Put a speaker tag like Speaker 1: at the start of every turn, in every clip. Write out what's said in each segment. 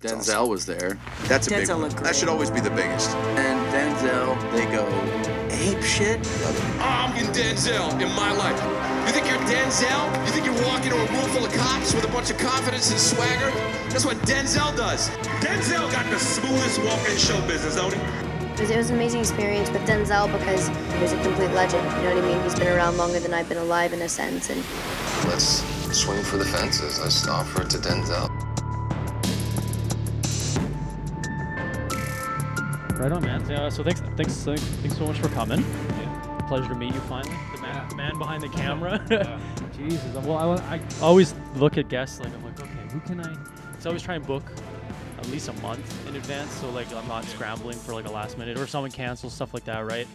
Speaker 1: Denzel
Speaker 2: awesome.
Speaker 1: was there.
Speaker 2: That's a big
Speaker 3: Denzel
Speaker 2: one.
Speaker 3: looked
Speaker 2: That
Speaker 3: great.
Speaker 2: should always be the biggest.
Speaker 1: And Denzel, they go ape shit.
Speaker 4: I'm in Denzel in my life. You think you're Denzel? You think you walk into a room full of cops with a bunch of confidence and swagger? That's what Denzel does.
Speaker 5: Denzel got the smoothest walk in show business, don't he?
Speaker 6: It was, it was an amazing experience with Denzel because he was a complete legend. You know what I mean? He's been around longer than I've been alive in a sense. And
Speaker 7: Let's swing for the fences. Let's offer it to Denzel.
Speaker 8: Right on, man. Yeah, so thanks, thanks, thanks, thanks so much for coming. Pleasure to meet you finally. The man, man behind the camera. Jesus. Well, I, wa- I always look at guests like I'm like, okay, who can I? So I always try and book at least a month in advance, so like I'm not scrambling for like a last minute or someone cancels stuff like that, right?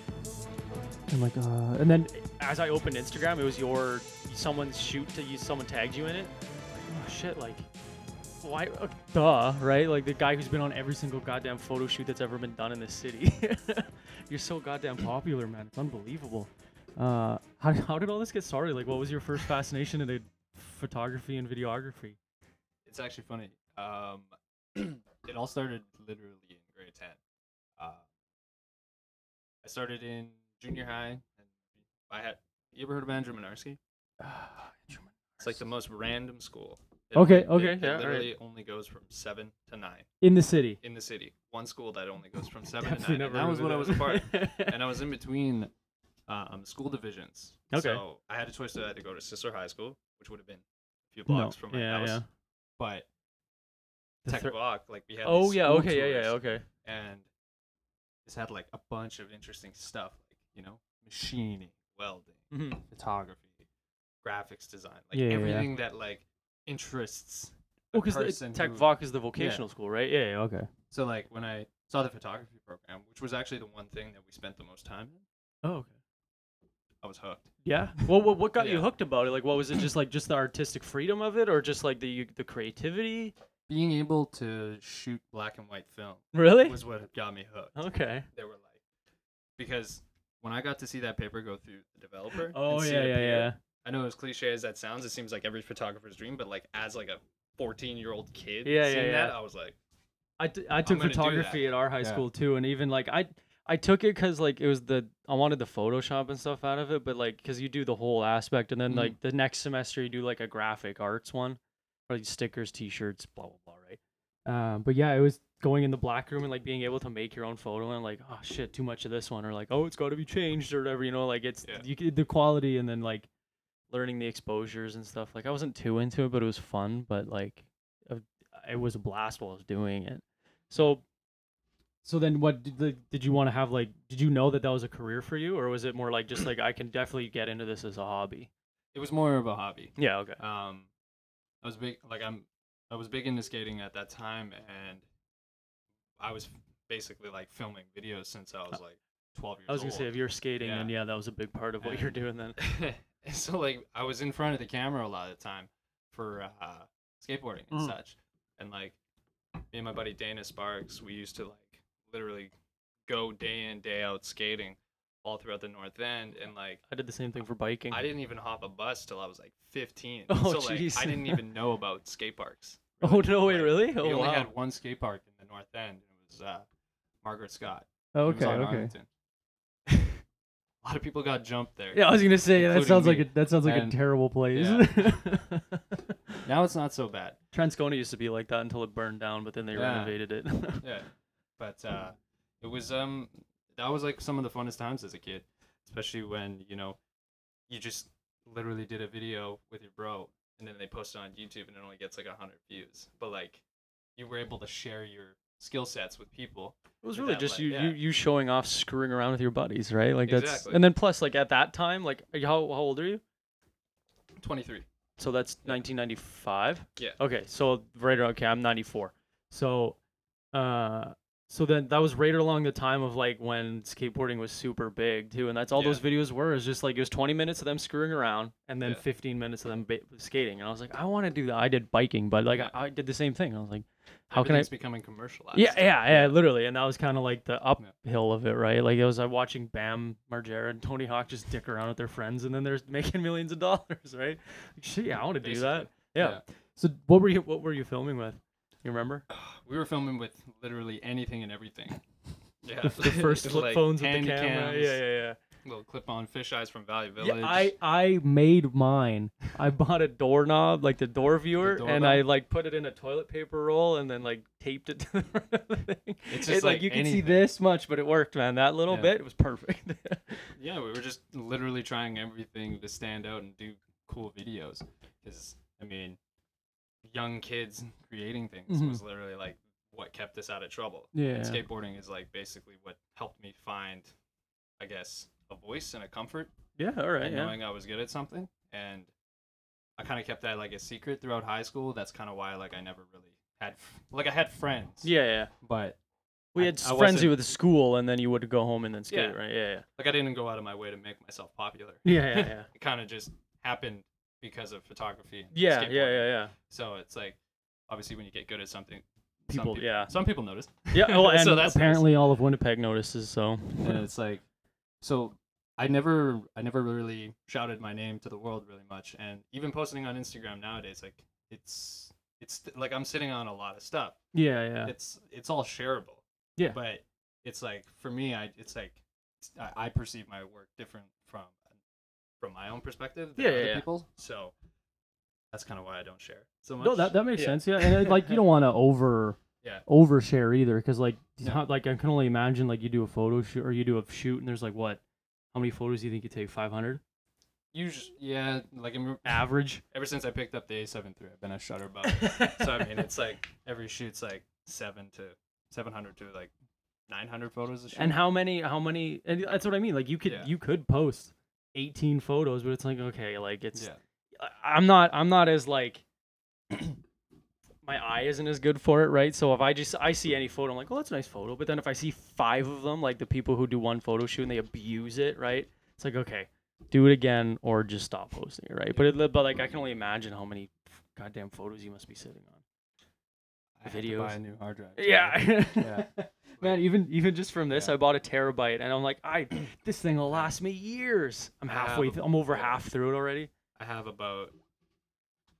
Speaker 8: I'm like, uh, and then as I opened Instagram, it was your someone's shoot to you. Someone tagged you in it. Like, oh shit! Like, why? Uh, duh, right? Like the guy who's been on every single goddamn photo shoot that's ever been done in this city. You're so goddamn popular, man. It's unbelievable. Uh, how, how did all this get started? Like, what was your first fascination into photography and videography?
Speaker 9: it's actually funny. Um, it all started literally in grade ten. Uh, I started in junior high, and I had. You ever heard of Andrew Minarski? It's like the most random school. It-
Speaker 8: Ah, Okay,
Speaker 9: it- it-
Speaker 8: okay,
Speaker 9: it
Speaker 8: yeah, alright.
Speaker 9: literally only goes from seven to nine
Speaker 8: In the city.
Speaker 9: in the city. One school that only goes from seven to
Speaker 8: Definitely
Speaker 9: nine. and
Speaker 8: never
Speaker 9: that was
Speaker 8: heard
Speaker 9: what I
Speaker 8: of
Speaker 9: was a part.
Speaker 8: that.
Speaker 9: and I was in between um, school divisions.
Speaker 8: Okay.
Speaker 9: So I had a choice to either go to Sisler High School, which would have been a few blocks from my
Speaker 8: yeah,
Speaker 9: house,
Speaker 8: yeah.
Speaker 9: but
Speaker 8: The
Speaker 9: Tech
Speaker 8: thr-
Speaker 9: Block, like we had.
Speaker 8: oh
Speaker 9: these
Speaker 8: yeah.
Speaker 9: school
Speaker 8: Okay. Yeah. Yeah.
Speaker 9: tours,
Speaker 8: Okay.
Speaker 9: And this had like a bunch of interesting stuff, like you know, machining, welding,
Speaker 8: Mhm.
Speaker 9: photography, graphics design, like
Speaker 8: Yeah, yeah, yeah.
Speaker 9: everything that like interests. a
Speaker 8: Oh, because
Speaker 9: person
Speaker 8: Tech
Speaker 9: who-
Speaker 8: Voc is the vocational school, right? Yeah. yeah, Okay.
Speaker 9: So like when I saw the photography program, which was actually the one thing that we spent the most time in,
Speaker 8: Oh. Okay.
Speaker 9: I was hooked.
Speaker 8: Yeah. Well, what, what got you
Speaker 9: Yeah.
Speaker 8: hooked about it? Like, what was it? Just like just the artistic freedom of it, or just like the the creativity?
Speaker 9: Being able to shoot black and white film
Speaker 8: Really?
Speaker 9: was what got me hooked.
Speaker 8: Okay.
Speaker 9: They were like, because when I got to see that paper go through the developer,
Speaker 8: Oh
Speaker 9: and see
Speaker 8: yeah,
Speaker 9: it
Speaker 8: yeah,
Speaker 9: appear,
Speaker 8: yeah.
Speaker 9: I know as cliche as that sounds, it seems like every photographer's dream, but like as like a 14 year old kid
Speaker 8: Yeah, yeah,
Speaker 9: seeing that,
Speaker 8: yeah.
Speaker 9: I was like,
Speaker 8: I, t- I took
Speaker 9: gonna do that.
Speaker 8: photography at our high
Speaker 9: Yeah.
Speaker 8: school too, and even like I I took it because like it was the I wanted the Photoshop and stuff out of it, but like because you do the whole aspect, and then
Speaker 9: Mhm.
Speaker 8: like the next semester you do like a graphic arts one, or like stickers, T-shirts, blah blah blah, right? Um, but yeah, it was going in the black room and like being able to make your own photo and like oh shit, too much of this one, or like oh it's got to be changed or whatever, you know, like it's
Speaker 9: Yeah.
Speaker 8: you c- the quality and then like learning the exposures and stuff. Like I wasn't too into it, but it was fun. But like uh, it was a blast while I was doing it. So, so then what did the, did you want to have like? Did you know that that was a career for you, or was it more like just like I can definitely get into this as a hobby?
Speaker 9: it was more of a hobby.
Speaker 8: Yeah. Okay.
Speaker 9: Um, I was big, like I'm, I was big into skating at that time, and I was basically like filming videos since I was like 12 years
Speaker 8: Uh, I was gonna
Speaker 9: old.
Speaker 8: say if you're skating,
Speaker 9: Yeah.
Speaker 8: then yeah, that was a big part of what you're
Speaker 9: And-
Speaker 8: doing then.
Speaker 9: and so like I was in front of the camera a lot of the time for uh, skateboarding and
Speaker 8: Mm.
Speaker 9: such. And like me and my buddy Dana Sparks, we used to like literally go day in day out skating all throughout the North End. And like
Speaker 8: I did the same thing for biking.
Speaker 9: I didn't even hop a bus till I was like 15.
Speaker 8: Oh,
Speaker 9: so like
Speaker 8: jeez.
Speaker 9: I didn't even know about skate parks.
Speaker 8: Oh no way!
Speaker 9: Like,
Speaker 8: Really?
Speaker 9: We
Speaker 8: Oh
Speaker 9: only
Speaker 8: wow.
Speaker 9: had one skate park in the North End. It was uh, Margaret Scott. It was
Speaker 8: Oh, okay.
Speaker 9: on
Speaker 8: Okay.
Speaker 9: Arlington. a lot of people got jumped there.
Speaker 8: Yeah, I was gonna say that
Speaker 9: including
Speaker 8: sounds like
Speaker 9: me.
Speaker 8: a, that sounds like
Speaker 9: And-
Speaker 8: a terrible place.
Speaker 9: Now it's not so bad.
Speaker 8: Transcona used to be like that until it burned down, but then they
Speaker 9: Yeah.
Speaker 8: renovated it.
Speaker 9: Yeah. But uh, it was um that was like some of the funnest times as a kid, especially when you know you just literally did a video with your bro and then they post it on YouTube and it only gets like hundred views. But like you were able to share your skill sets with people.
Speaker 8: It was
Speaker 9: at
Speaker 8: really
Speaker 9: that
Speaker 8: just
Speaker 9: le-
Speaker 8: you,
Speaker 9: yeah.
Speaker 8: you you showing off, screwing around with your buddies, right? Like that's
Speaker 9: Exactly.
Speaker 8: and then plus like at that time, like are you- how how old are you?
Speaker 9: Twenty three.
Speaker 8: So that's 1995.
Speaker 9: Yeah.
Speaker 8: Okay, so right around okay, I'm 94. So, uh, so then that was right along the time of like when skateboarding was super big too, and that's all
Speaker 9: Yeah.
Speaker 8: those videos were. Is just like it was 20 minutes of them screwing around, and then
Speaker 9: Yeah.
Speaker 8: 15 minutes of them ba- skating. And I was like, I want to do that. I did biking, but like
Speaker 9: Yeah.
Speaker 8: I, I did the same thing. I was like, how can I
Speaker 9: It's becoming commercialized.
Speaker 8: yeah, yeah, yeah, literally. And that was kind of like the uphill of it, right? Like it was like watching Bam Margera and Tony Hawk just dick around with their friends, and then they're making millions of dollars, right? Like, shit, yeah, I want to do that.
Speaker 9: Basically,
Speaker 8: Yeah. So what were you what were you filming with? You remember?
Speaker 9: Uh, We were filming with literally anything and everything.
Speaker 8: The,
Speaker 9: Yeah,
Speaker 8: the first flip
Speaker 9: like
Speaker 8: phones with the
Speaker 9: hand
Speaker 8: camera.
Speaker 9: cams,
Speaker 8: Yeah, yeah,
Speaker 9: Little clip-on fisheyes from Valley
Speaker 8: yeah.
Speaker 9: Village.
Speaker 8: I I made mine. I bought a doorknob, like the door viewer, and I
Speaker 9: doorknob?
Speaker 8: like put it in a toilet paper roll and then like taped it to the front of the thing.
Speaker 9: It's
Speaker 8: It,
Speaker 9: just like
Speaker 8: you can see
Speaker 9: anything.
Speaker 8: this much, but it worked, man. That little
Speaker 9: Yeah.
Speaker 8: bit, it was perfect.
Speaker 9: yeah, we were just literally trying everything to stand out and do cool videos. Because I mean, young kids creating things
Speaker 8: Mhm.
Speaker 9: was literally like what kept us out of trouble.
Speaker 8: yeah.
Speaker 9: And skateboarding is like basically what helped me find, I guess, a voice and a comfort
Speaker 8: Yeah. All right.
Speaker 9: and
Speaker 8: Yeah.
Speaker 9: knowing I was good at something. And I kind of kept that like a secret throughout high school. That's kind of why like I never really had f- like I had friends.
Speaker 8: Yeah. Yeah.
Speaker 9: But
Speaker 8: We
Speaker 9: I-
Speaker 8: had
Speaker 9: I
Speaker 8: friends
Speaker 9: wasn't-
Speaker 8: with school, and then you would go home and then skate,
Speaker 9: Yeah.
Speaker 8: right? Yeah. Yeah.
Speaker 9: like I didn't go out of my way to make myself popular.
Speaker 8: Yeah, yeah, yeah.
Speaker 9: it kind of just happened because of photography. and
Speaker 8: Yeah, yeah,
Speaker 9: skateboarding.
Speaker 8: yeah,
Speaker 9: So it's like obviously when you get good at something, some
Speaker 8: People, yeah.
Speaker 9: some people notice.
Speaker 8: yeah. Yeah, well, and
Speaker 9: So that's nice.
Speaker 8: apparently all of Winnipeg notices, so.
Speaker 9: and it's like so i never i never really shouted my name to the world really much and even posting on instagram nowadays like it's it's like i'm sitting on a lot of stuff
Speaker 8: Yeah, yeah.
Speaker 9: it's it's all shareable
Speaker 8: Yeah.
Speaker 9: but it's like for me i it's like i, I perceive my work different from from my own perspective than
Speaker 8: Yeah, yeah,
Speaker 9: other
Speaker 8: yeah.
Speaker 9: people so that's kind of why i don't share so much
Speaker 8: No, that, that makes
Speaker 9: Yeah.
Speaker 8: sense, yeah. And it, like, you don't want to over
Speaker 9: Yeah.
Speaker 8: overshare either, because, like,
Speaker 9: No.
Speaker 8: how- like, I can only imagine, like, you do a photo shoot or you do a shoot, and there's, like, what? How many photos do you think you take? 500?
Speaker 9: usually yeah like I'm,
Speaker 8: Average?
Speaker 9: ever since i picked up the a7 III, i've been a shutterbug so I mean, it's like every shoot's like seven to seven hundred to like nine hundred photos a shoot.
Speaker 8: and how many how many and that's what i mean like you could
Speaker 9: Yeah.
Speaker 8: you could post 18 photos but it's like okay like it's
Speaker 9: yeah,
Speaker 8: I- I'm not I'm not as like my eye isn't as good for it, right? So if I just I see any photo, I'm like, oh, that's a nice photo. But then if I see five of them, like the people who do one photo shoot and they abuse it, right? It's like okay, do it again or just stop posting it, right? But it, but like I can only imagine how many goddamn photos you must be sitting on.
Speaker 9: I had to buy
Speaker 8: videos.
Speaker 9: a new hard drive. so-
Speaker 8: Yeah.
Speaker 9: Yeah.
Speaker 8: Man, even even just from this,
Speaker 9: Yeah.
Speaker 8: I bought a terabyte, and I'm like, I this thing will last me years. I'm
Speaker 9: I have
Speaker 8: halfway,
Speaker 9: a-
Speaker 8: th- I'm over
Speaker 9: yeah.
Speaker 8: half through it already.
Speaker 9: I have about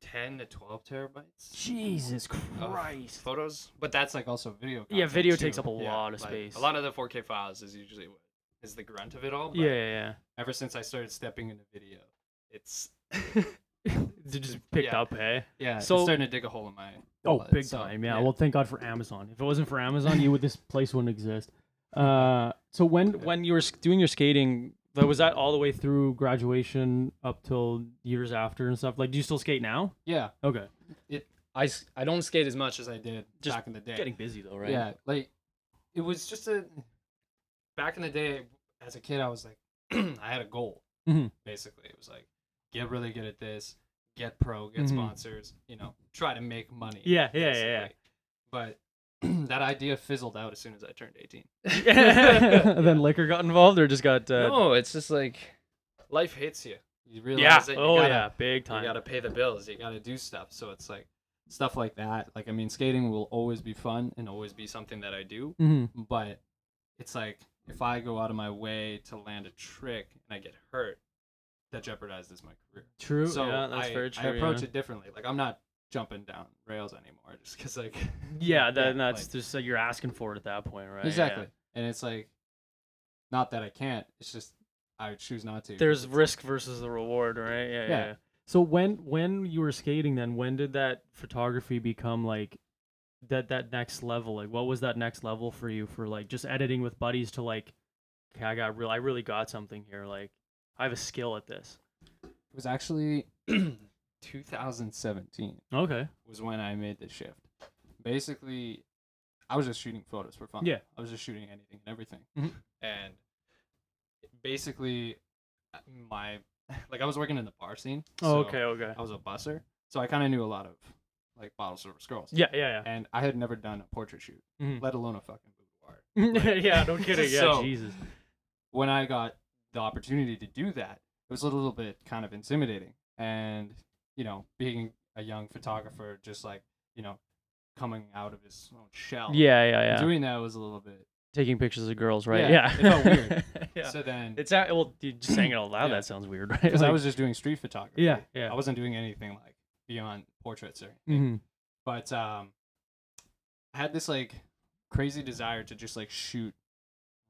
Speaker 9: ten to twelve terabytes
Speaker 8: Jesus
Speaker 9: of
Speaker 8: Christ!
Speaker 9: photos, but that's like also video.
Speaker 8: Yeah,
Speaker 9: content,
Speaker 8: video
Speaker 9: too.
Speaker 8: takes up a
Speaker 9: Yeah,
Speaker 8: lot of
Speaker 9: like,
Speaker 8: space.
Speaker 9: A lot of the 4K files is usually what is the grunt of it all. But
Speaker 8: Yeah, yeah,
Speaker 9: Ever since I started stepping into video, it's
Speaker 8: yeah. It just picked
Speaker 9: Yeah.
Speaker 8: up, hey?
Speaker 9: yeah,
Speaker 8: So-
Speaker 9: it's starting to dig a hole in my.
Speaker 8: Oh,
Speaker 9: wallet,
Speaker 8: big
Speaker 9: so,
Speaker 8: time. Yeah. Well, thank God for Amazon. If it wasn't for Amazon, you would this place wouldn't exist. Uh, so when when you were s- doing your skating, that was that all the way through graduation up till years after and stuff. Like, do you still skate now?
Speaker 9: yeah.
Speaker 8: Okay.
Speaker 9: I, s- I don't skate as much as I did
Speaker 8: Just
Speaker 9: back in the day.
Speaker 8: Getting busy though, right?
Speaker 9: Yeah, like it was just a back in the day as a kid I was like I had a goal.
Speaker 8: Mhm.
Speaker 9: Basically, it was like get really good at this, get pro, get
Speaker 8: Mhm.
Speaker 9: sponsors, you know, try to make money.
Speaker 8: Yeah, yeah, yeah,
Speaker 9: basically. But that idea fizzled out as soon as I turned 18.
Speaker 8: yeah. then liquor got involved, or just got. Uh,
Speaker 9: no, it's just like life hits you. You realize
Speaker 8: yeah.
Speaker 9: that you
Speaker 8: Oh
Speaker 9: gotta-
Speaker 8: yeah. Big time.
Speaker 9: you gotta pay the bills. You gotta do stuff. So it's like stuff like that. Like I mean, skating will always be fun and always be something that I do.
Speaker 8: Mhm.
Speaker 9: But it's like if I go out of my way to land a trick and I get hurt, that jeopardizes my career.
Speaker 8: True.
Speaker 9: So
Speaker 8: yeah, that's
Speaker 9: I,
Speaker 8: very true.
Speaker 9: I approach
Speaker 8: yeah.
Speaker 9: it differently. Like I'm not jumping down rails anymore just because like
Speaker 8: Yeah, then that's
Speaker 9: like-
Speaker 8: just like you're asking for it at that point, right? Yeah.
Speaker 9: exactly. And it's like not that I can't. It's just I choose not to.
Speaker 8: there's risk versus the reward, right? Yeah, yeah.
Speaker 9: Yeah.
Speaker 8: yeah. So when when you were skating, then when did that photography become like that that next level? Like, what was that next level for you for like just editing with buddies to like, okay, I got real, I really got something here. Like, I have a skill at this.
Speaker 9: it was actually 2017.
Speaker 8: Okay.
Speaker 9: was when I made the shift. Basically, I was just shooting photos for fun.
Speaker 8: Yeah.
Speaker 9: I was just shooting anything and everything.
Speaker 8: Mhm.
Speaker 9: And basically, uh, my like I was working in the bar scene.
Speaker 8: Oh,
Speaker 9: so
Speaker 8: okay. Okay.
Speaker 9: I was a busser, so I kind of knew a lot of like bottle service girls.
Speaker 8: Yeah. Yeah.
Speaker 9: And I had never done a portrait shoot,
Speaker 8: Mhm.
Speaker 9: let alone a fucking boudoir.
Speaker 8: Yeah. yeah. No kidding. Yeah.
Speaker 9: So-
Speaker 8: Jesus.
Speaker 9: When I got the opportunity to do that, it was a little bit kind of intimidating. And you know, being a young photographer, just like you know, coming out of his own shell.
Speaker 8: Yeah. Yeah. Yeah.
Speaker 9: doing that was a little bit.
Speaker 8: Taking pictures of girls, right?
Speaker 9: Yeah,
Speaker 8: Yeah.
Speaker 9: it felt weird.
Speaker 8: yeah.
Speaker 9: So then,
Speaker 8: It's a- well, dude, just saying it out loud.
Speaker 9: Yeah.
Speaker 8: That sounds weird, right?
Speaker 9: because I
Speaker 8: Like-
Speaker 9: was just doing street photography.
Speaker 8: Yeah. Mm-hmm. Yeah.
Speaker 9: I wasn't doing anything like beyond portraits or.
Speaker 8: Mhm.
Speaker 9: But um, I had this like crazy desire to just like shoot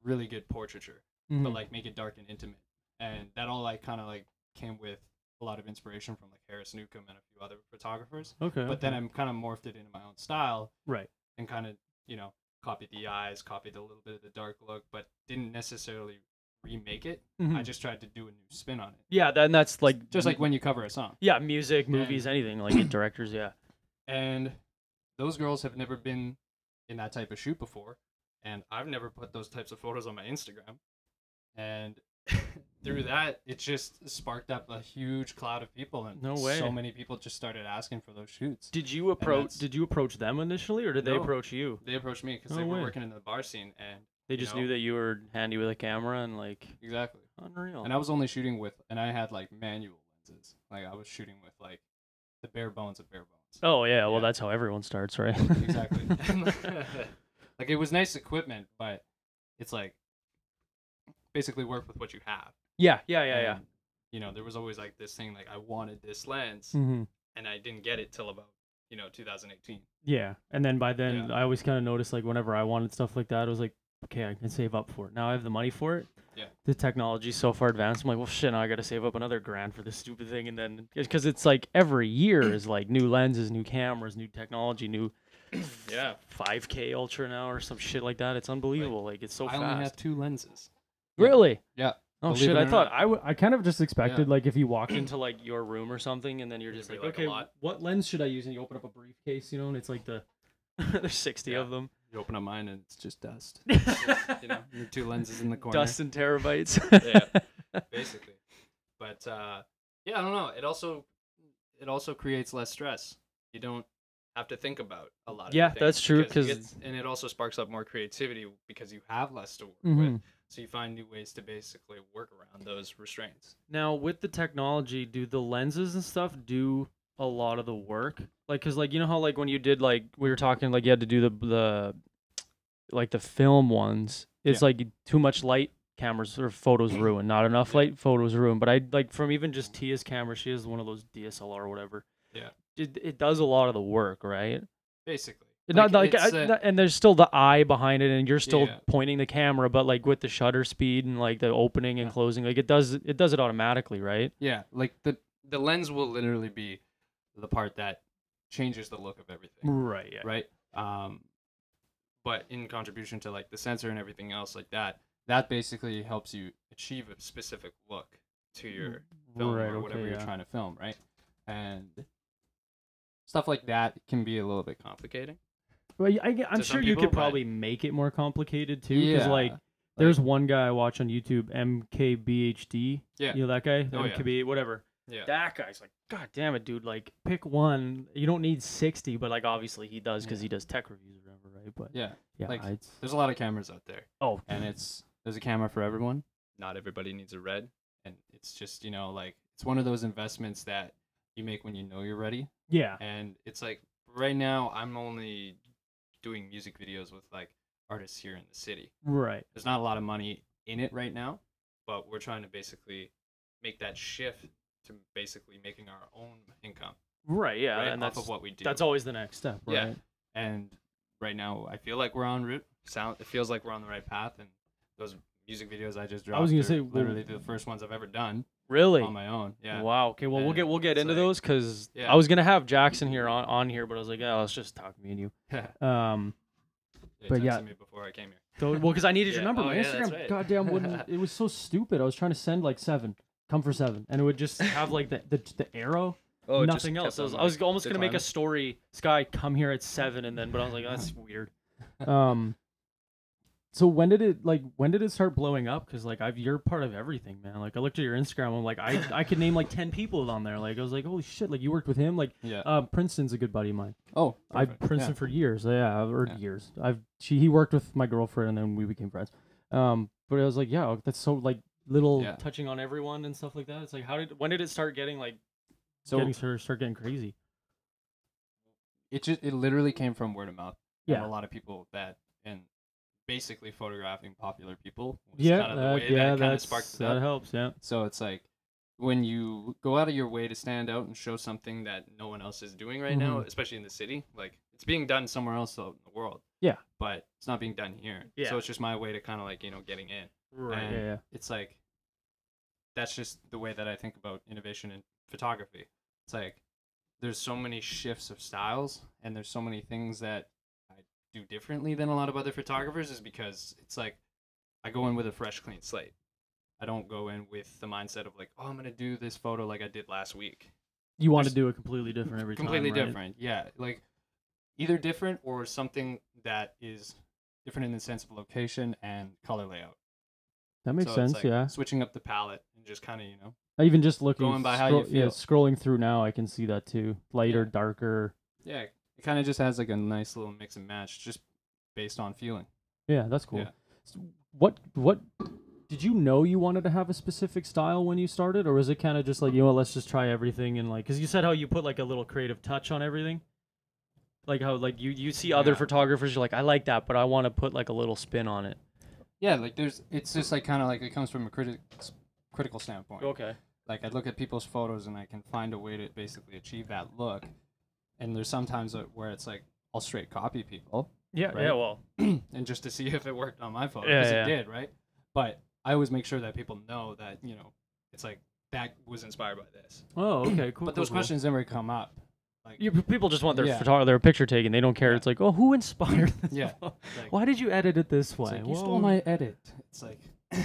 Speaker 9: really good portraiture,
Speaker 8: mm-hmm. Hmm.
Speaker 9: but like make it dark and intimate. And that all like kind of like came with a lot of inspiration from like Harris Newcomb and a few other photographers.
Speaker 8: okay.
Speaker 9: But then I'm kind of morphed it into my own style
Speaker 8: right.
Speaker 9: and kind of you know copied the eyes, copied a little bit of the dark look, but didn't necessarily remake it. I
Speaker 8: Mhm.
Speaker 9: just tried to do a new spin on it,
Speaker 8: Yeah, then that's like
Speaker 9: just like
Speaker 8: mu-
Speaker 9: when you cover a song.
Speaker 8: yeah, music, movies, anything like directors. Yeah.
Speaker 9: and those girls have never been in that type of shoot before and i've never put those types of photos on my instagram and through
Speaker 8: Mm.
Speaker 9: that it just sparked up a huge cloud of people and
Speaker 8: No way.
Speaker 9: so many people just started asking for those shoots
Speaker 8: Did you
Speaker 9: that's-
Speaker 8: approach? Did you approach them initially, or did they
Speaker 9: No.
Speaker 8: approach you?
Speaker 9: they approached me because
Speaker 8: No
Speaker 9: they were
Speaker 8: way.
Speaker 9: working in the bar scene and
Speaker 8: They
Speaker 9: you
Speaker 8: just
Speaker 9: know,
Speaker 8: knew that you were handy with a camera and like
Speaker 9: exactly
Speaker 8: unreal.
Speaker 9: and i was only shooting with and i had like manual lenses like i was shooting with like the bare bones of bare bones
Speaker 8: oh yeah, well
Speaker 9: Yeah.
Speaker 8: that's how everyone starts, right?
Speaker 9: exactly. like it was nice equipment, but it's like basically work with what you have.
Speaker 8: yeah, yeah, yeah, yeah.
Speaker 9: And, You know, there was always like this thing like I wanted this lens,
Speaker 8: Mm-hmm.
Speaker 9: and I didn't get it till about you know 2018.
Speaker 8: Yeah, and then by then
Speaker 9: Yeah.
Speaker 8: I always kind of noticed like whenever I wanted stuff like that, I was like, okay, I can save up for it. Now I have the money for it.
Speaker 9: Yeah.
Speaker 8: The technology's so far advanced. I'm like, well, shit, now I got to save up another grand for this stupid thing, and then because it's like every year is like new lenses, new cameras, new technology, new
Speaker 9: Yeah,
Speaker 8: 5K Ultra now or some shit like that. It's unbelievable. Like it's so
Speaker 9: I
Speaker 8: fast.
Speaker 9: only had two lenses.
Speaker 8: Really?
Speaker 9: Yeah.
Speaker 8: Oh
Speaker 9: Believe
Speaker 8: shit!
Speaker 9: it
Speaker 8: I
Speaker 9: or
Speaker 8: thought
Speaker 9: not.
Speaker 8: I, w- I kind of just expected like if you walked into like your room or something and then you're
Speaker 9: It'd
Speaker 8: just
Speaker 9: be,
Speaker 8: like,
Speaker 9: like, a
Speaker 8: okay,
Speaker 9: lot."
Speaker 8: what lens should I use? And you open up a briefcase, you know, and it's like the there's sixty
Speaker 9: Yeah.
Speaker 8: of them,
Speaker 9: You open up mine and it's just dust. you
Speaker 8: you
Speaker 9: know, your two lenses in the corner.
Speaker 8: dust and terabytes.
Speaker 9: Yeah. basically. But uh, yeah, I don't know. It also it also creates less stress. You don't have to think about a lot. Of
Speaker 8: Yeah,
Speaker 9: things
Speaker 8: that's true,
Speaker 9: because you
Speaker 8: 'cause-
Speaker 9: get- and it also sparks up more creativity because you have less to work with.
Speaker 8: Mhm.
Speaker 9: So you find new ways to basically work around those restraints.
Speaker 8: Now with the technology, do the lenses and stuff do a lot of the work? Like, cause like you know how like when you did like we were talking like you had to do the the like the film ones. It's like too much light cameras or photos ruin, not enough light photos ruin. But I like from even just Tia's camera, she has one of those DSLR or whatever.
Speaker 9: Yeah.
Speaker 8: It, it does a lot of the work, right?
Speaker 9: Basically,
Speaker 8: not like
Speaker 9: it's,
Speaker 8: I-
Speaker 9: uh,
Speaker 8: not- and there's still the eye behind it, and you're still
Speaker 9: Yeah.
Speaker 8: pointing the camera, but like with the shutter speed and like the opening and
Speaker 9: Yeah.
Speaker 8: closing, like it does it does it automatically, right?
Speaker 9: yeah, like the the lens will literally be the part that changes the look of everything.
Speaker 8: Right. Yeah.
Speaker 9: right? Um, but in contribution to like the sensor and everything else like that, that basically helps you achieve a specific look to your film
Speaker 8: right,
Speaker 9: or whatever
Speaker 8: okay,
Speaker 9: you're
Speaker 8: yeah.
Speaker 9: trying to film, right? And stuff like that can be a little bit complicating.
Speaker 8: Well, yeah, I, g- I'm
Speaker 9: to some
Speaker 8: sure you
Speaker 9: people,
Speaker 8: could
Speaker 9: but-
Speaker 8: probably make it more complicated too, because
Speaker 9: Yeah,
Speaker 8: like
Speaker 9: like-
Speaker 8: there's one guy I watch on YouTube, MKBHD.
Speaker 9: Yeah.
Speaker 8: You know that guy?
Speaker 9: Oh, yeah.
Speaker 8: MKB, whatever.
Speaker 9: Yeah.
Speaker 8: That guy's like, God damn it, dude! Like, pick one. You don't need sixty, but like obviously he does because he does tech reviews or whatever, right? But
Speaker 9: yeah.
Speaker 8: yeah,
Speaker 9: like-
Speaker 8: I'd-
Speaker 9: There's a lot of cameras out there,
Speaker 8: oh,
Speaker 9: and it's there's a camera for everyone. Not everybody needs a red, and it's just you know like it's one of those investments that you make when you know you're ready,
Speaker 8: yeah,
Speaker 9: and it's like right now i'm only doing music videos with like artists here in the city
Speaker 8: right.
Speaker 9: there's not a lot of money in it right now but we're trying to basically make that shift to basically making our own income
Speaker 8: Right, yeah,
Speaker 9: right
Speaker 8: and
Speaker 9: off
Speaker 8: that's
Speaker 9: of what we do
Speaker 8: that's always the next step, right?
Speaker 9: Yeah. and right now i feel like we're on route sound it feels like we're on the right path and those music videos i just dropped
Speaker 8: was gonna
Speaker 9: are
Speaker 8: say, well-
Speaker 9: literally the first ones i've ever done
Speaker 8: Really?
Speaker 9: on Oh, my own yeah
Speaker 8: Wow. Okay. Well, we'll
Speaker 9: And
Speaker 8: get we'll get
Speaker 9: it's
Speaker 8: into
Speaker 9: like-
Speaker 8: those because
Speaker 9: Yeah.
Speaker 8: I was gonna have Jackson here on, on here, but I was like, oh, let's just talk me and you. Um.
Speaker 9: They
Speaker 8: But yeah.
Speaker 9: texted me before i came here
Speaker 8: So, well, because I needed your
Speaker 9: Yeah.
Speaker 8: number.
Speaker 9: Oh,
Speaker 8: My
Speaker 9: yeah, that's
Speaker 8: Instagram,
Speaker 9: right.
Speaker 8: goddamn, wouldn't. It was so stupid. I was trying to send like seven. Come for seven, and it would just have like the the, the arrow.
Speaker 9: Oh, it just
Speaker 8: nothing
Speaker 9: kept
Speaker 8: else. I
Speaker 9: on,
Speaker 8: was, I
Speaker 9: like,
Speaker 8: was almost gonna make a
Speaker 9: declining.
Speaker 8: story. Sky, come here at seven, and then, but I was like, that's weird. Um. So when did it like when did it start blowing up? Because like I've you're part of everything, man. Like I looked at your Instagram, I'm like I I could name like ten people on there. Like I was like, holy shit! Like you worked with him. Like
Speaker 9: yeah
Speaker 8: uh, Princeton's a good buddy of mine.
Speaker 9: oh
Speaker 8: I've
Speaker 9: perfect.
Speaker 8: Princeton
Speaker 9: Yeah.
Speaker 8: for years. Yeah, I've- or
Speaker 9: Yeah.
Speaker 8: years. I've she he worked with my girlfriend and then we became friends. Um, but I was like, yeah, that's so like little
Speaker 9: Yeah.
Speaker 8: touching on everyone and stuff like that. It's like how did when did it start getting like
Speaker 9: so
Speaker 8: getting start, start getting crazy?
Speaker 9: it just it literally came from word of mouth. and
Speaker 8: Yeah.
Speaker 9: a lot of people that and basically photographing popular people. Was
Speaker 8: Yeah,
Speaker 9: kind of the
Speaker 8: that-
Speaker 9: way
Speaker 8: yeah,
Speaker 9: that kind of
Speaker 8: that's-
Speaker 9: sparked it
Speaker 8: that
Speaker 9: up.
Speaker 8: helps. Yeah,
Speaker 9: So it's like when you go out of your way to stand out and show something that no one else is doing right now,
Speaker 8: Mm-hmm.
Speaker 9: especially in the city, like it's being done somewhere else in the world.
Speaker 8: Yeah.
Speaker 9: But it's not being done here.
Speaker 8: Yeah.
Speaker 9: So it's just my way to kind of like, you know, getting in.
Speaker 8: Right.
Speaker 9: And
Speaker 8: Yeah, yeah.
Speaker 9: It's like that's just the way that I think about innovation in photography. It's like there's so many shifts of styles and there's so many things that I do differently than a lot of other photographers is because it's like I go in with a fresh clean slate. I don't go in with the mindset of like, oh, I'm gonna do this photo like I did last week.
Speaker 8: You want to
Speaker 9: There's-
Speaker 8: do it completely different every
Speaker 9: Completely
Speaker 8: time. right?
Speaker 9: different, yeah. Like either different or something that is different in the sense of location and color layout.
Speaker 8: That makes
Speaker 9: So it's
Speaker 8: sense.
Speaker 9: like
Speaker 8: yeah.
Speaker 9: Switching up the palette and just kind of, you know.
Speaker 8: Even just looking
Speaker 9: Going by how you
Speaker 8: scroll- yeah,
Speaker 9: feel.
Speaker 8: scrolling through now, I can see that too. Lighter, darker.
Speaker 9: Yeah, it kind of just has like a nice little mix and match just based on feeling.
Speaker 8: Yeah, that's cool.
Speaker 9: Yeah.
Speaker 8: S- What what did you know you wanted to have a specific style when you started, or was it kind of just like you know what, let's just try everything and like because you said how you put like a little creative touch on everything, like how like you you see other
Speaker 9: Yeah.
Speaker 8: photographers you're like I like that, but I want to put like a little spin on it.
Speaker 9: Yeah, like there's, it's just like kind of like it comes from a critic, critical standpoint.
Speaker 8: Okay.
Speaker 9: Like I look at people's photos and I can find a way to basically achieve that look. And there's sometimes uh, where it's like I'll straight copy people
Speaker 8: Yeah.
Speaker 9: Right?
Speaker 8: Yeah. Well.
Speaker 9: and just to see if it worked on my photo
Speaker 8: Yeah,
Speaker 9: because
Speaker 8: yeah.
Speaker 9: it did, right? But I always make sure that people know that you know it's like that was inspired by this.
Speaker 8: Oh. Okay. Cool.
Speaker 9: But those questions never come up. Like
Speaker 8: You, people just want their
Speaker 9: Yeah.
Speaker 8: photo, their picture taken. They don't care.
Speaker 9: Yeah.
Speaker 8: It's like, oh, who inspired this?
Speaker 9: Yeah,
Speaker 8: photo?
Speaker 9: like-
Speaker 8: Why did you edit it this
Speaker 9: it's
Speaker 8: way?
Speaker 9: like, you stole
Speaker 8: Whoa."
Speaker 9: my edit. It's like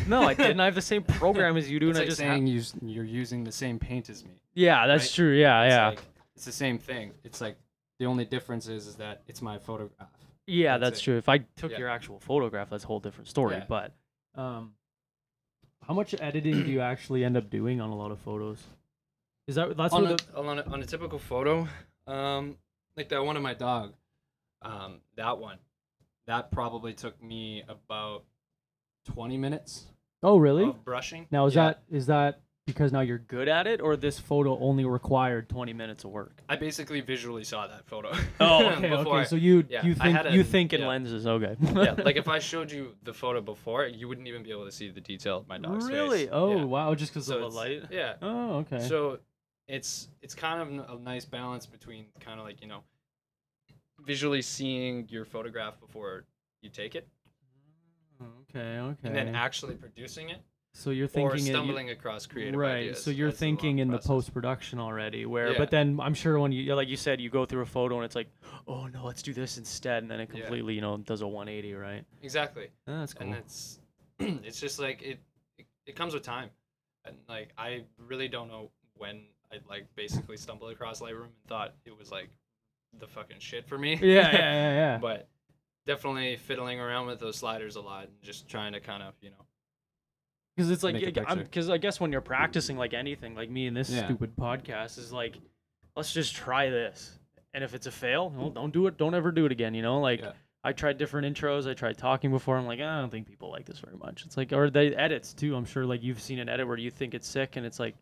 Speaker 8: no, I didn't. I have the same program as you do, and
Speaker 9: it's
Speaker 8: I
Speaker 9: like
Speaker 8: just ha-
Speaker 9: saying you s- you're using the same paint as me.
Speaker 8: yeah, that's
Speaker 9: right?
Speaker 8: true. Yeah.
Speaker 9: It's
Speaker 8: Yeah.
Speaker 9: like- it's the same thing. It's like the only difference is is that it's my photograph.
Speaker 8: Yeah,
Speaker 9: That's
Speaker 8: that's
Speaker 9: it.
Speaker 8: true. If I took
Speaker 9: Yeah.
Speaker 8: your actual photograph, that's a whole different story.
Speaker 9: Yeah.
Speaker 8: But um, how much editing do you actually end up doing on a lot of photos? Is that that's
Speaker 9: on
Speaker 8: what
Speaker 9: a,
Speaker 8: the,
Speaker 9: on, a, on a typical photo, um, like that one of my dog, um, that one, that probably took me about twenty minutes
Speaker 8: oh really?
Speaker 9: of brushing.
Speaker 8: now is
Speaker 9: Yeah.
Speaker 8: that is that because now you're good at it, or this photo only required 20 minutes of work? Oh,
Speaker 9: I basically visually saw that photo.
Speaker 8: okay,
Speaker 9: before I-
Speaker 8: okay. So you
Speaker 9: yeah,
Speaker 8: you
Speaker 9: I
Speaker 8: think
Speaker 9: had a-
Speaker 8: you think in
Speaker 9: yeah.
Speaker 8: lenses? Okay.
Speaker 9: yeah, like if I showed you the photo before, you wouldn't even be able to see the detail of my dog's face.
Speaker 8: really? Oh
Speaker 9: Yeah.
Speaker 8: wow! Just because
Speaker 9: So
Speaker 8: of the
Speaker 9: it's-
Speaker 8: light.
Speaker 9: Yeah.
Speaker 8: Oh okay.
Speaker 9: So it's it's kind of n- a nice balance between kind of like you know visually seeing your photograph before you take it
Speaker 8: okay okay.
Speaker 9: and then actually producing it
Speaker 8: so you're
Speaker 9: or
Speaker 8: thinking it- you-
Speaker 9: stumbling across creative
Speaker 8: right
Speaker 9: ideas
Speaker 8: so you're
Speaker 9: as the
Speaker 8: thinking
Speaker 9: long
Speaker 8: in the
Speaker 9: process.
Speaker 8: post production already where
Speaker 9: Yeah.
Speaker 8: but then i'm sure when you like you said you go through a photo and it's like oh no let's do this instead and then it
Speaker 9: Yeah.
Speaker 8: completely you know does a 180 right
Speaker 9: exactly
Speaker 8: Oh, that's cool
Speaker 9: and it's it's just like it, it it comes with time and like i really don't know when i like basically stumbled across lightroom and thought it was like the fucking shit for me
Speaker 8: yeah yeah yeah yeah
Speaker 9: but definitely fiddling around with those sliders a lot and just trying to kind of you know
Speaker 8: because it's like
Speaker 9: Make a picture.
Speaker 8: because i guess when you're practicing like anything like me in this
Speaker 9: Yeah.
Speaker 8: stupid podcast is like let's just try this and if it's a fail well, don't do it don't ever do it again you know like
Speaker 9: Yeah.
Speaker 8: I tried different intros. I tried talking before. I'm like, I don't think people like this very much. It's like, or the edits too. I'm sure like you've seen an edit where you think it's sick, and it's like,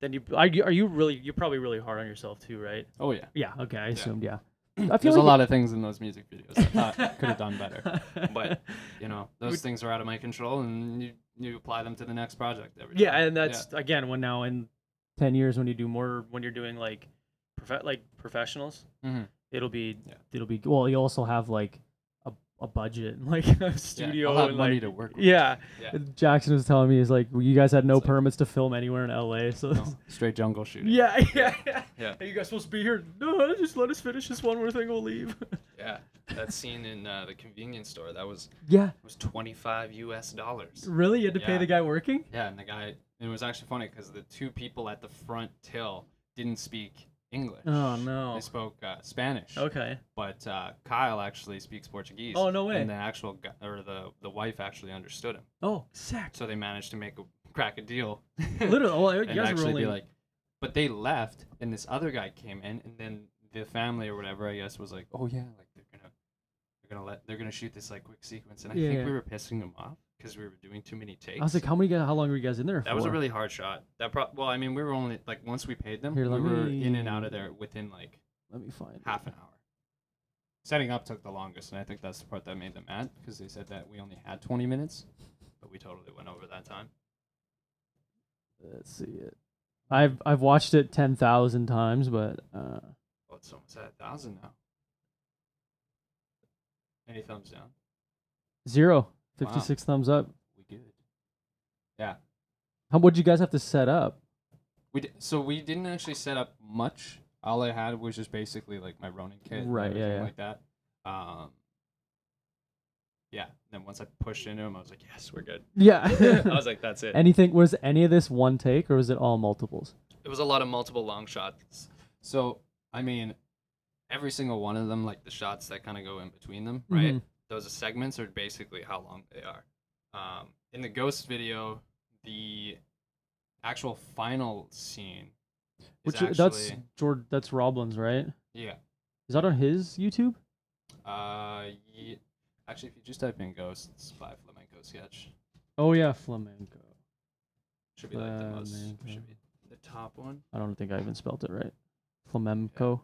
Speaker 8: then you are you, are you really you're probably really hard on yourself too, right?
Speaker 9: oh yeah
Speaker 8: Yeah. Okay. I assumed. Yeah. I like
Speaker 9: there's a lot of things in those music videos i thought could have done better
Speaker 8: of,
Speaker 9: but you know those things are out of my control and you you apply them to the next project every
Speaker 8: Yeah,
Speaker 9: time.
Speaker 8: and that's again when now in ten years when you do more when you're doing like prof- like professionals,
Speaker 9: Mhm.
Speaker 8: it'll be
Speaker 9: Yeah.
Speaker 8: it'll be well. You also have like a, a budget, and, like a
Speaker 9: Yeah,
Speaker 8: studio,
Speaker 9: I'll have
Speaker 8: and,
Speaker 9: money
Speaker 8: like-
Speaker 9: to work with.
Speaker 8: yeah.
Speaker 9: Yeah.
Speaker 8: Jackson was telling me he's like, you guys had no
Speaker 9: It's like-
Speaker 8: permits to film anywhere in LA, so.
Speaker 9: No, straight jungle shooting
Speaker 8: Yeah, yeah, yeah.
Speaker 9: Yeah.
Speaker 8: Are you guys supposed to be here? No, just let us finish this one more thing. We'll leave.
Speaker 9: yeah that scene in uh, the convenience store that was
Speaker 8: yeah,
Speaker 9: was 25 us dollars
Speaker 8: really? You had to pay
Speaker 9: Yeah.
Speaker 8: the guy working?
Speaker 9: yeah and the guy it was actually funny because the two people at the front till didn't speak english
Speaker 8: Oh no.
Speaker 9: they spoke uh, spanish
Speaker 8: Okay.
Speaker 9: but uh, Kyle actually speaks Portuguese.
Speaker 8: Oh, no way.
Speaker 9: And the actual gu- or the the wife actually understood him,
Speaker 8: Oh, sick.
Speaker 9: so they managed to make a crack a deal.
Speaker 8: Literally, well, you
Speaker 9: and
Speaker 8: guys were
Speaker 9: actually
Speaker 8: only
Speaker 9: be like, but they left, and this other guy came in, and then the family or whatever I guess was like, oh yeah, like they're gonna they're gonna let they're gonna shoot this like quick sequence, and I
Speaker 8: Yeah.
Speaker 9: think we were pissing them off because we were doing too many takes.
Speaker 8: I was like, how many? guys- How long were you guys in there for?
Speaker 9: that was a really hard shot. That pro- well, I mean, we were only like once we paid them,
Speaker 8: Here,
Speaker 9: we
Speaker 8: let
Speaker 9: were
Speaker 8: me-
Speaker 9: in and out of there within like
Speaker 8: Let me find. it.
Speaker 9: half an hour. Setting up took the longest, and I think that's the part that made them mad because they said that we only had 20 minutes, but we totally went over that time.
Speaker 8: Let's see it. I've I've watched it ten thousand times, but uh,
Speaker 9: Oh, it's almost at a thousand now. Any thumbs down?
Speaker 8: zero. 56 thumbs up.
Speaker 9: We good. Yeah.
Speaker 8: How what'd you guys have to set up?
Speaker 9: We did, so we didn't actually set up much. All I had was just basically like my Ronin kit, and
Speaker 8: Right, yeah,
Speaker 9: everything
Speaker 8: yeah.
Speaker 9: like that. Um, yeah. Then once I pushed into him, I was like, yes, we're good. I
Speaker 8: Yeah.
Speaker 9: was like, that's it.
Speaker 8: Anything was any of this one take or was it all multiples?
Speaker 9: it was a lot of multiple long shots. So I mean, every single one of them, like the shots that kind of go in between them, right?
Speaker 8: Mhm.
Speaker 9: Those segments are basically how long they are. Um, in the ghost video, the actual final scene, is
Speaker 8: Which
Speaker 9: actually,
Speaker 8: that's George that's Roblin's, right?
Speaker 9: yeah.
Speaker 8: Is that on his YouTube?
Speaker 9: Uh, ye- actually, if you just type in ghosts by flamenco sketch,
Speaker 8: Oh yeah, flamenco.
Speaker 9: should be like the
Speaker 8: Uh,
Speaker 9: most,
Speaker 8: Flamenco.
Speaker 9: should be the top one.
Speaker 8: I don't think I even spelled it right. Flamenco.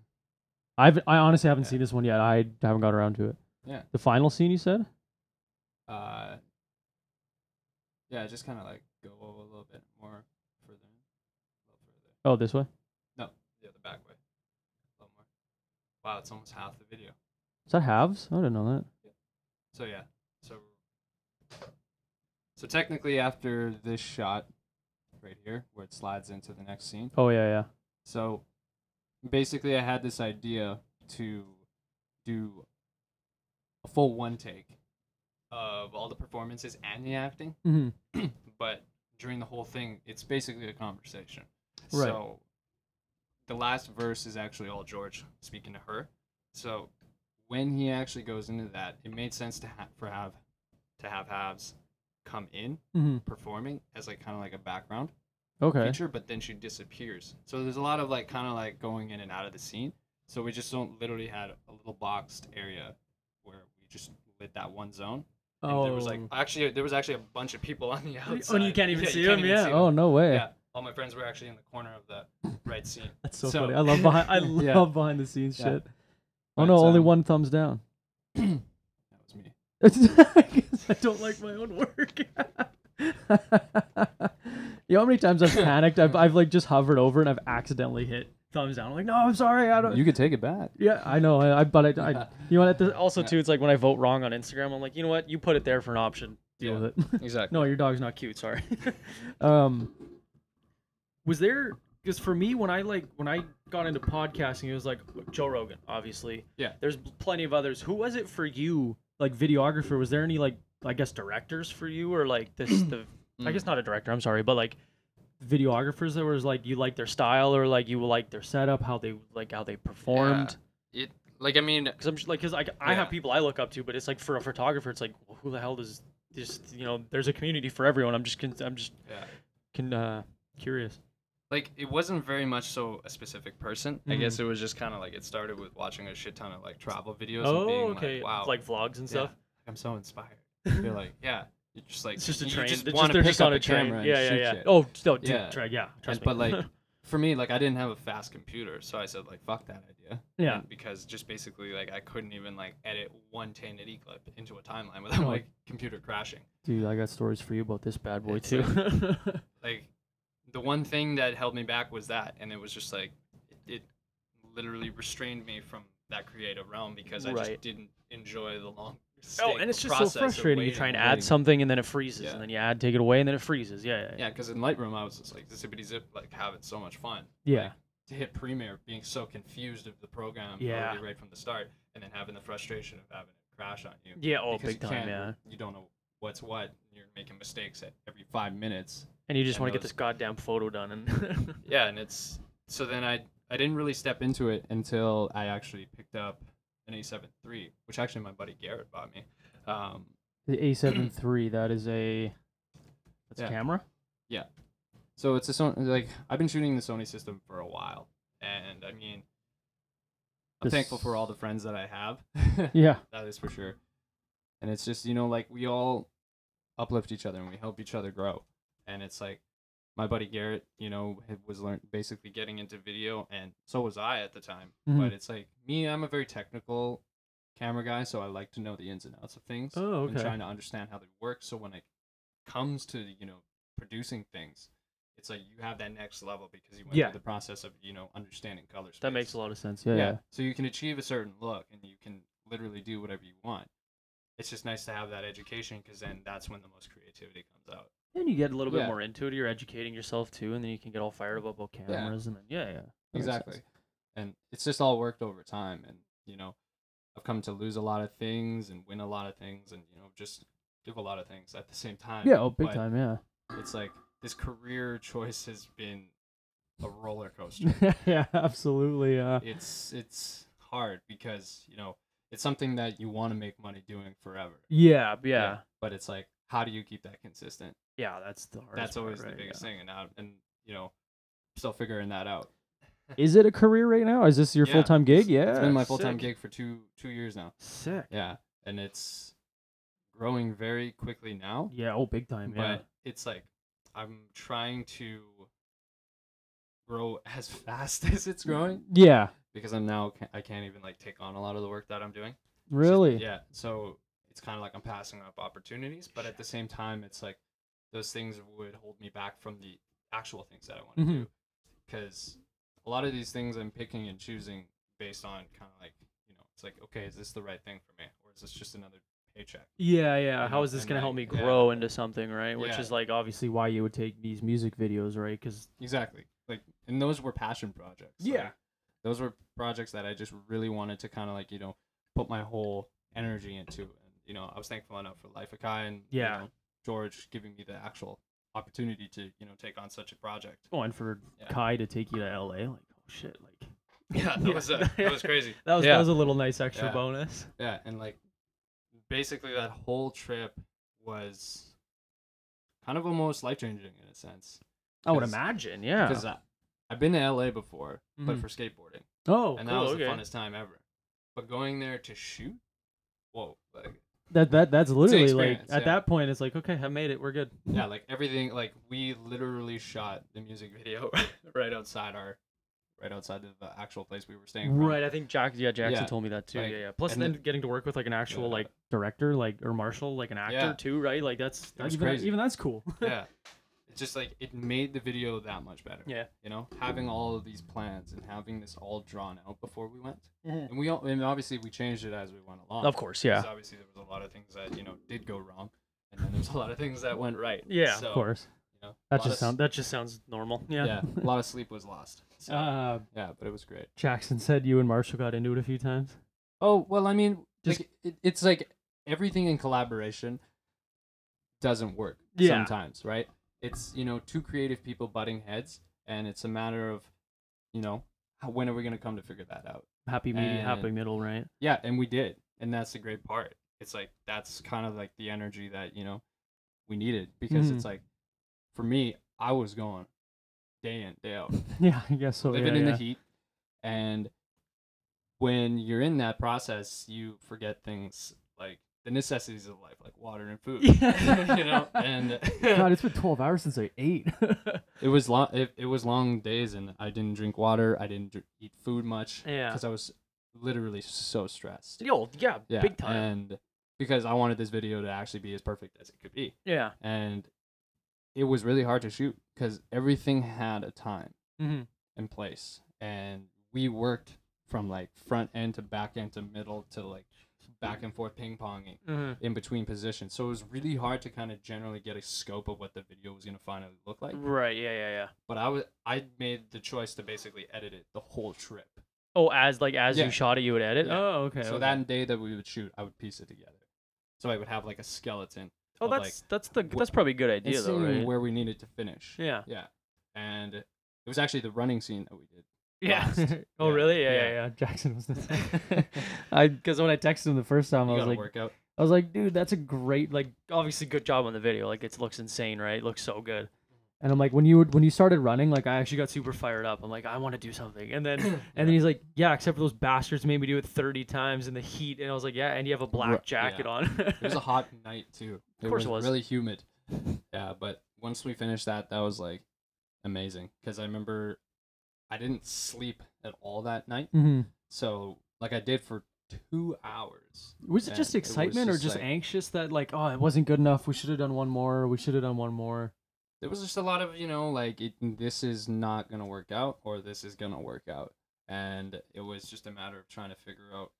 Speaker 8: I've I honestly haven't
Speaker 9: Yeah.
Speaker 8: seen this one yet. I haven't got around to it.
Speaker 9: Yeah.
Speaker 8: The final scene you said?
Speaker 9: Uh, yeah, just kind of like go a little bit more further, a little further.
Speaker 8: Oh, this way.
Speaker 9: No, the other back way, a little more. Wow, it's almost half the video.
Speaker 8: Is that halves? I didn't know that.
Speaker 9: So yeah, so so technically after this shot, right here, where it slides into the next scene.
Speaker 8: Oh yeah, yeah.
Speaker 9: So basically, I had this idea to do a full one take of all the performances and the acting,
Speaker 8: Mm-hmm.
Speaker 9: but during the whole thing, it's basically a conversation.
Speaker 8: Right.
Speaker 9: So the last verse is actually all George speaking to her. So when he actually goes into that, it made sense to have for have to have halves come in
Speaker 8: Mm-hmm.
Speaker 9: performing as like kind of like a background
Speaker 8: Okay.
Speaker 9: feature, but then she disappears. So there's a lot of like kind of like going in and out of the scene. So we just don't literally had a little boxed area where we just lit that one zone. And there was
Speaker 8: Oh.
Speaker 9: like actually there was actually a bunch of people on the outside.
Speaker 8: can't even
Speaker 9: Yeah,
Speaker 8: see
Speaker 9: you can't
Speaker 8: him.
Speaker 9: even
Speaker 8: Yeah.
Speaker 9: see
Speaker 8: Oh no way.
Speaker 9: Yeah. All my friends were actually in the corner of the right scene.
Speaker 8: That's so,
Speaker 9: So-
Speaker 8: funny. I love behind. I
Speaker 9: Yeah.
Speaker 8: love behind the scenes
Speaker 9: Yeah.
Speaker 8: shit. Oh no,
Speaker 9: But,
Speaker 8: only
Speaker 9: um,
Speaker 8: one thumbs down.
Speaker 9: That was me.
Speaker 8: I don't like my own work. you know how many times I've panicked? I've, I've like just hovered over and I've accidentally hit thumbs down. I'm like, no, I'm sorry. I don't.
Speaker 9: You could take it back.
Speaker 8: yeah, I know. I, I but I, I you know what? the, also too, it's like when I vote wrong on Instagram, I'm like, you know what? You put it there for an option. Deal
Speaker 9: Yeah.
Speaker 8: with it.
Speaker 9: Exactly.
Speaker 8: no, your dog's not cute. Sorry. um, was there? Because for me, when I like when I got into podcasting, it was like Joe Rogan, obviously.
Speaker 9: Yeah.
Speaker 8: There's plenty of others. Who was it for you? Like videographer? Was there any like I guess directors for you or like this the I
Speaker 9: Mm.
Speaker 8: guess not a director. I'm sorry, but like videographers that was like you like their style or like you like their setup, how they like how they performed.
Speaker 7: It like I mean
Speaker 8: Because I'm just, like, because like I have
Speaker 7: Yeah.
Speaker 8: people I look up to, but it's like for a photographer, it's like well, who the hell does this? You know, there's a community for everyone. I'm just con- I'm just
Speaker 7: Yeah.
Speaker 8: con- uh, curious.
Speaker 7: like it wasn't very much so a specific person. I
Speaker 8: Mm-hmm.
Speaker 7: guess it was just kind of like it started with watching a shit ton of like travel
Speaker 8: Oh,
Speaker 7: videos. and being Like, wow,
Speaker 8: like vlogs and stuff.
Speaker 7: I'm so inspired. You're like, yeah, you're just like
Speaker 8: It's just a
Speaker 7: you
Speaker 8: train.
Speaker 7: Just
Speaker 8: They're
Speaker 7: wanna
Speaker 8: just, they're
Speaker 7: pick
Speaker 8: just
Speaker 7: up
Speaker 8: on a
Speaker 7: a
Speaker 8: train.
Speaker 7: camera and
Speaker 8: Yeah, yeah,
Speaker 7: shoot
Speaker 8: yeah.
Speaker 7: shit.
Speaker 8: Oh, no, dude,
Speaker 7: Yeah.
Speaker 8: Tra- yeah.
Speaker 7: And-
Speaker 8: Trust me.
Speaker 7: but like for me, like I didn't have a fast computer, so I said like fuck that idea.
Speaker 8: Yeah.
Speaker 7: And because just basically like I couldn't even like edit one 1080 clip into a timeline without my computer crashing.
Speaker 8: dude, I got stories for you about this bad boy
Speaker 7: It's
Speaker 8: too.
Speaker 7: Like the one thing that held me back was that, and it was just like it, it literally restrained me from that creative realm because I
Speaker 8: Right.
Speaker 7: just didn't enjoy the long.
Speaker 8: oh,
Speaker 7: stake-
Speaker 8: and it's just so
Speaker 7: process of
Speaker 8: frustrating. You
Speaker 7: waiting
Speaker 8: try and
Speaker 7: and
Speaker 8: add
Speaker 7: waiting.
Speaker 8: something and then it freezes,
Speaker 7: Yeah.
Speaker 8: and then you add, take it away, and then it freezes. Yeah, yeah, yeah.
Speaker 7: Yeah, because in Lightroom I was just like zippity zip, like having so much fun.
Speaker 8: Yeah.
Speaker 7: Like, to hit Premiere, being so confused of the program
Speaker 8: Yeah.
Speaker 7: already right from the start, and then having the frustration of having it crash on you.
Speaker 8: Yeah, oh,
Speaker 7: because
Speaker 8: big
Speaker 7: you
Speaker 8: time,
Speaker 7: can't-
Speaker 8: yeah.
Speaker 7: You don't know what's what. and You're making mistakes at every five minutes.
Speaker 8: And you just
Speaker 7: And
Speaker 8: want to get
Speaker 7: those-
Speaker 8: this goddamn photo done, and
Speaker 7: Yeah, and it's so then I I didn't really step into it until I actually picked up an A7 III, which actually my buddy Garrett bought me. Um,
Speaker 8: the A7 III. That is a that's
Speaker 7: a Yeah.
Speaker 8: camera.
Speaker 7: So it's a Sony, like I've been shooting the Sony system for a while, and I mean, I'm
Speaker 8: This-
Speaker 7: thankful for all the friends that I have.
Speaker 8: Yeah.
Speaker 7: that is for sure. And it's just you know like we all uplift each other and we help each other grow, and it's like my buddy Garrett, you know, had- was learn basically getting into video, and so was I at the time.
Speaker 8: Mhm.
Speaker 7: But it's like me, I'm a very technical camera guy, so I like to know the ins and outs of things
Speaker 8: Oh,
Speaker 7: and
Speaker 8: okay.
Speaker 7: trying to understand how they work. So when it comes to you know producing things, it's like you have that next level because you went
Speaker 8: Yeah.
Speaker 7: through the process of you know understanding color space.
Speaker 8: That makes a lot of sense.
Speaker 7: yeah.
Speaker 8: Yeah. yeah.
Speaker 7: So you can achieve a certain look, and you can literally do whatever you want. It's just nice to have that education because then that's when the most creativity comes out.
Speaker 8: And you get a little bit
Speaker 7: Yeah.
Speaker 8: more into it. You're educating yourself too, and then you can get all fired up about cameras and then yeah, yeah. That makes sense.
Speaker 7: exactly and it's just all worked over time and you know i've come to lose a lot of things and win a lot of things and you know just give a lot of things at the same time
Speaker 8: Yeah. Oh, big
Speaker 7: But
Speaker 8: time. Yeah.
Speaker 7: it's like this career choice has been a roller coaster
Speaker 8: yeah. Absolutely. Uh,
Speaker 7: it's it's hard because you know it's something that you want to make money doing forever
Speaker 8: yeah. Yeah.
Speaker 7: but it's like how do you keep that consistent
Speaker 8: Yeah. That's the hardest.
Speaker 7: that's
Speaker 8: part,
Speaker 7: always
Speaker 8: right?
Speaker 7: the biggest
Speaker 8: yeah.
Speaker 7: thing and I, and you know still figuring that out
Speaker 8: Is it a career right now? Is this your
Speaker 7: Yeah.
Speaker 8: full time gig? Yeah.
Speaker 7: it's been my full-time
Speaker 8: sick.
Speaker 7: gig for two two years now
Speaker 8: Sick.
Speaker 7: Yeah, and it's growing very quickly now.
Speaker 8: Yeah. Oh, big time. Yeah.
Speaker 7: But it's like I'm trying to grow as fast as it's
Speaker 8: Mm-hmm.
Speaker 7: growing
Speaker 8: yeah.
Speaker 7: because I'm now ca- I can't even like take on a lot of the work that I'm doing. It's just-
Speaker 8: Really.
Speaker 7: yeah. So it's kind of like I'm passing up opportunities, but at the same time, it's like those things would hold me back from the actual things that I want to
Speaker 8: Mhm.
Speaker 7: do. Because a lot of these things I'm picking and choosing based on kind of like, you know, it's like, okay, is this the right thing for me? Or is this just another paycheck?
Speaker 8: Yeah, yeah.
Speaker 7: You
Speaker 8: How
Speaker 7: know,
Speaker 8: is this
Speaker 7: and
Speaker 8: gonna
Speaker 7: like-
Speaker 8: help me
Speaker 7: yeah.
Speaker 8: grow into something, right? Which
Speaker 7: Yeah.
Speaker 8: is like obviously why you would take these music videos, right? Because
Speaker 7: Exactly. Like, and those were passion projects.
Speaker 8: Yeah.
Speaker 7: Like, those were projects that I just really wanted to kind of like, you know, put my whole energy into. And, you know, I was thankful enough for Life Akai and, you
Speaker 8: Yeah.
Speaker 7: know, George giving me the actual opportunity to, you know, take on such a project.
Speaker 8: oh, and for
Speaker 7: Yeah.
Speaker 8: Kai to take you to LA, like oh shit, like
Speaker 7: Yeah. That
Speaker 8: Yeah.
Speaker 7: was, uh, that was crazy.
Speaker 8: that was
Speaker 7: Yeah.
Speaker 8: that was a little nice extra
Speaker 7: Yeah.
Speaker 8: bonus.
Speaker 7: Yeah. And like, basically that whole trip was kind of almost life changing in a sense.
Speaker 8: I would
Speaker 7: 'Cause-
Speaker 8: imagine, yeah.
Speaker 7: Because I, I've been to LA before, but
Speaker 8: Mhm.
Speaker 7: for skateboarding.
Speaker 8: oh,
Speaker 7: and that
Speaker 8: cool.
Speaker 7: was
Speaker 8: okay.
Speaker 7: the funnest time ever. But going there to shoot, whoa, like,
Speaker 8: That that that's literally like
Speaker 7: experience,
Speaker 8: at
Speaker 7: yeah.
Speaker 8: that point, it's like okay, I made it. We're good.
Speaker 7: yeah, like everything, like we literally shot the music video right outside our, right outside of the actual place we were staying. From.
Speaker 8: Right, I think Jack. Yeah, Jackson
Speaker 7: Yeah.
Speaker 8: told me that too.
Speaker 7: Like,
Speaker 8: yeah, yeah. Plus,
Speaker 7: and
Speaker 8: then
Speaker 7: the-
Speaker 8: getting to work with like an actual
Speaker 7: Yeah.
Speaker 8: like director, like or Marshall, like an actor
Speaker 7: Yeah.
Speaker 8: too, right? Like that's
Speaker 7: That was
Speaker 8: even,
Speaker 7: crazy.
Speaker 8: even that's cool.
Speaker 7: yeah, it's just like it made the video that much better.
Speaker 8: Yeah.
Speaker 7: you know, having all of these plans and having this all drawn out before we went, and we all, and obviously we changed it as we went along.
Speaker 8: Of course, yeah,
Speaker 7: 'Cause obviously there was a lot of things that you know did go wrong, and then there was a lot of things that went right.
Speaker 8: yeah,
Speaker 7: So,
Speaker 8: of course.
Speaker 7: You know,
Speaker 8: That
Speaker 7: a lot
Speaker 8: just
Speaker 7: of
Speaker 8: sounds that just sounds normal. Yeah.
Speaker 7: yeah, a lot of sleep was lost. So,
Speaker 8: Uh,
Speaker 7: yeah, but it was great.
Speaker 8: Jackson said you and Marshall got into it a few times.
Speaker 7: Oh well, I mean,
Speaker 8: Just-
Speaker 7: like, it, it's like everything in collaboration doesn't work
Speaker 8: Yeah.
Speaker 7: sometimes, right? It's you know two creative people butting heads, and it's a matter of you know how, when are we gonna come to figure that out?
Speaker 8: Happy medium, happy
Speaker 7: And-
Speaker 8: middle, right?
Speaker 7: Yeah, and we did, and that's the great part. It's like that's kind of like the energy that you know we needed because it's like for me, I was going day in day out.
Speaker 8: Yeah, I guess so.
Speaker 7: living
Speaker 8: yeah,
Speaker 7: in
Speaker 8: yeah.
Speaker 7: the heat and when you're in that process you forget things like the necessities of life like water and food
Speaker 8: Yeah.
Speaker 7: you know and
Speaker 8: God, it's been twelve hours since I ate.
Speaker 7: it was long it, it was long days and i didn't drink water i didn't dr- eat food much
Speaker 8: Yeah.
Speaker 7: because i was literally so stressed
Speaker 8: Yo, yeah,
Speaker 7: yeah
Speaker 8: big time.
Speaker 7: and because i wanted this video to actually be as perfect as it could be
Speaker 8: yeah.
Speaker 7: and it was really hard to shoot because everything had a time
Speaker 8: Mm-hmm.
Speaker 7: in place and we worked from like front end to back end to middle to like back and forth ping ponging
Speaker 8: Mm-hmm.
Speaker 7: in between positions so it was really hard to kind of generally get a scope of what the video was going to finally look like
Speaker 8: Right. Yeah. Yeah. Yeah.
Speaker 7: but i was i made the choice to basically edit it the whole trip
Speaker 8: Oh, as like as
Speaker 7: Yeah.
Speaker 8: you shot it, you would edit.
Speaker 7: Yeah.
Speaker 8: Oh, okay.
Speaker 7: so
Speaker 8: okay.
Speaker 7: that day that we would shoot i would piece it together so i would have like a skeleton
Speaker 8: oh,
Speaker 7: of,
Speaker 8: that's that's the
Speaker 7: wh-
Speaker 8: that's probably a good
Speaker 7: like
Speaker 8: idea though,
Speaker 7: seeing
Speaker 8: right?
Speaker 7: where we needed to finish
Speaker 8: yeah.
Speaker 7: yeah and it was actually the running scene that we did
Speaker 8: Yeah.
Speaker 7: last.
Speaker 8: oh,
Speaker 7: Yeah,
Speaker 8: really? Yeah, yeah.
Speaker 7: yeah.
Speaker 8: Yeah. Jackson was. The... I because when I texted him the first time,
Speaker 7: you
Speaker 8: I was
Speaker 7: gotta
Speaker 8: like,
Speaker 7: work out
Speaker 8: I was like, dude, that's a great like obviously good job on the video. Like it looks insane, right? It looks so good. And I'm like, when you were- when you started running, like I actually got super fired up. I'm like, I want to do something. And then and then he's like, yeah, except for those bastards made me do it 30 times in the heat. And I was like, yeah, and you have a black jacket
Speaker 7: yeah.
Speaker 8: on.
Speaker 7: It was a hot night too. Of
Speaker 8: course it was.
Speaker 7: really humid. Yeah, but once we finished that, that was like amazing because I remember I didn't sleep at all that night.
Speaker 8: mm-hmm.
Speaker 7: So like I did for two hours.
Speaker 8: Was
Speaker 7: Yeah,
Speaker 8: it just
Speaker 7: it was
Speaker 8: excitement
Speaker 7: just
Speaker 8: or just
Speaker 7: like-
Speaker 8: anxious that like, oh, it wasn't good enough. We should have done one more. We should have done one more.
Speaker 7: there was just a lot of you know like it, this is not gonna work out or this is gonna work out, and it was just a matter of trying to figure out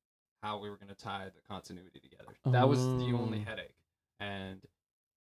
Speaker 7: how we were gonna tie the continuity together. That was the only
Speaker 8: Oh.
Speaker 7: headache, and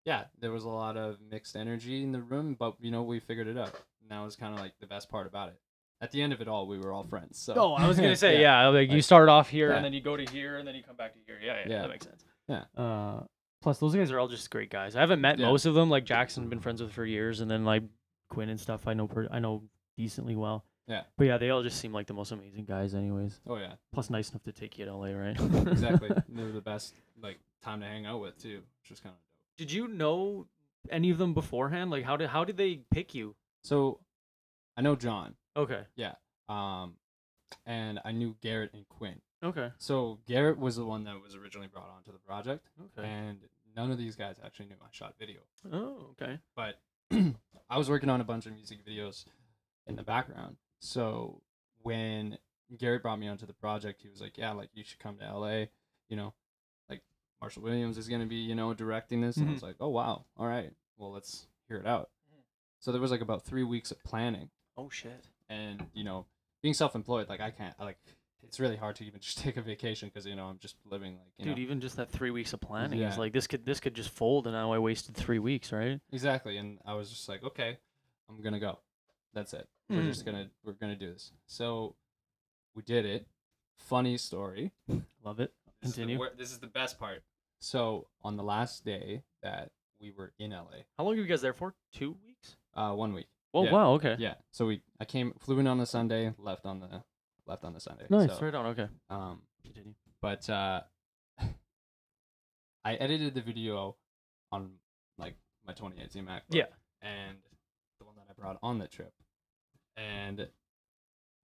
Speaker 7: yeah, there was a lot of mixed energy in the room, but you know we figured it out. And that was kind of like the best part about it. At the end of it all, we were all friends. So
Speaker 8: Oh, I was gonna say yeah. like, you
Speaker 7: Like-
Speaker 8: start off here
Speaker 7: Yeah.
Speaker 8: and then you go to here and then you come back to here. Yeah, yeah,
Speaker 7: Yeah.
Speaker 8: that makes sense.
Speaker 7: Yeah.
Speaker 8: Uh, plus those guys are all just great guys. I haven't met
Speaker 7: Yeah.
Speaker 8: most of them. Like Jackson, been friends with for years, and then like Quinn and stuff. I know per- I know decently well.
Speaker 7: Yeah.
Speaker 8: But yeah, they all just seem like the most amazing guys, anyways.
Speaker 7: Oh yeah.
Speaker 8: Plus, nice enough to take you to LA, right?
Speaker 7: exactly. they were the best like time to hang out with too, which was kind of dope.
Speaker 8: did you know any of them beforehand? Like, how did how did they pick you?
Speaker 7: So I know John,
Speaker 8: Okay.
Speaker 7: um, and I knew Garrett and Quinn.
Speaker 8: Okay.
Speaker 7: So Garrett was the one that was originally brought onto the project,
Speaker 8: Okay.
Speaker 7: and none of these guys actually knew I shot video.
Speaker 8: Oh, okay.
Speaker 7: but I was working on a bunch of music videos in the background. So when Garrett brought me onto the project, he was like, "Yeah, like you should come to LA. You know, like Marshall Williams is gonna be, you know, directing this." And I was like, "Oh wow, all right. Well, let's hear it out." So there was like about three weeks of planning,
Speaker 8: Oh shit.
Speaker 7: and you know, being self-employed, like I can't, I, like it's really hard to even just take a vacation because you know I'm just living like you
Speaker 8: Dude, e
Speaker 7: know
Speaker 8: even just that three weeks of planning is
Speaker 7: Yeah.
Speaker 8: like this could this could just fold, and now I wasted three weeks, right?
Speaker 7: exactly. And I was just like, "Okay, I'm gonna go. That's it." we're just
Speaker 8: Mm.
Speaker 7: gonna we're gonna do this so we did it funny story
Speaker 8: Love it.
Speaker 7: This is the
Speaker 8: Continue.
Speaker 7: wor- this is the best part so on the last day that we were in la
Speaker 8: How long were you guys there for? Two weeks.
Speaker 7: uh one week
Speaker 8: Oh
Speaker 7: Yeah.
Speaker 8: wow. Okay.
Speaker 7: yeah so we i came flew in on the sunday left on the left on the sunday
Speaker 8: Nice.
Speaker 7: so,
Speaker 8: Right on. Okay.
Speaker 7: um
Speaker 8: Continue.
Speaker 7: but uh i edited the video on like my 2018 macbook
Speaker 8: Yeah.
Speaker 7: and the one that I brought on the trip. And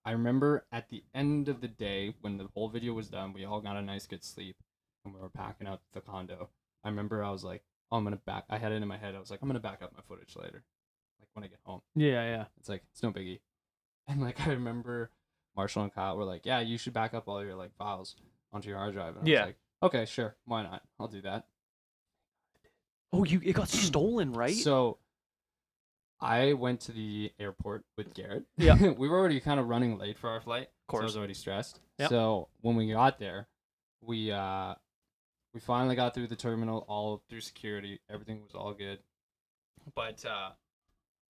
Speaker 7: I remember at the end of the day when the whole video was done, we all got a nice good sleep and we were packing up the condo. I remember I was like, oh, I'm going to back. I had it in my head. I was like, I'm going to back up my footage later. Like when I get home.
Speaker 8: Yeah. Yeah.
Speaker 7: It's like, it's no biggie. And like, I remember Marshall and Kyle were like, yeah, you should back up all your like files onto your hard drive. And I
Speaker 8: Yeah.
Speaker 7: was like, okay, sure. Why not? I'll do that.
Speaker 8: Oh, you it got stolen, right?
Speaker 7: So I went to the airport with Garrett.
Speaker 8: Yeah.
Speaker 7: we were already kind of running late for our flight. Of I
Speaker 8: course.
Speaker 7: was already stressed.
Speaker 8: Yep.
Speaker 7: So when we got there, we uh we finally got through the terminal, all through security, everything was all good. But uh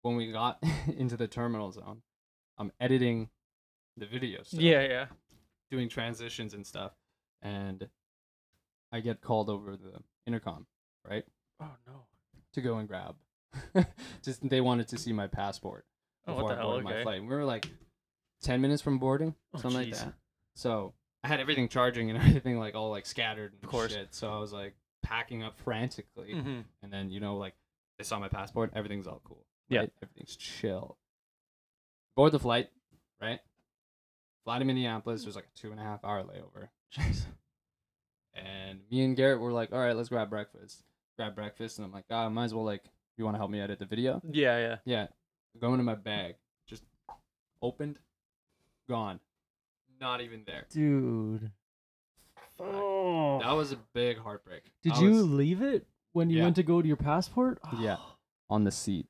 Speaker 7: when we got into the terminal zone, I'm editing the video still
Speaker 8: yeah. Yeah.
Speaker 7: doing transitions and stuff. And I get called over the intercom, right?
Speaker 8: Oh no.
Speaker 7: to go and grab. Just they wanted to see my passport
Speaker 8: Oh, what
Speaker 7: before
Speaker 8: the
Speaker 7: I
Speaker 8: hell,
Speaker 7: boarded
Speaker 8: okay.
Speaker 7: my flight. We were like ten minutes from boarding,
Speaker 8: Oh,
Speaker 7: something like
Speaker 8: jeez.
Speaker 7: that. So I had everything charging and everything like all like scattered and
Speaker 8: Of course.
Speaker 7: shit. So I was like packing up frantically,
Speaker 8: Mm-hmm.
Speaker 7: and then you know like they saw my passport, everything's all cool.
Speaker 8: Yeah.
Speaker 7: right? everything's chill. Board the flight, right? Fly to Minneapolis. There's like a two and a half hour layover. And me and Garrett were like, all right, let's grab breakfast. Grab breakfast. And I'm like, ah, might as well, like, you want to help me edit the video?
Speaker 8: Yeah. Yeah.
Speaker 7: Yeah. Go into my bag. Just opened, gone. Not even there.
Speaker 8: Dude. Oh.
Speaker 7: That was a big heartbreak.
Speaker 8: Did
Speaker 7: I
Speaker 8: you
Speaker 7: was
Speaker 8: leave it when you
Speaker 7: Yeah.
Speaker 8: went to go to your passport? Oh,
Speaker 7: Yeah. on the seat.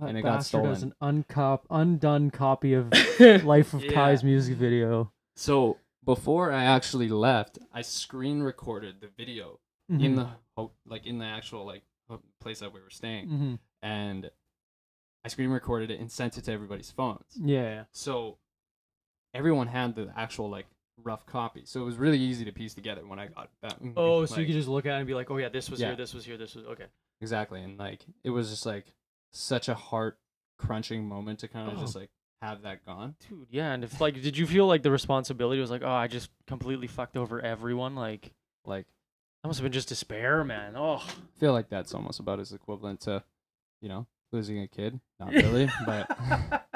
Speaker 8: That
Speaker 7: And it got
Speaker 8: bastard has an
Speaker 7: stolen.
Speaker 8: uncop undone copy of Life of
Speaker 7: Yeah.
Speaker 8: Kai's music video.
Speaker 7: So before I actually left, I screen recorded the video
Speaker 8: Mm-hmm.
Speaker 7: in the ho- like in the actual like ho- place that we were staying,
Speaker 8: Mhm.
Speaker 7: and I screen recorded it and sent it to everybody's phones.
Speaker 8: Yeah, yeah.
Speaker 7: So everyone had the actual like rough copy. So it was really easy to piece together when I got back.
Speaker 8: Oh, so you
Speaker 7: Like,
Speaker 8: could just look at it and be like, oh yeah, this was
Speaker 7: Yeah.
Speaker 8: here, this was here, this was okay.
Speaker 7: exactly, and like it was just like such a heart crunching moment to kind of
Speaker 8: Oh.
Speaker 7: just like have that gone.
Speaker 8: Dude, yeah. And if like, did you feel like the responsibility was like, oh, I just completely fucked over everyone? Like,
Speaker 7: Like
Speaker 8: that must have been just despair, man. Oh,
Speaker 7: I feel like that's almost about as equivalent to, you know, losing a kid. Not really, but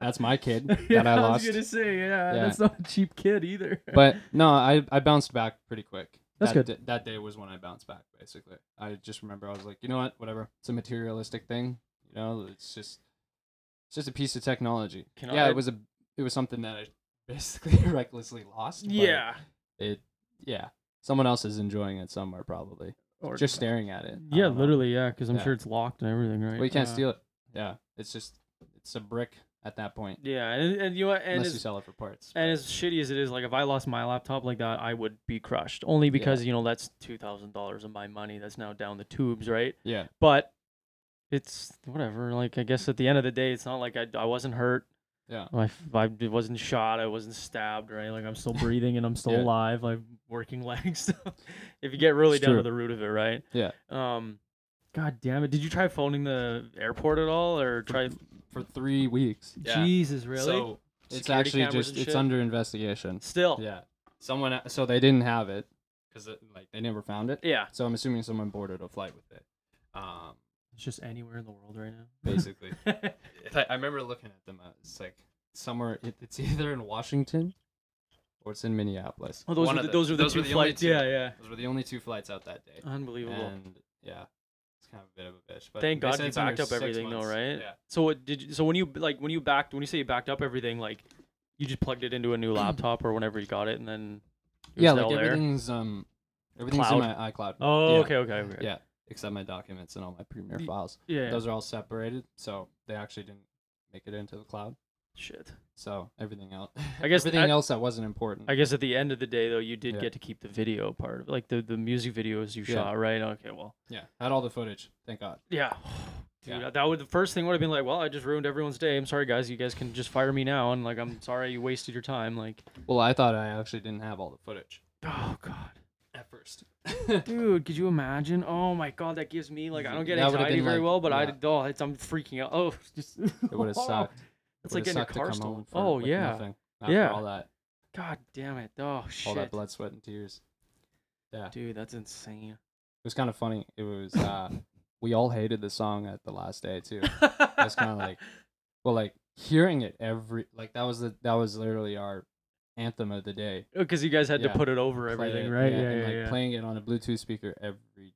Speaker 7: that's my kid that I lost.
Speaker 8: say, yeah,
Speaker 7: Yeah. that's
Speaker 8: not a cheap kid either.
Speaker 7: But no, I I bounced back pretty quick.
Speaker 8: That's
Speaker 7: that
Speaker 8: good.
Speaker 7: da- that day was when I bounced back. Basically, I just remember I was like, you know what, whatever. It's a materialistic thing. You know, it's just it's just a piece of technology.
Speaker 8: Can
Speaker 7: yeah,
Speaker 8: I-
Speaker 7: it was a it was something that I basically recklessly lost. but
Speaker 8: yeah.
Speaker 7: It yeah. Someone else is enjoying it somewhere probably.
Speaker 8: Or
Speaker 7: just staring at it. I
Speaker 8: Yeah,
Speaker 7: don't know.
Speaker 8: literally, yeah, because I'm
Speaker 7: Yeah.
Speaker 8: sure it's locked and everything, right?
Speaker 7: Well, you can't
Speaker 8: Uh,
Speaker 7: steal it. Yeah, it's just it's a brick at that point,
Speaker 8: Yeah, and, and you know what, and
Speaker 7: unless you
Speaker 8: as,
Speaker 7: sell it for parts.
Speaker 8: and as shitty as it is, like if I lost my laptop like that, I would be crushed. Only because you know that's two thousand dollars of my money that's now down the tubes, right?
Speaker 7: Yeah,
Speaker 8: But it's whatever. Like I guess at the end of the day, it's not like I I wasn't hurt.
Speaker 7: yeah,
Speaker 8: I, f- I d- wasn't shot. I wasn't stabbed, right? Like I'm still breathing and I'm still
Speaker 7: Yeah.
Speaker 8: alive. I'm working legs. so if you get really
Speaker 7: It's
Speaker 8: down
Speaker 7: true.
Speaker 8: to the root of it, right?
Speaker 7: Yeah.
Speaker 8: Um, God damn it! Did you try phoning the airport at all, or try?
Speaker 7: for three weeks.
Speaker 9: Yeah.
Speaker 8: Jesus, really?
Speaker 9: So
Speaker 7: It's
Speaker 8: Security
Speaker 7: actually
Speaker 8: cameras
Speaker 7: just
Speaker 8: and
Speaker 7: it's
Speaker 8: shit?
Speaker 7: under investigation.
Speaker 8: Still.
Speaker 7: Yeah, someone so they didn't have it because like they never found it.
Speaker 8: Yeah.
Speaker 7: So I'm assuming someone boarded a flight with it. Um,
Speaker 8: It's just anywhere in the world right now.
Speaker 7: basically, I, I remember looking at them. uh, It's like somewhere it, it's either in Washington or it's in Minneapolis.
Speaker 8: Oh, those
Speaker 7: One
Speaker 8: were
Speaker 7: of
Speaker 8: the, those were the two
Speaker 7: only
Speaker 8: flights.
Speaker 7: two.
Speaker 8: Yeah, yeah.
Speaker 7: Those were the only two flights out that day.
Speaker 8: Unbelievable.
Speaker 7: And yeah, it's kind of a bit of a bitch. But
Speaker 8: Thank
Speaker 7: they
Speaker 8: God
Speaker 7: said
Speaker 8: you
Speaker 7: it's under
Speaker 8: backed up
Speaker 7: six
Speaker 8: everything
Speaker 7: months.
Speaker 8: though, right?
Speaker 7: Yeah.
Speaker 8: So what did you, so when you like when you backed when you say you backed up everything, like you just plugged it into a new laptop or whenever you got it, and then it
Speaker 7: Yeah,
Speaker 8: was
Speaker 7: like
Speaker 8: all there?
Speaker 7: everything's um, everything's in
Speaker 8: Cloud?
Speaker 7: my iCloud.
Speaker 8: Oh,
Speaker 7: Yeah.
Speaker 8: okay, okay, okay.
Speaker 7: Yeah, except my documents and all my Premiere
Speaker 8: Y-
Speaker 7: files.
Speaker 8: yeah. yeah.
Speaker 7: Those are all separated, so they actually didn't make it into the cloud.
Speaker 8: Shit.
Speaker 7: So everything else,
Speaker 8: I guess
Speaker 7: everything
Speaker 8: I-
Speaker 7: else that wasn't important.
Speaker 8: I guess at the end of the day, though, you did
Speaker 7: Yeah.
Speaker 8: get to keep the video part, of like the the music videos you
Speaker 7: Yeah.
Speaker 8: shot, right? Okay, well,
Speaker 7: yeah, had all the footage. Thank God.
Speaker 8: yeah. Dude,
Speaker 7: Yeah.
Speaker 8: that would the first thing would have been like, well, I just ruined everyone's day. I'm sorry, guys. You guys can just fire me now, and like, I'm sorry you wasted your time. Like,
Speaker 7: Well, I thought I actually didn't have all the footage
Speaker 8: oh god,
Speaker 7: at first.
Speaker 8: dude, could you imagine? Oh my god, that gives me like, I don't get
Speaker 7: That would've
Speaker 8: anxiety
Speaker 7: been,
Speaker 8: very
Speaker 7: like-
Speaker 8: well, but I
Speaker 7: yeah.
Speaker 8: did. Oh, it's, I'm freaking out. Oh, it's just
Speaker 7: It would have sucked.
Speaker 8: It's
Speaker 7: It would've
Speaker 8: like getting a
Speaker 7: sucked to
Speaker 8: car
Speaker 7: come
Speaker 8: stolen.
Speaker 7: home for-
Speaker 8: Oh
Speaker 7: with
Speaker 8: yeah.
Speaker 7: nothing after
Speaker 8: Yeah.
Speaker 7: all that,
Speaker 8: God damn it. Oh shit.
Speaker 7: all that blood, sweat, and tears. Yeah.
Speaker 8: Dude, that's insane.
Speaker 7: It was kind of funny. It was uh we all hated the song at the last day too. That's kind of like well like hearing it every like that was the that was literally our anthem of the day.
Speaker 8: because Oh, you guys had
Speaker 7: Yeah.
Speaker 8: to put it over
Speaker 7: Play
Speaker 8: everything,
Speaker 7: it,
Speaker 8: right? Yeah, yeah,
Speaker 7: and
Speaker 8: yeah.
Speaker 7: like playing it on a Bluetooth speaker every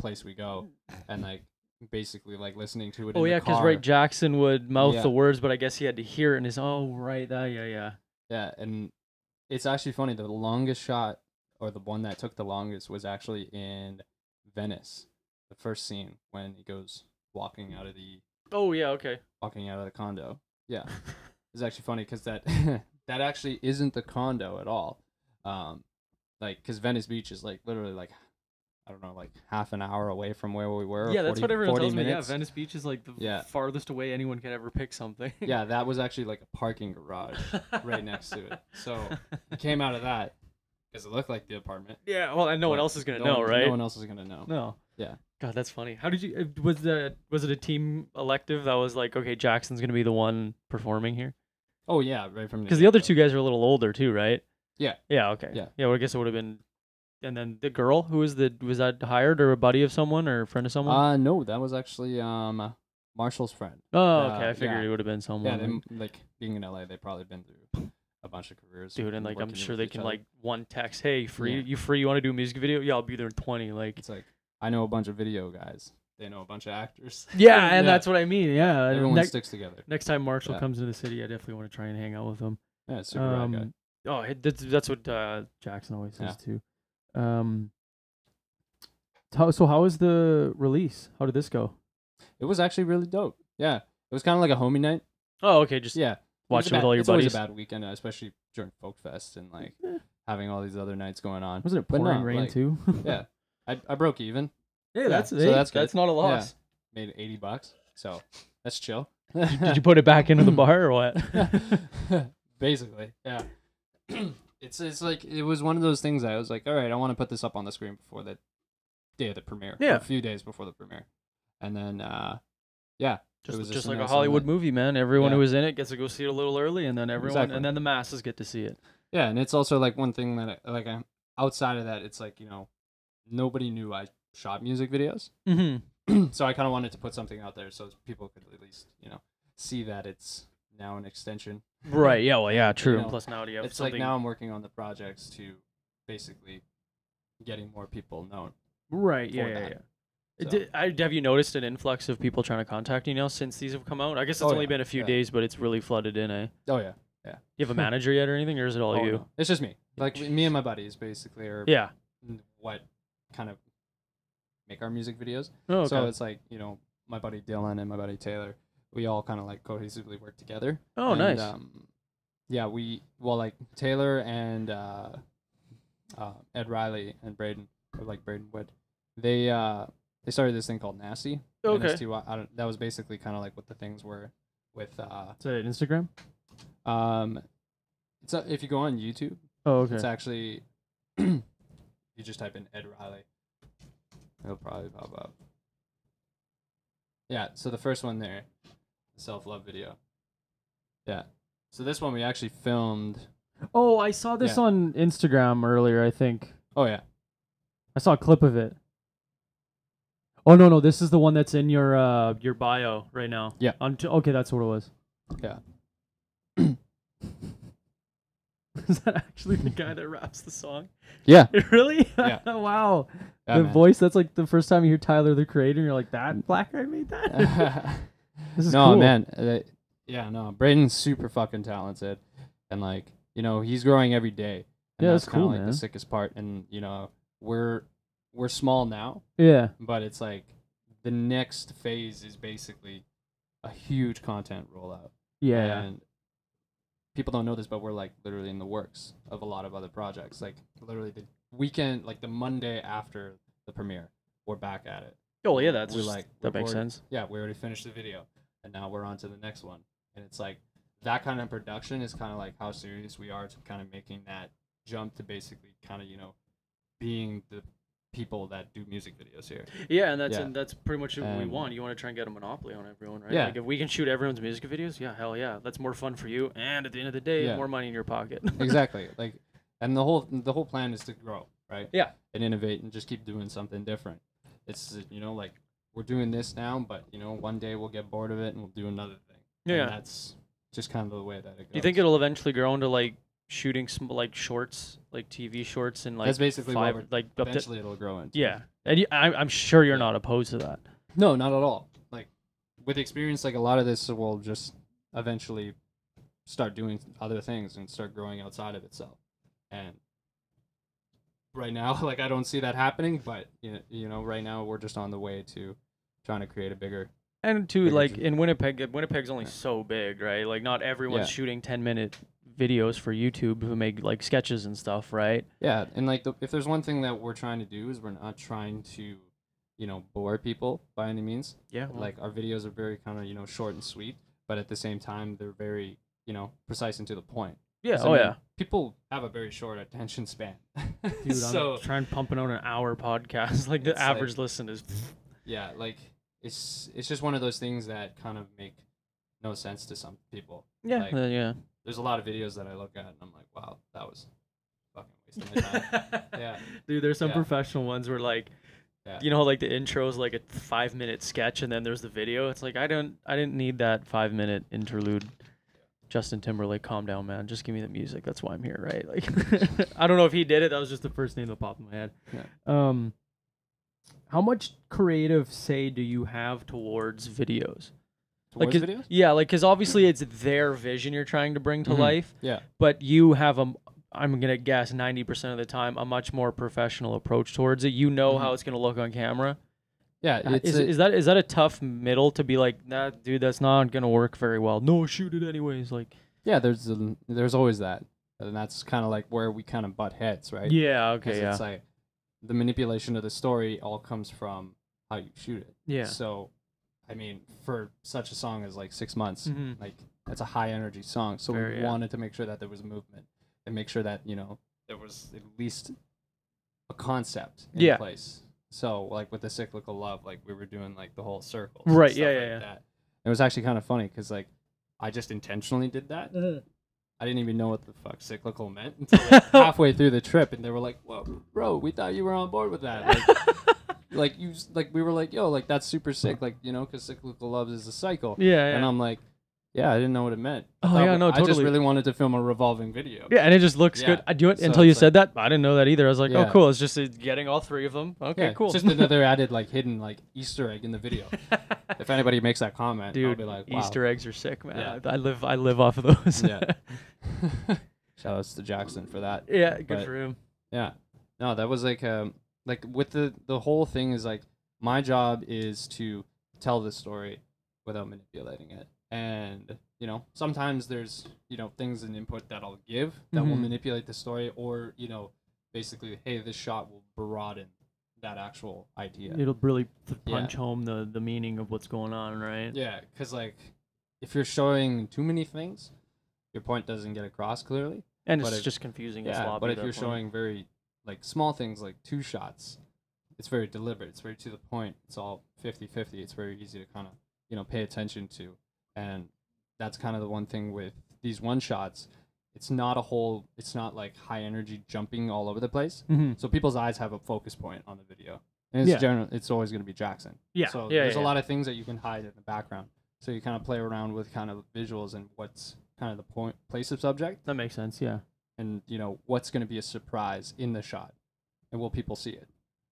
Speaker 7: place we go and like basically like listening to it
Speaker 8: oh
Speaker 7: in
Speaker 8: yeah,
Speaker 7: the car.
Speaker 8: because right, Jackson would mouth
Speaker 7: Yeah.
Speaker 8: the words, but I guess he had to hear it in his. Oh right, that yeah, yeah.
Speaker 7: Yeah, and it's actually funny the longest shot or the one that took the longest was actually in Venice. The first scene when he goes walking out of the
Speaker 8: Oh yeah, okay.
Speaker 7: walking out of the condo. Yeah, it's actually funny because that that actually isn't the condo at all. Um, like because Venice Beach is like literally like I don't know like half an hour away from where we were. or
Speaker 8: yeah, that's
Speaker 7: 40
Speaker 8: what everyone
Speaker 7: 40
Speaker 8: tells
Speaker 7: minutes.
Speaker 8: me. Yeah, Venice Beach is like the
Speaker 7: Yeah.
Speaker 8: farthest away anyone could ever pick something.
Speaker 7: Yeah, that was actually like a parking garage right next to it. So we came out of that because it looked like the apartment.
Speaker 8: yeah, well, and no one
Speaker 7: but
Speaker 8: else is gonna
Speaker 7: no
Speaker 8: know,
Speaker 7: one-
Speaker 8: right?
Speaker 7: No one else is gonna know.
Speaker 8: No.
Speaker 7: Yeah.
Speaker 8: God, that's funny. How did you? uh, Was the was it a team elective that was like, okay, Jackson's gonna be the one performing here?
Speaker 7: Oh yeah, right from
Speaker 8: Because the other two guys are a little older too, right?
Speaker 7: Yeah.
Speaker 8: Yeah. Okay.
Speaker 7: Yeah.
Speaker 8: Yeah. Well, I guess it would have been. And then the girl who was the was that hired or a buddy of someone or a friend of someone?
Speaker 7: Uh no, that was actually um Marshall's friend.
Speaker 8: oh,
Speaker 7: uh,
Speaker 8: okay. I figured
Speaker 7: yeah.
Speaker 8: it would have been someone.
Speaker 7: Yeah, they, m- like being in LA, they've probably been through a bunch of careers.
Speaker 8: dude, and like I'm
Speaker 7: working
Speaker 8: sure
Speaker 7: with
Speaker 8: they
Speaker 7: each
Speaker 8: can
Speaker 7: other.
Speaker 8: like one text, hey, free,
Speaker 7: Yeah.
Speaker 8: you free, you want to do a music video? Yeah, I'll be there in 20. Like.
Speaker 7: It's like I know a bunch of video guys. They know a bunch of actors.
Speaker 8: Yeah, and
Speaker 7: Yeah.
Speaker 8: that's what I mean. Yeah.
Speaker 7: Everyone
Speaker 8: Next,
Speaker 7: sticks together.
Speaker 8: next time Marshall
Speaker 7: Yeah.
Speaker 8: comes into the city, I definitely want to try and hang out with him.
Speaker 7: Yeah, super rad guy.
Speaker 8: Um, Oh, it- that's that's what uh, Jackson always says too. Um, how, so how was the release? How did this go?
Speaker 7: It was actually really dope. Yeah, it was kind of like a homie night.
Speaker 8: Oh, okay, just
Speaker 7: Yeah,
Speaker 8: watch
Speaker 7: was
Speaker 8: it
Speaker 7: a
Speaker 8: with
Speaker 7: bad-
Speaker 8: all your
Speaker 7: it's Always
Speaker 8: buddies.
Speaker 7: a bad weekend, uh, especially during Folk Fest and like
Speaker 8: Eh.
Speaker 7: having all these other nights going on.
Speaker 8: Wasn't it
Speaker 7: But
Speaker 8: pouring
Speaker 7: no,
Speaker 8: rain
Speaker 7: like,
Speaker 8: too?
Speaker 7: yeah, I I broke even,
Speaker 8: hey,
Speaker 7: that's- so hey, that's good. that's
Speaker 8: not a
Speaker 7: loss. made eighty bucks, so that's chill.
Speaker 8: Did you put it back into the bar or what?
Speaker 7: Basically, yeah. it's it's like it was one of those things. I was like, all right, I want to put this up on the screen before the day of the premiere. or
Speaker 8: Yeah.
Speaker 7: a few days before the premiere, and then uh, yeah,
Speaker 8: just
Speaker 7: it was
Speaker 8: just
Speaker 7: a
Speaker 8: like a
Speaker 7: nice
Speaker 8: Hollywood
Speaker 7: online-
Speaker 8: movie, man. Everyone
Speaker 7: Yeah.
Speaker 8: who was in it gets to go see it a little early, and then everyone,
Speaker 7: Exactly.
Speaker 8: and then the masses get to see it.
Speaker 7: Yeah, and it's also like one thing that I, like I'm outside of that. It's like you know, nobody knew I shot music videos,
Speaker 8: Mm-hmm.
Speaker 7: so I kind of wanted to put something out there so people could at least you know see that it's now an extension.
Speaker 8: Right. Yeah. Well. Yeah. True.
Speaker 7: know,
Speaker 8: Plus now you have
Speaker 7: it's
Speaker 8: something.
Speaker 7: like now I'm working on the projects to basically getting more people known.
Speaker 8: right. Yeah.
Speaker 7: for
Speaker 8: Yeah.
Speaker 7: that.
Speaker 8: yeah.
Speaker 7: So-
Speaker 8: Did, I, have you noticed an influx of people trying to contact you now since these have come out? I guess it's
Speaker 7: Oh,
Speaker 8: only
Speaker 7: yeah,
Speaker 8: been a few
Speaker 7: yeah.
Speaker 8: days, but it's really flooded in, eh?
Speaker 7: Oh yeah,
Speaker 8: You have a manager yet or anything, or is it all
Speaker 7: Oh,
Speaker 8: you?
Speaker 7: no. It's just me. Like me and my buddies basically are
Speaker 8: Yeah.
Speaker 7: what kind of make our music videos.
Speaker 8: Oh, okay.
Speaker 7: So it's like you know my buddy Dylan and my buddy Taylor. We all kind of like cohesively work together.
Speaker 8: Oh,
Speaker 7: And,
Speaker 8: nice.
Speaker 7: Um, yeah, we well like Taylor and uh, uh, Ed Riley and Braden, or like Braden Wood. They uh, they started this thing called Nasty.
Speaker 8: Okay.
Speaker 7: NSTY. I don't, that was basically kind of like what the things were with uh,
Speaker 8: Is it Instagram?
Speaker 7: um, it's a, if you go on YouTube,
Speaker 8: Oh, okay.
Speaker 7: it's actually you just type in Ed Riley. It'll probably pop up. Yeah, so the first one there, the self love video. Yeah. So this one we actually filmed
Speaker 8: Oh, I saw this
Speaker 7: Yeah.
Speaker 8: on Instagram earlier. I think
Speaker 7: oh yeah.
Speaker 8: I saw a clip of it. Oh no, no, this is the one that's in your uh your bio right now.
Speaker 7: Yeah.
Speaker 8: On t- okay, that's what it was.
Speaker 7: Yeah.
Speaker 8: is that actually the guy that raps the song?
Speaker 7: Yeah.
Speaker 8: really?
Speaker 7: Yeah.
Speaker 8: wow.
Speaker 7: yeah
Speaker 8: the
Speaker 7: man. Mm.
Speaker 8: voice. That's like the first time you hear Tyler the Creator, and you're like, that black guy made that. this is
Speaker 7: no
Speaker 8: cool.
Speaker 7: man. uh, yeah, no. Braden's super fucking talented. And like, you know, he's growing every day. And
Speaker 8: Yeah,
Speaker 7: that's,
Speaker 8: that's
Speaker 7: kinda
Speaker 8: cool,
Speaker 7: like
Speaker 8: man.
Speaker 7: the sickest part. And you know, we're we're small now,
Speaker 8: Yeah.
Speaker 7: but it's like the next phase is basically a huge content rollout.
Speaker 8: Yeah.
Speaker 7: And people don't know this, but we're like literally in the works of a lot of other projects. Like literally the weekend, like the Monday after the premiere, we're back at it.
Speaker 8: Oh yeah, that's
Speaker 7: we like
Speaker 8: that makes
Speaker 7: recorded-
Speaker 8: sense.
Speaker 7: Yeah, we already finished the video, and now we're on to the next one. And it's like that kind of production is kind of like how serious we are to kind of making that jump to basically kind of you know being the people that do music videos here.
Speaker 8: Yeah, and that's
Speaker 7: Yeah.
Speaker 8: and that's pretty much what we
Speaker 7: And-
Speaker 8: want. You want to try and get a monopoly on everyone, right?
Speaker 7: Yeah.
Speaker 8: Like if we can shoot everyone's music videos, yeah, hell yeah, that's more fun for you, and at the end of the day,
Speaker 7: Yeah.
Speaker 8: more money in your pocket.
Speaker 7: exactly like and the whole the whole plan is to grow right
Speaker 8: Yeah.
Speaker 7: and innovate and just keep doing something different it's uh, you know like we're doing this now but you know one day we'll get bored of it and we'll do another thing And
Speaker 8: Yeah.
Speaker 7: that's just kind of the way that it goes
Speaker 8: Do you think it'll eventually grow into like shooting some like shorts, like TV shorts, and like
Speaker 7: That's basically what
Speaker 8: five,
Speaker 7: we're
Speaker 8: like up to,
Speaker 7: eventually it'll grow into
Speaker 8: yeah. And you, I, I'm sure you're not opposed to that.
Speaker 7: no not at all like with experience like a lot of this will just eventually start doing other things and start growing outside of itself and right now like i don't see that happening but you know, you know right now we're just on the way to trying to create a bigger
Speaker 8: And
Speaker 7: Bigger
Speaker 8: too, like
Speaker 7: than-
Speaker 8: in Winnipeg, uh, Winnipeg's only so big, right? Like not everyone's
Speaker 7: Yeah.
Speaker 8: shooting 10 minute videos for YouTube who make like sketches and stuff, right?
Speaker 7: yeah and like the, if there's one thing that we're trying to do is we're not trying to you know bore people by any means
Speaker 8: Yeah.
Speaker 7: like our videos are very kind of you know short and sweet but at the same time they're very you know precise and to the point
Speaker 8: yeah.
Speaker 7: 'Cause, I
Speaker 8: Oh
Speaker 7: mean,
Speaker 8: yeah.
Speaker 7: people have a very short attention span
Speaker 8: Dude,
Speaker 7: so
Speaker 8: I'm trying pumping out an hour podcast. Like the
Speaker 7: It's like-
Speaker 8: average listen is.
Speaker 7: yeah like it's it's just one of those things that kind of make no sense to some people
Speaker 8: Yeah.
Speaker 7: like-
Speaker 8: uh, yeah.
Speaker 7: there's a lot of videos that i look at and i'm like wow that was fucking wasting my time Yeah.
Speaker 8: Dude, there's some
Speaker 7: Yeah.
Speaker 8: professional ones where like,
Speaker 7: Yeah.
Speaker 8: you know, like the intro is like a five minute sketch, and then there's the video. It's like I don't, I didn't need that five minute interlude. Justin Timberlake, calm down, man. Just give me the music. That's why I'm here, right? Like, I don't know if he did it. That was just the first name that popped in my head.
Speaker 7: Yeah.
Speaker 8: Um, how much creative say do you have towards videos?
Speaker 7: Towards
Speaker 8: like, 'cause-
Speaker 7: videos
Speaker 8: yeah, like because obviously it's their vision you're trying to bring to
Speaker 7: Mhm.
Speaker 8: life
Speaker 7: yeah
Speaker 8: but you have a i'm gonna guess 90% of the time a much more professional approach towards it you know how it's gonna look on camera
Speaker 7: yeah
Speaker 8: Uh,
Speaker 7: Mm-hmm. it's
Speaker 8: is,
Speaker 7: a-
Speaker 8: is that is that a tough middle to be like nah dude that's not gonna work very well no shoot it anyways like
Speaker 7: yeah there's a, there's always that and that's kind of like where we kind of butt heads right
Speaker 8: yeah
Speaker 7: 'Cause
Speaker 8: okay yeah
Speaker 7: it's like the manipulation of the story all comes from how you shoot it
Speaker 8: yeah
Speaker 7: So, I mean, for such a song as like six months,
Speaker 8: Mhm.
Speaker 7: like that's a high energy song. So
Speaker 8: Very,
Speaker 7: we
Speaker 8: yeah.
Speaker 7: wanted to make sure that there was movement and make sure that you know there was at least a concept in
Speaker 8: Yeah.
Speaker 7: place. So like with the cyclical love, like we were doing like the whole circle,
Speaker 8: Right, yeah, yeah, yeah.
Speaker 7: That. It was actually kind of funny because like I just intentionally did that. I didn't even know what the fuck cyclical meant until like, halfway through the trip, and they were like, "Whoa, bro, we thought you were on board with that." Like, like you s- like we were like yo like that's super sick like you know because cyclical loves is a cycle
Speaker 8: yeah
Speaker 7: and i'm like yeah i didn't know what it meant I
Speaker 8: Oh,
Speaker 7: thought
Speaker 8: yeah,
Speaker 7: we-
Speaker 8: no,
Speaker 7: i just
Speaker 8: totally.
Speaker 7: really wanted to film a revolving video
Speaker 8: yeah, and it just looks
Speaker 7: Yeah.
Speaker 8: good. I do it
Speaker 7: So
Speaker 8: until you
Speaker 7: it's
Speaker 8: said that. I didn't know that either. I was like, "Oh,
Speaker 7: Yeah.
Speaker 8: cool!" It's just uh, getting all three of them. Okay,
Speaker 7: Yeah,
Speaker 8: cool.
Speaker 7: it's just another added like hidden like easter egg in the video if anybody makes that comment i'll
Speaker 8: Dude,
Speaker 7: be like wow.
Speaker 8: Easter eggs are sick, man.
Speaker 7: Yeah.
Speaker 8: I, I live, I live off of those.
Speaker 7: Yeah. shout outs to jackson for that
Speaker 8: yeah, good
Speaker 7: But-
Speaker 8: for him.
Speaker 7: Yeah. No, that was like um like with the the whole thing is like my job is to tell the story without manipulating it. And you know, sometimes there's you know things and input that I'll give that will
Speaker 8: Mhm.
Speaker 7: manipulate the story, or you know, basically, hey, this shot will broaden that actual idea.
Speaker 8: It'll really th-
Speaker 7: Yeah.
Speaker 8: punch home the, the meaning of what's going on, right?
Speaker 7: Yeah, because like if you're showing too many things, your point doesn't get across clearly.
Speaker 8: And
Speaker 7: But
Speaker 8: it's
Speaker 7: if-
Speaker 8: just confusing as
Speaker 7: Yeah,
Speaker 8: well.
Speaker 7: but if you're showing very like small things like two shots, it's very deliberate. It's very to the point. It's all 50-50. It's very easy to kind of you know pay attention to, and that's kind of the one thing with these one shots. It's not a whole. It's not like high energy jumping all over the place.
Speaker 8: hmm
Speaker 7: So people's eyes have a focus point on the video, and it's
Speaker 8: Yeah.
Speaker 7: general. It's always going to be Jackson.
Speaker 8: Yeah.
Speaker 7: So
Speaker 8: yeah,
Speaker 7: there's a
Speaker 8: yeah,
Speaker 7: lot of things that you can hide in the background. So you kind of play around with kind of visuals and what's kind of the point place of subject
Speaker 8: That makes sense. Yeah.
Speaker 7: and you know what's going to be a surprise in the shot and will people see it.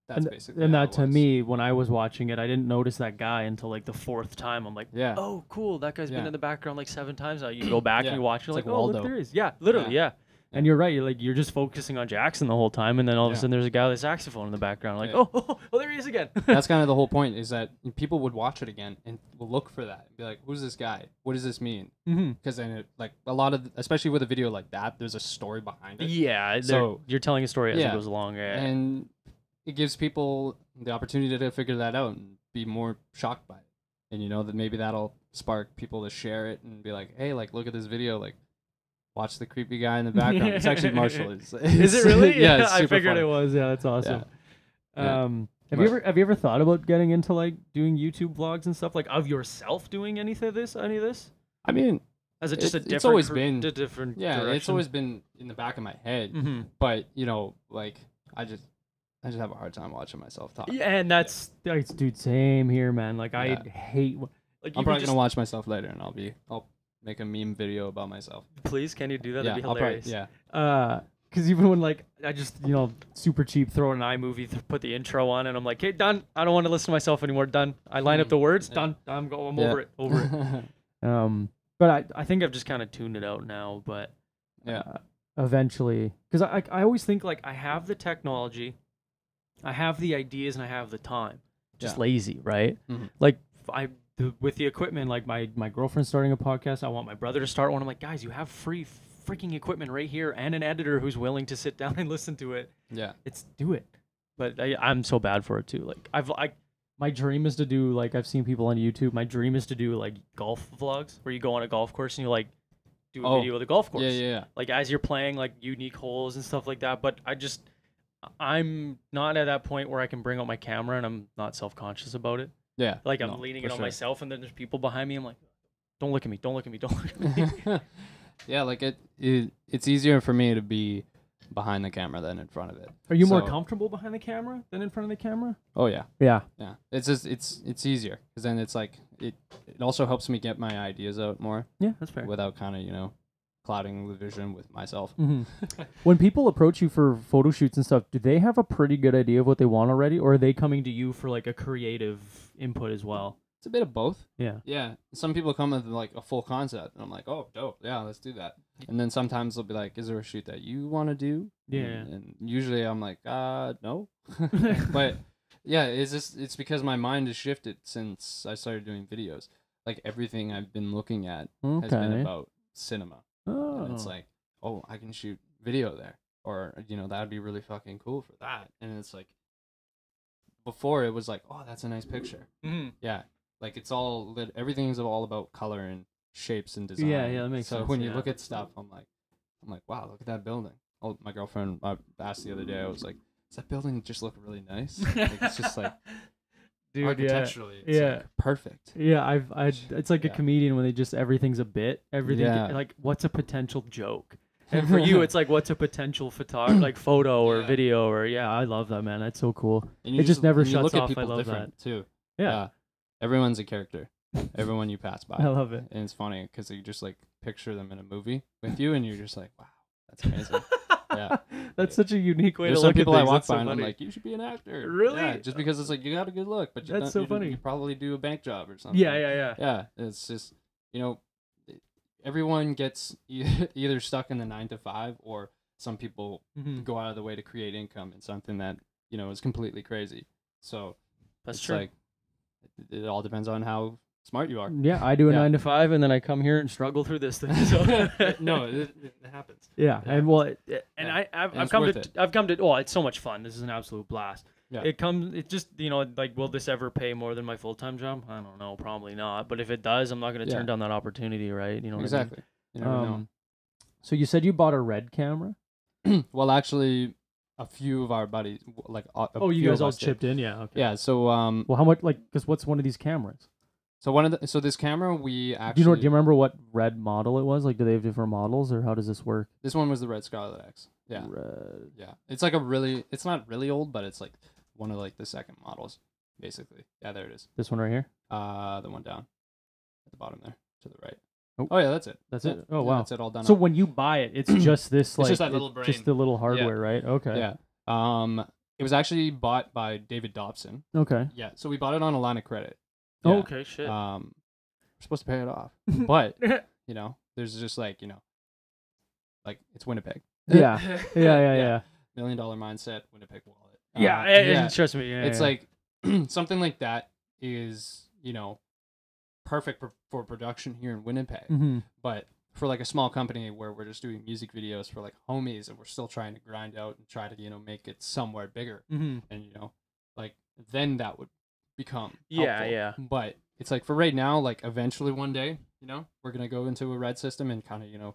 Speaker 7: That's
Speaker 8: and,
Speaker 7: basically
Speaker 8: and
Speaker 7: how it
Speaker 8: that to
Speaker 7: was.
Speaker 8: me, when I was watching it, I didn't notice that guy until like the fourth time. I'm like,
Speaker 7: Yeah.
Speaker 8: oh, cool, that guy's been
Speaker 7: Yeah.
Speaker 8: in the background like seven times now. You go back
Speaker 7: Yeah,
Speaker 8: and you watch, you're
Speaker 7: it's
Speaker 8: like,
Speaker 7: like
Speaker 8: oh, look,
Speaker 7: Waldo.
Speaker 8: there is. Yeah, literally, yeah. And
Speaker 7: Yeah.
Speaker 8: you're right. You're like you're just focusing on Jackson the whole time, and then all of a
Speaker 7: Yeah.
Speaker 8: sudden there's a guy with a saxophone in the background. Like,
Speaker 7: Yeah.
Speaker 8: oh, oh, oh, there he is again.
Speaker 7: That's kind of the whole point is that people would watch it again and will look for that and be like, "Who's this guy? What does this mean?"
Speaker 8: hmm
Speaker 7: Because then, it, like a lot of, especially with a video like that, there's a story behind it.
Speaker 8: Yeah. they're-
Speaker 7: So-
Speaker 8: you're telling a story as it
Speaker 7: Yeah.
Speaker 8: goes along. Yeah.
Speaker 7: and it gives people the opportunity to figure that out and be more shocked by it and you know that maybe that'll spark people to share it and be like hey like look at this video like watch the creepy guy in the background it's actually marshall It's-
Speaker 8: Is it
Speaker 7: it's-
Speaker 8: really?
Speaker 7: yeah it's
Speaker 8: I
Speaker 7: super
Speaker 8: figured
Speaker 7: funny.
Speaker 8: it was. Yeah, that's awesome.
Speaker 7: Yeah.
Speaker 8: Um, have you
Speaker 7: Right.
Speaker 8: ever have you ever thought about getting into like doing YouTube vlogs and stuff like of yourself doing anything of this any of this?
Speaker 7: i mean
Speaker 8: As it just
Speaker 7: It's-
Speaker 8: a
Speaker 7: it's
Speaker 8: different
Speaker 7: always
Speaker 8: cr-
Speaker 7: been-
Speaker 8: a different
Speaker 7: yeah it's
Speaker 8: direction?
Speaker 7: always been in the back of my head
Speaker 8: Mhm.
Speaker 7: but you know like i just i just have a hard time watching myself talk
Speaker 8: yeah, and that's that's dude same here man. Like I
Speaker 7: Yeah.
Speaker 8: hate wh- like
Speaker 7: i'm
Speaker 8: even
Speaker 7: probably
Speaker 8: just,
Speaker 7: gonna watch myself later and i'll be i'll make a meme video about myself
Speaker 8: please can you do that? That'd
Speaker 7: yeah
Speaker 8: be
Speaker 7: I'll probably,
Speaker 8: hilarious.
Speaker 7: yeah
Speaker 8: because Uh, even when like I just you know super cheap throw an iMovie th- put the intro on and I'm like hey done I don't want to listen to myself anymore done I line up the words done I'm go I'm
Speaker 7: Yeah.
Speaker 8: over it over it um but I I think I've just kind of tuned it out now but
Speaker 7: Yeah.
Speaker 8: uh, eventually because I I I always think like I have the technology I have the ideas and I have the time just
Speaker 7: Yeah.
Speaker 8: lazy right
Speaker 7: Mhm.
Speaker 8: like I the, with the equipment like my my girlfriend's starting a podcast I want my brother to start one I'm like guys you have free freaking equipment right here and an editor who's willing to sit down and listen to it
Speaker 7: yeah
Speaker 8: it's do it. But I, I'm so bad for it too. Like I've like my dream is to do like I've seen people on YouTube. My dream is to do like golf vlogs where you go on a golf course and you like do a
Speaker 7: Oh,
Speaker 8: video of the golf course.
Speaker 7: yeah yeah yeah
Speaker 8: Like as you're playing like unique holes and stuff like that. But I just I'm not at that point where I can bring out my camera and I'm not self conscious about it.
Speaker 7: Yeah.
Speaker 8: Like I'm
Speaker 7: no,
Speaker 8: leaning
Speaker 7: for
Speaker 8: it on
Speaker 7: sure.
Speaker 8: myself and then there's people behind me. I'm like, don't look at me, don't look at me, don't look at me.
Speaker 7: yeah, like it, it it's easier for me to be behind the camera than in front of it.
Speaker 8: Are you more
Speaker 7: So-
Speaker 8: comfortable behind the camera than in front of the camera?
Speaker 7: Oh yeah.
Speaker 8: Yeah.
Speaker 7: Yeah. It's just it's it's easier cuz then it's like it it also helps me get my ideas out more
Speaker 8: Yeah, that's fair.
Speaker 7: without kind of, you know, clouding the vision with myself.
Speaker 8: When people approach you for photo shoots and stuff, do they have a pretty good idea of what they want already, or are they coming to you for like a creative input as well?
Speaker 7: It's a bit of both.
Speaker 8: Yeah.
Speaker 7: Yeah. Some people come with like a full concept and I'm like, "Oh, dope. Yeah, let's do that." And then sometimes they'll be like, "Is there a shoot that you want to do?"
Speaker 8: Yeah.
Speaker 7: And, and usually I'm like, "Uh, no." but yeah, it's just it's because my mind has shifted since I started doing videos. Like everything I've been looking at has been about cinema.
Speaker 8: oh.
Speaker 7: And it's like, oh, I can shoot video there. Or, you know, that'd be really fucking cool for that. And it's like before it was like, oh, that's a nice picture.
Speaker 8: Mhm.
Speaker 7: Yeah. Like it's all lit everything's all about color and shapes and design.
Speaker 8: yeah, that makes
Speaker 7: so
Speaker 8: sense,
Speaker 7: when you
Speaker 8: yeah.
Speaker 7: look at stuff, I'm like I'm like, wow, look at that building. Oh my girlfriend uh, asked the other day, I was like, Does that building just look really nice? like, it's just like
Speaker 8: Dude, yeah.
Speaker 7: architecturally it's
Speaker 8: Yeah.
Speaker 7: like, perfect.
Speaker 8: Yeah, I've, I, it's like a
Speaker 7: Yeah.
Speaker 8: comedian when they just everything's a bit, everything
Speaker 7: Yeah.
Speaker 8: like what's a potential joke, and for you it's like what's a potential photog like photo or
Speaker 7: Yeah.
Speaker 8: video or yeah, I love that man, that's so cool.
Speaker 7: And
Speaker 8: It just never
Speaker 7: and you
Speaker 8: shuts
Speaker 7: look at
Speaker 8: off, I
Speaker 7: people
Speaker 8: love
Speaker 7: different, too.
Speaker 8: Yeah.
Speaker 7: everyone's a character. Everyone you pass by,
Speaker 8: I love it.
Speaker 7: and it's funny because you just like picture them in a movie with you, and you're just like, wow, that's amazing. yeah.
Speaker 8: That's such a unique way
Speaker 7: There's
Speaker 8: to look
Speaker 7: some people
Speaker 8: at
Speaker 7: I
Speaker 8: things.
Speaker 7: walk
Speaker 8: that's so
Speaker 7: by and I'm
Speaker 8: funny.
Speaker 7: like, you should be an actor.
Speaker 8: Really?
Speaker 7: Yeah, just because it's like you got a good look, but you
Speaker 8: That's
Speaker 7: don't-
Speaker 8: so
Speaker 7: you don't-
Speaker 8: funny.
Speaker 7: You probably do a bank job or something.
Speaker 8: yeah, yeah, yeah.
Speaker 7: Yeah, it's just you know, everyone gets e- either stuck in the nine to five, or some people
Speaker 8: Mhm.
Speaker 7: go out of the way to create income in something that you know is completely crazy. So That's
Speaker 9: it's
Speaker 7: true.
Speaker 9: like it, it all depends on how smart you are.
Speaker 7: yeah, I do a
Speaker 9: Yeah.
Speaker 7: nine to five, and then I come here and struggle through this thing. So.
Speaker 9: no, it, it happens.
Speaker 7: Yeah, and well, it, it- and
Speaker 9: Yeah.
Speaker 7: I I've,
Speaker 9: And
Speaker 7: I've
Speaker 9: it's
Speaker 7: come
Speaker 9: worth
Speaker 7: to I've come to oh, it's so much fun. This is an absolute blast.
Speaker 9: Yeah.
Speaker 7: It comes it just you know like will this ever pay more than my full time job? I don't know, probably not. But if it does, I'm not going to
Speaker 9: Yeah.
Speaker 7: turn down that opportunity, right? You know what I mean?
Speaker 9: Exactly. You never know.
Speaker 7: Um, so you said you bought a red camera.
Speaker 9: well, actually, a few of our buddies, w- like a, a
Speaker 8: Oh, you
Speaker 9: few
Speaker 8: guys
Speaker 9: of
Speaker 8: all
Speaker 9: us did.
Speaker 8: chipped in, yeah. Okay.
Speaker 9: Yeah. So um,
Speaker 8: Well, how much? Like, because what's one of these cameras?
Speaker 9: so one of the so this camera we
Speaker 8: Do
Speaker 9: actually
Speaker 8: you know? Do you remember what red model it was? Like, do they have different models, or how does this work?
Speaker 9: this one was the Red Scarlet X. Yeah.
Speaker 8: Red.
Speaker 9: Yeah. It's like a really. It's not really old, but it's like one of like the second models, basically. Yeah, there it is.
Speaker 8: This one right here.
Speaker 9: Uh, the one down at the bottom there to the right.
Speaker 8: Oh.
Speaker 9: Oh, yeah, that's it.
Speaker 8: That's
Speaker 9: Yeah,
Speaker 8: it? Oh,
Speaker 9: yeah,
Speaker 8: wow.
Speaker 9: That's it all done.
Speaker 8: So
Speaker 9: up.
Speaker 8: when you buy it, it's just this like
Speaker 9: just that
Speaker 8: it-
Speaker 9: little
Speaker 8: just
Speaker 9: brain.
Speaker 8: the little hardware, right? Okay.
Speaker 9: yeah. Um, it was actually bought by David Dobson.
Speaker 8: Okay.
Speaker 9: Yeah. So we bought it on a line of credit.
Speaker 7: Oh,
Speaker 9: Yeah.
Speaker 7: okay, shit.
Speaker 9: Um, we're supposed to pay it off, but you know, there's just like you know, like it's Winnipeg.
Speaker 8: Yeah. Yeah. Yeah. Yeah.
Speaker 9: Million dollar mindset, Winnipeg wallet.
Speaker 7: yeah,
Speaker 9: Uh,
Speaker 7: eh, eh, trust me. Yeah,
Speaker 9: It's
Speaker 7: yeah.
Speaker 9: like something like that is you know perfect for, for production here in Winnipeg,
Speaker 8: hmm
Speaker 9: but for like a small company where we're just doing music videos for like homies and we're still trying to grind out and try to you know make it somewhere bigger
Speaker 8: hmm
Speaker 9: and you know like then that would become
Speaker 7: Yeah,
Speaker 9: helpful.
Speaker 7: yeah.
Speaker 9: but it's like for right now like eventually one day you know we're gonna go into a red system and kind of you know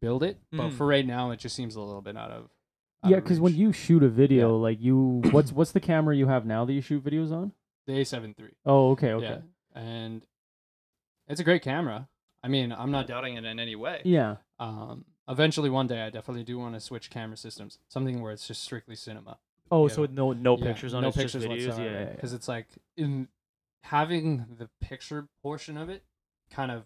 Speaker 9: build it but
Speaker 7: Mhm.
Speaker 9: for right now it just seems a little bit out of out
Speaker 8: Mm-hmm. Yeah,
Speaker 9: of
Speaker 8: because when
Speaker 9: reach.
Speaker 8: you shoot a video, like you, what's what's the camera you have now that you shoot videos on?
Speaker 9: the a7 three.
Speaker 8: Oh, okay, okay,
Speaker 9: yeah. and it's a great camera i mean i'm not doubting it in any way
Speaker 8: yeah,
Speaker 9: um eventually one day i definitely do want to switch camera systems something where it's just strictly cinema
Speaker 7: oh,
Speaker 9: yeah.
Speaker 7: so with no no
Speaker 9: Yeah,
Speaker 7: pictures on it, it's just videos.
Speaker 9: whatsoever.
Speaker 7: yeah, yeah, yeah.
Speaker 9: Because it's like in having the picture portion of it kind of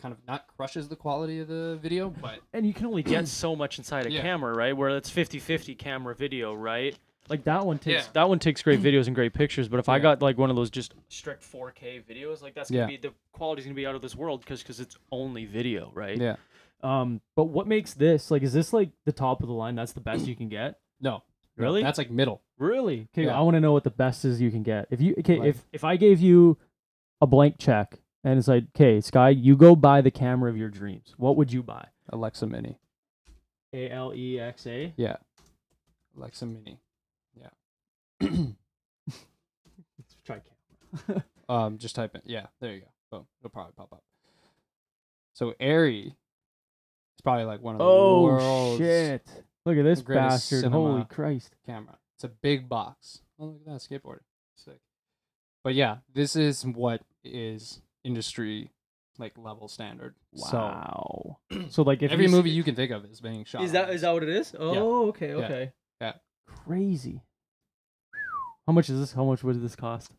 Speaker 9: kind of not crushes the quality of the video, but
Speaker 8: and you can only
Speaker 7: Get so much inside a
Speaker 9: Yeah.
Speaker 7: camera, right? Where it's 50-50 camera video, right?
Speaker 8: like that one takes.
Speaker 7: That one takes great videos and great pictures, but if I
Speaker 9: Yeah.
Speaker 7: got like one of those just strict 4K videos, like that's gonna
Speaker 9: Yeah.
Speaker 7: be the quality's gonna be out of this world because because it's only video, right?
Speaker 9: Yeah.
Speaker 8: Um, but what makes this like? Is this like the top of the line? That's the best you can get.
Speaker 9: no. no,
Speaker 7: Really?
Speaker 9: That's like middle.
Speaker 8: Really? Okay,
Speaker 9: Yeah.
Speaker 8: I want to know what the best is you can get. If you okay,
Speaker 9: Like-
Speaker 8: if if I gave you a blank check and it's like, okay, Sky, you go buy the camera of your dreams. What would you buy?
Speaker 9: Alexa Mini.
Speaker 8: A L E X A.
Speaker 9: Yeah. Alexa Mini. Yeah.
Speaker 8: Try camera.
Speaker 9: um just type in yeah, there you go. Boom. It'll probably pop up. So Airy is probably like one of the
Speaker 8: Oh
Speaker 9: world's
Speaker 8: shit! Look at this
Speaker 9: greatest
Speaker 8: bastard!
Speaker 9: cinema.
Speaker 8: Holy Christ!
Speaker 9: camera. It's a big box. Oh look at that skateboard. Sick. But yeah, this is what is industry like level standard.
Speaker 8: Wow. So, like,
Speaker 9: So
Speaker 8: if
Speaker 9: every
Speaker 8: you s-
Speaker 9: movie you can think of is being shot. on this.
Speaker 7: what it is? okay,
Speaker 9: okay. Yeah.
Speaker 8: crazy. How much is this? How much would this cost?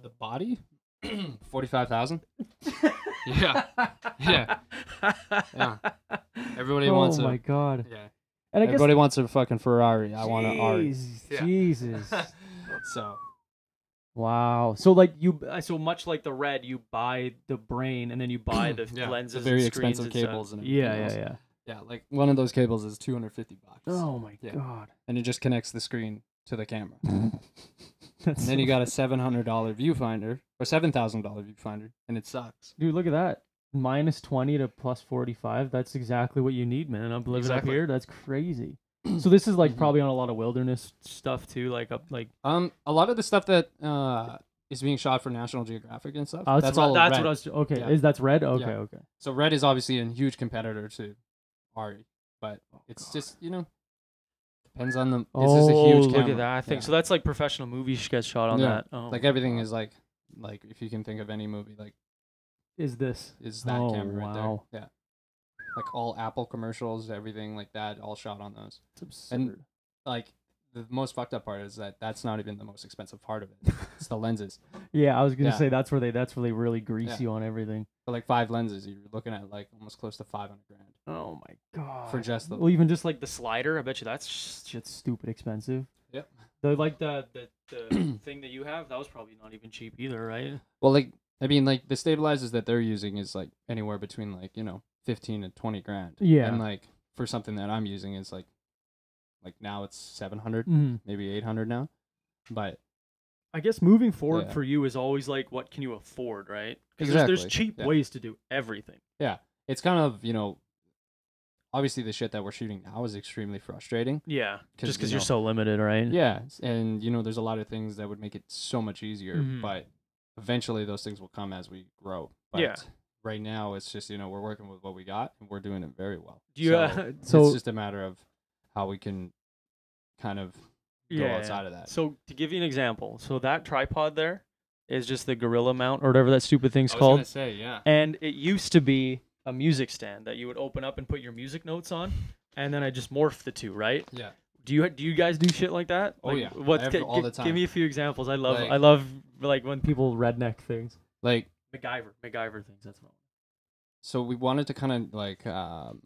Speaker 9: the body? Forty five thousand? yeah. Yeah. Yeah. Everybody
Speaker 8: oh
Speaker 9: wants
Speaker 8: my
Speaker 9: a
Speaker 8: god!
Speaker 9: Yeah.
Speaker 8: And I guess
Speaker 9: Everybody wants a fucking Ferrari. I want an Ari.
Speaker 8: Jeez,
Speaker 9: Yeah.
Speaker 8: Jesus.
Speaker 9: So
Speaker 8: wow. So like you
Speaker 7: Uh, so much like the red, you buy the brain and then you buy the
Speaker 9: yeah,
Speaker 7: lenses,
Speaker 9: the
Speaker 7: and
Speaker 9: very
Speaker 7: screens
Speaker 9: expensive
Speaker 7: and stuff.
Speaker 9: cables and everything
Speaker 8: Yeah, yeah,
Speaker 9: else.
Speaker 8: yeah.
Speaker 9: Yeah, like one of those cables is two hundred fifty bucks.
Speaker 8: Oh my
Speaker 9: Yeah.
Speaker 8: god.
Speaker 9: And it just connects the screen to the camera.
Speaker 8: That's
Speaker 9: And then you got a seven hundred dollar viewfinder or seven thousand dollar viewfinder, and it sucks.
Speaker 8: Dude, look at that. Minus 20 to plus 45. That's exactly what you need, man. I'm living
Speaker 9: Exactly.
Speaker 8: up here. That's crazy. so this is like
Speaker 9: Mhm.
Speaker 8: probably on a lot of wilderness stuff too, like up like
Speaker 9: Um, a lot of the stuff that uh is being shot for National Geographic and stuff.
Speaker 8: Oh,
Speaker 9: that's all.
Speaker 8: That's
Speaker 9: red.
Speaker 8: what I was Okay,
Speaker 9: Yeah.
Speaker 8: is that's red? Okay, okay.
Speaker 9: So red is obviously a huge competitor to Ari, but
Speaker 8: Oh,
Speaker 9: it's just you know depends on the. This is a
Speaker 8: Oh,
Speaker 9: huge
Speaker 7: Oh, look
Speaker 9: camera.
Speaker 7: at that! I think
Speaker 9: Yeah.
Speaker 7: so. That's like professional movie sh- gets shot on
Speaker 9: Yeah.
Speaker 7: that. Oh.
Speaker 9: Like everything is like like if you can think of any movie like
Speaker 8: Is this
Speaker 9: is that
Speaker 8: Oh,
Speaker 9: camera
Speaker 8: wow.
Speaker 9: right there. Yeah. Like all Apple commercials, everything like that, all shot on those.
Speaker 8: it's absurd.
Speaker 9: And like the most fucked up part is that that's not even the most expensive part of it. it's the lenses.
Speaker 8: yeah, I was gonna
Speaker 9: yeah.
Speaker 8: say that's where they that's where they really grease
Speaker 9: Yeah.
Speaker 8: you on everything.
Speaker 9: For like five lenses, you're looking at like almost close to five hundred grand
Speaker 8: Oh my god.
Speaker 9: for just the.
Speaker 8: well, even just like
Speaker 7: like the slider. I bet you that's sh-
Speaker 8: shit's stupid expensive.
Speaker 9: Yep.
Speaker 8: They're like the
Speaker 7: the the, the thing that you have. That was probably not even cheap either, right?
Speaker 9: Well, like I mean, like the stabilizers that they're using is like anywhere between like you know fifteen and twenty grand.
Speaker 8: Yeah.
Speaker 9: And like for something that I'm using is like, like now it's seven hundred,
Speaker 8: Mhm.
Speaker 9: maybe eight hundred now, but
Speaker 7: I guess moving forward
Speaker 9: Yeah.
Speaker 7: for you is always like, what can you afford, right? Because there's, there's
Speaker 9: Exactly,
Speaker 7: cheap
Speaker 9: yeah.
Speaker 7: ways to do everything.
Speaker 9: It's kind of you know, obviously the shit that we're shooting now is extremely frustrating.
Speaker 7: Yeah,
Speaker 9: 'Cause,
Speaker 7: just because
Speaker 9: you
Speaker 7: you are
Speaker 9: know-
Speaker 7: so limited, right?
Speaker 8: Mm-hmm.
Speaker 9: Yeah, s- and you know, there's a lot of things that would make it so much easier,
Speaker 7: Mhm.
Speaker 9: but eventually those things will come as we grow. But
Speaker 7: Yeah.
Speaker 9: right now it's just, you know, we're working with what we got and we're doing it very well.
Speaker 7: Do you,
Speaker 9: so
Speaker 7: uh,
Speaker 8: so-
Speaker 9: it's just a matter of how we can kind of go outside of that.
Speaker 7: So to give you an example, so that tripod there is just the gorilla mount or whatever that stupid thing's
Speaker 10: I was
Speaker 7: called,
Speaker 10: gonna say, yeah.
Speaker 7: and it used to be a music stand that you would open up and put your music notes on, and then I just morph the two, right?
Speaker 9: Yeah.
Speaker 7: Do you do you guys do shit like that?
Speaker 9: Oh,
Speaker 7: Like,
Speaker 9: yeah.
Speaker 7: What's
Speaker 9: Ev-
Speaker 7: gi-
Speaker 9: all the
Speaker 7: gi- Give me a few examples. I love I
Speaker 9: Like-
Speaker 7: love like when people redneck things.
Speaker 9: Like
Speaker 7: MacGyver MacGyver things. That's what.
Speaker 9: so we wanted to kind of like um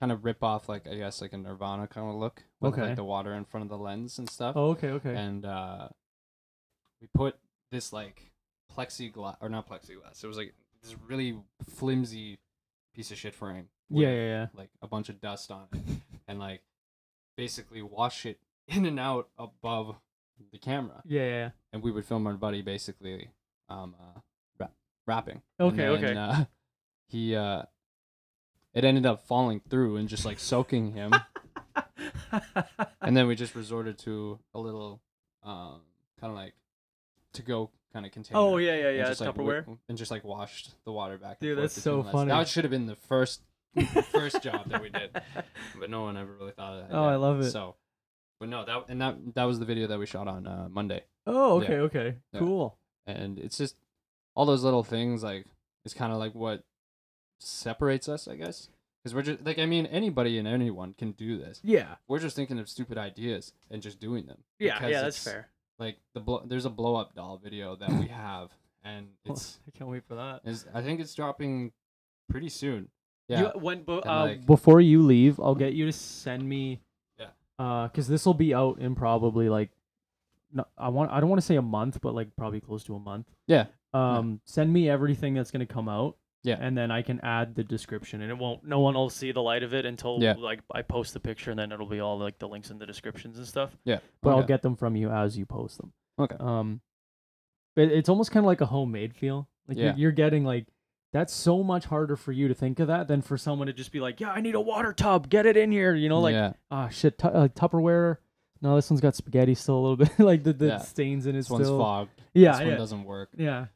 Speaker 9: kind of rip off like I guess like a Nirvana kind of look with
Speaker 8: Okay.
Speaker 9: like the water in front of the lens and stuff.
Speaker 8: Oh, okay, okay.
Speaker 9: and uh, we put this like plexiglass or not plexiglass. It was like this really flimsy piece of shit frame. with,
Speaker 8: yeah, yeah, yeah.
Speaker 9: Like a bunch of dust on it, and like basically wash it in and out above the camera,
Speaker 8: Yeah, yeah.
Speaker 9: and we would film our buddy basically um uh, rap- rapping.
Speaker 7: Okay,
Speaker 9: and
Speaker 7: okay.
Speaker 9: Uh, he uh, it ended up falling through and just like soaking him and then we just resorted to a little um kind of like to go kind of container.
Speaker 7: Oh yeah, yeah,
Speaker 9: and
Speaker 7: yeah.
Speaker 9: just, like, wi-
Speaker 7: Tupperware.
Speaker 9: and just like washed the water back. and
Speaker 8: Dude,
Speaker 9: forth
Speaker 8: that's
Speaker 9: between
Speaker 8: so
Speaker 9: us.
Speaker 8: funny.
Speaker 9: That should have been the first first job that we did, but no one ever really thought of that.
Speaker 8: Oh, I
Speaker 9: yeah.
Speaker 8: love it.
Speaker 9: So, but no, that and that that was the video that we shot on uh, Monday,
Speaker 8: Oh,
Speaker 9: Yeah.
Speaker 8: okay, okay.
Speaker 9: Yeah.
Speaker 8: Cool.
Speaker 9: and it's just all those little things like it's kind of like what separates us, I guess. Because we're just like I mean anybody and anyone can do this
Speaker 8: Yeah.
Speaker 9: we're just thinking of stupid ideas and just doing them.
Speaker 7: Yeah,
Speaker 9: because
Speaker 7: yeah, that's
Speaker 9: it's-
Speaker 7: fair.
Speaker 9: Like the blow, there's a blow up doll video that we have, and it's,
Speaker 7: I can't wait for that.
Speaker 9: it's I think it's dropping pretty soon. Yeah,
Speaker 7: Yeah. You, when but
Speaker 9: and,
Speaker 7: uh,
Speaker 9: like-
Speaker 8: Before you leave, I'll get you to send me.
Speaker 9: Yeah.
Speaker 8: Uh, cause this will be out in probably like, no, I want I don't want to say a month, but like probably close to a month.
Speaker 9: Yeah.
Speaker 8: Um, send me everything that's gonna come out.
Speaker 9: Yeah.
Speaker 8: And then I can add the description, and it won't.
Speaker 7: won't no one will see the light of it until
Speaker 9: Yeah.
Speaker 7: like I post the picture and then it'll be all like the links in the descriptions and stuff.
Speaker 9: yeah.
Speaker 8: But I'll
Speaker 9: okay,
Speaker 8: get them from you as you post them.
Speaker 9: okay.
Speaker 8: Um, but it's almost kind of like a homemade feel. Like
Speaker 9: Yeah.
Speaker 8: you're, you're getting like that's so much harder for you to think of that than for someone to just be like, yeah, I need a water tub, get it in here. You know, like
Speaker 9: yeah,
Speaker 8: ah shit, tu- uh, Tupperware. No, this one's got spaghetti still a little bit, like the, the
Speaker 9: Yeah.
Speaker 8: stains in it.
Speaker 9: this one's
Speaker 8: still.
Speaker 9: fogged.
Speaker 8: Yeah,
Speaker 9: this
Speaker 8: yeah,
Speaker 9: one doesn't work.
Speaker 8: yeah.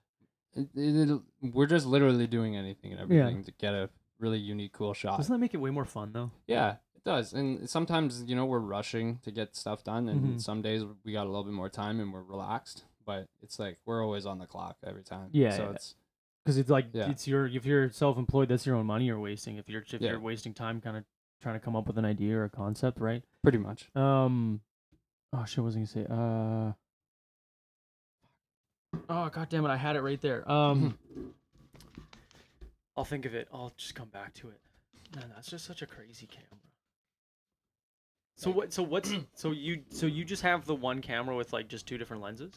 Speaker 9: It, it, it, we're just literally doing anything and everything to get a really unique, cool shot.
Speaker 8: Doesn't that make it way more fun though?
Speaker 9: Yeah, it does. And sometimes, you know, we're rushing to get stuff done, and
Speaker 8: Mhm.
Speaker 9: some days we got a little bit more time and we're relaxed. But it's like we're always on the clock every time.
Speaker 8: Yeah,
Speaker 9: So
Speaker 8: yeah.
Speaker 9: it's
Speaker 8: Because it's like
Speaker 9: Yeah.
Speaker 8: it's your if you're self-employed, that's your own money you're wasting. If you're if
Speaker 9: Yeah.
Speaker 8: you're wasting time, kind of trying to come up with an idea or a concept, right?
Speaker 9: pretty much.
Speaker 8: Um, oh shit, what was I gonna say? Uh, oh god damn it, I had it right there. Um,
Speaker 7: Mm-hmm. I'll think of it. I'll just come back to it. Man, that's just such a crazy camera. So what? So what's? so you? So you just have the one camera with like just two different lenses?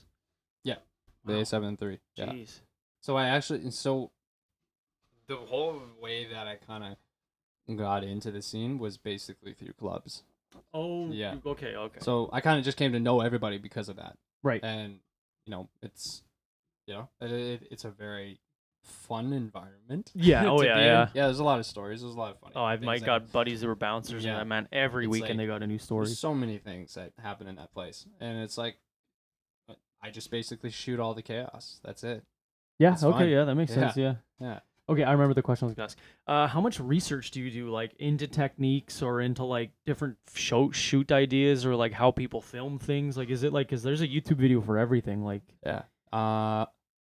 Speaker 9: Yeah. The
Speaker 7: Wow.
Speaker 9: A7 III. Yeah.
Speaker 7: Jeez.
Speaker 9: So I actually, so the whole way that I kind of got into the scene was basically through clubs.
Speaker 7: Oh.
Speaker 9: Yeah.
Speaker 7: you- Okay. Okay.
Speaker 9: So I kind of just came to know everybody because of that.
Speaker 8: Right.
Speaker 9: And, you know, it's, you know, it, it, it's a very fun environment.
Speaker 7: yeah.
Speaker 9: to
Speaker 7: Oh
Speaker 9: be
Speaker 7: yeah.
Speaker 9: in.
Speaker 7: Yeah.
Speaker 9: Yeah, there's a lot of stories. There's a lot of funny.
Speaker 7: Oh, I've
Speaker 9: things
Speaker 7: my
Speaker 9: that-
Speaker 7: got buddies that were bouncers
Speaker 9: Yeah.
Speaker 7: and that man every
Speaker 9: It's
Speaker 7: weekend they
Speaker 9: like-
Speaker 7: got a new story.
Speaker 9: There's so many things that happen in that place, and it's like, uh, I just basically shoot all the chaos. That's it.
Speaker 8: yeah.
Speaker 9: It's
Speaker 8: Okay.
Speaker 9: fine.
Speaker 8: Yeah, that makes
Speaker 9: Yeah.
Speaker 8: sense. Yeah.
Speaker 9: Yeah.
Speaker 8: Okay, I remember the question I was gonna ask. Uh, how much research do you do, like into techniques or into like different show shoot ideas or like how people film things? Like, is it like, cause there's a YouTube video for everything. Like,
Speaker 9: Yeah. Uh,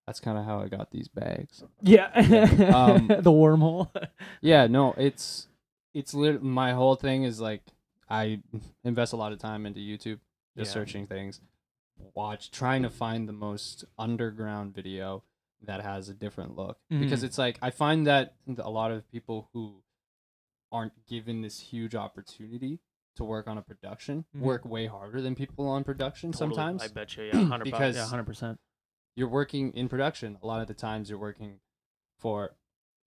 Speaker 9: that's kind of how I got these bags.
Speaker 8: yeah,
Speaker 9: Um,
Speaker 8: the wormhole.
Speaker 9: Yeah, no, it's it's lit- my whole thing is like I invest a lot of time into YouTube, just
Speaker 8: Yeah.
Speaker 9: searching things, watch, trying to find the most underground video that has a different look because
Speaker 8: Mhm.
Speaker 9: it's like I find that a lot of people who aren't given this huge opportunity to work on a production
Speaker 7: Mm-hmm.
Speaker 8: Mhm.
Speaker 9: work way harder than people on production
Speaker 7: Totally,
Speaker 9: sometimes
Speaker 7: I bet you. Yeah. Hundred
Speaker 9: because-
Speaker 7: Yeah. 100%.
Speaker 8: percent.
Speaker 9: you're working in production a lot of the times you're working for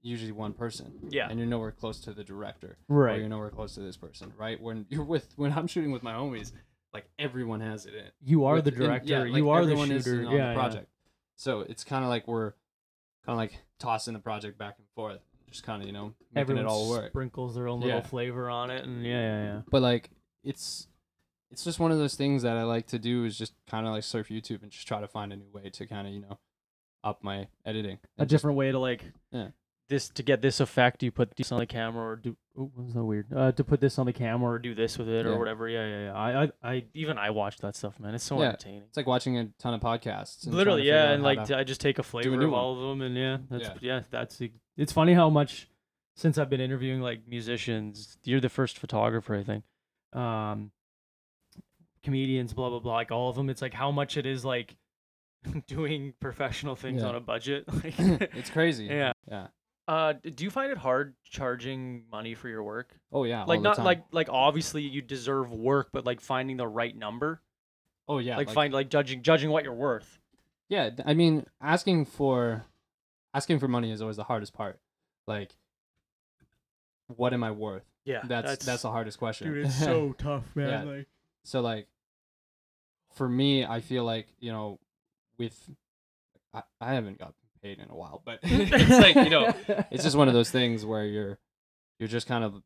Speaker 9: usually one person
Speaker 7: Yeah.
Speaker 9: and you're nowhere close to the director or
Speaker 8: Right.
Speaker 9: you're nowhere close to this person right when you're with when i'm shooting with my homies like everyone has it in.
Speaker 8: You are
Speaker 9: with-
Speaker 8: the
Speaker 9: and, yeah,
Speaker 8: director.
Speaker 9: like,
Speaker 8: you are the
Speaker 9: everyone is
Speaker 8: shooter.
Speaker 9: in on the
Speaker 8: yeah, yeah.
Speaker 9: project. So it's kind of like we're kind of like tossing the project back and forth, just kind of you know making
Speaker 8: Everyone
Speaker 9: it all work.
Speaker 8: sprinkles their own little
Speaker 9: Yeah.
Speaker 8: flavor on it, and yeah, yeah, yeah.
Speaker 9: But like it's it's just one of those things that I like to do is just kind of like surf YouTube and just try to find a new way to kind of you know up my editing.
Speaker 8: a
Speaker 9: and just-
Speaker 8: different way to like
Speaker 9: Yeah.
Speaker 8: this to get this effect. You put this on the camera, or do oh, was that weird? Uh, to put this on the camera, or do this with it, or
Speaker 9: Yeah.
Speaker 8: whatever. Yeah, yeah, yeah. I, I, I, even I watch that stuff, man. It's so
Speaker 9: Yeah.
Speaker 8: entertaining.
Speaker 9: It's like watching a ton of podcasts. and trying to
Speaker 8: Literally,
Speaker 9: figure
Speaker 8: yeah,
Speaker 9: out
Speaker 8: and
Speaker 9: how
Speaker 8: like
Speaker 9: to-
Speaker 8: I just take a flavor
Speaker 9: new
Speaker 8: of
Speaker 9: one.
Speaker 8: all of them, and yeah, that's yeah, that's the- it's funny how much since I've been interviewing like musicians, you're the first photographer, I think, um, comedians, blah blah blah, like all of them. It's like how much it is like doing professional things
Speaker 9: Yeah.
Speaker 8: on a budget. Like,
Speaker 9: it's crazy.
Speaker 8: Yeah.
Speaker 9: Yeah.
Speaker 8: uh, d- do you find it hard charging money for your work?
Speaker 9: Oh yeah. all
Speaker 8: like
Speaker 9: the
Speaker 8: not
Speaker 9: time.
Speaker 8: like like obviously you deserve work, but like finding the right number,
Speaker 9: oh yeah.
Speaker 8: like, find like judging judging what you're worth.
Speaker 9: Yeah, th- I mean, asking for asking for money is always the hardest part. Like, what am I worth?
Speaker 8: Yeah,
Speaker 9: That's that's, the hardest question.
Speaker 8: tough,
Speaker 9: man,
Speaker 8: Like,
Speaker 9: so like, for me, I feel like you know, with I, I haven't got paid in a while, but it's like you know, it's just one of those things where you're you're just kind of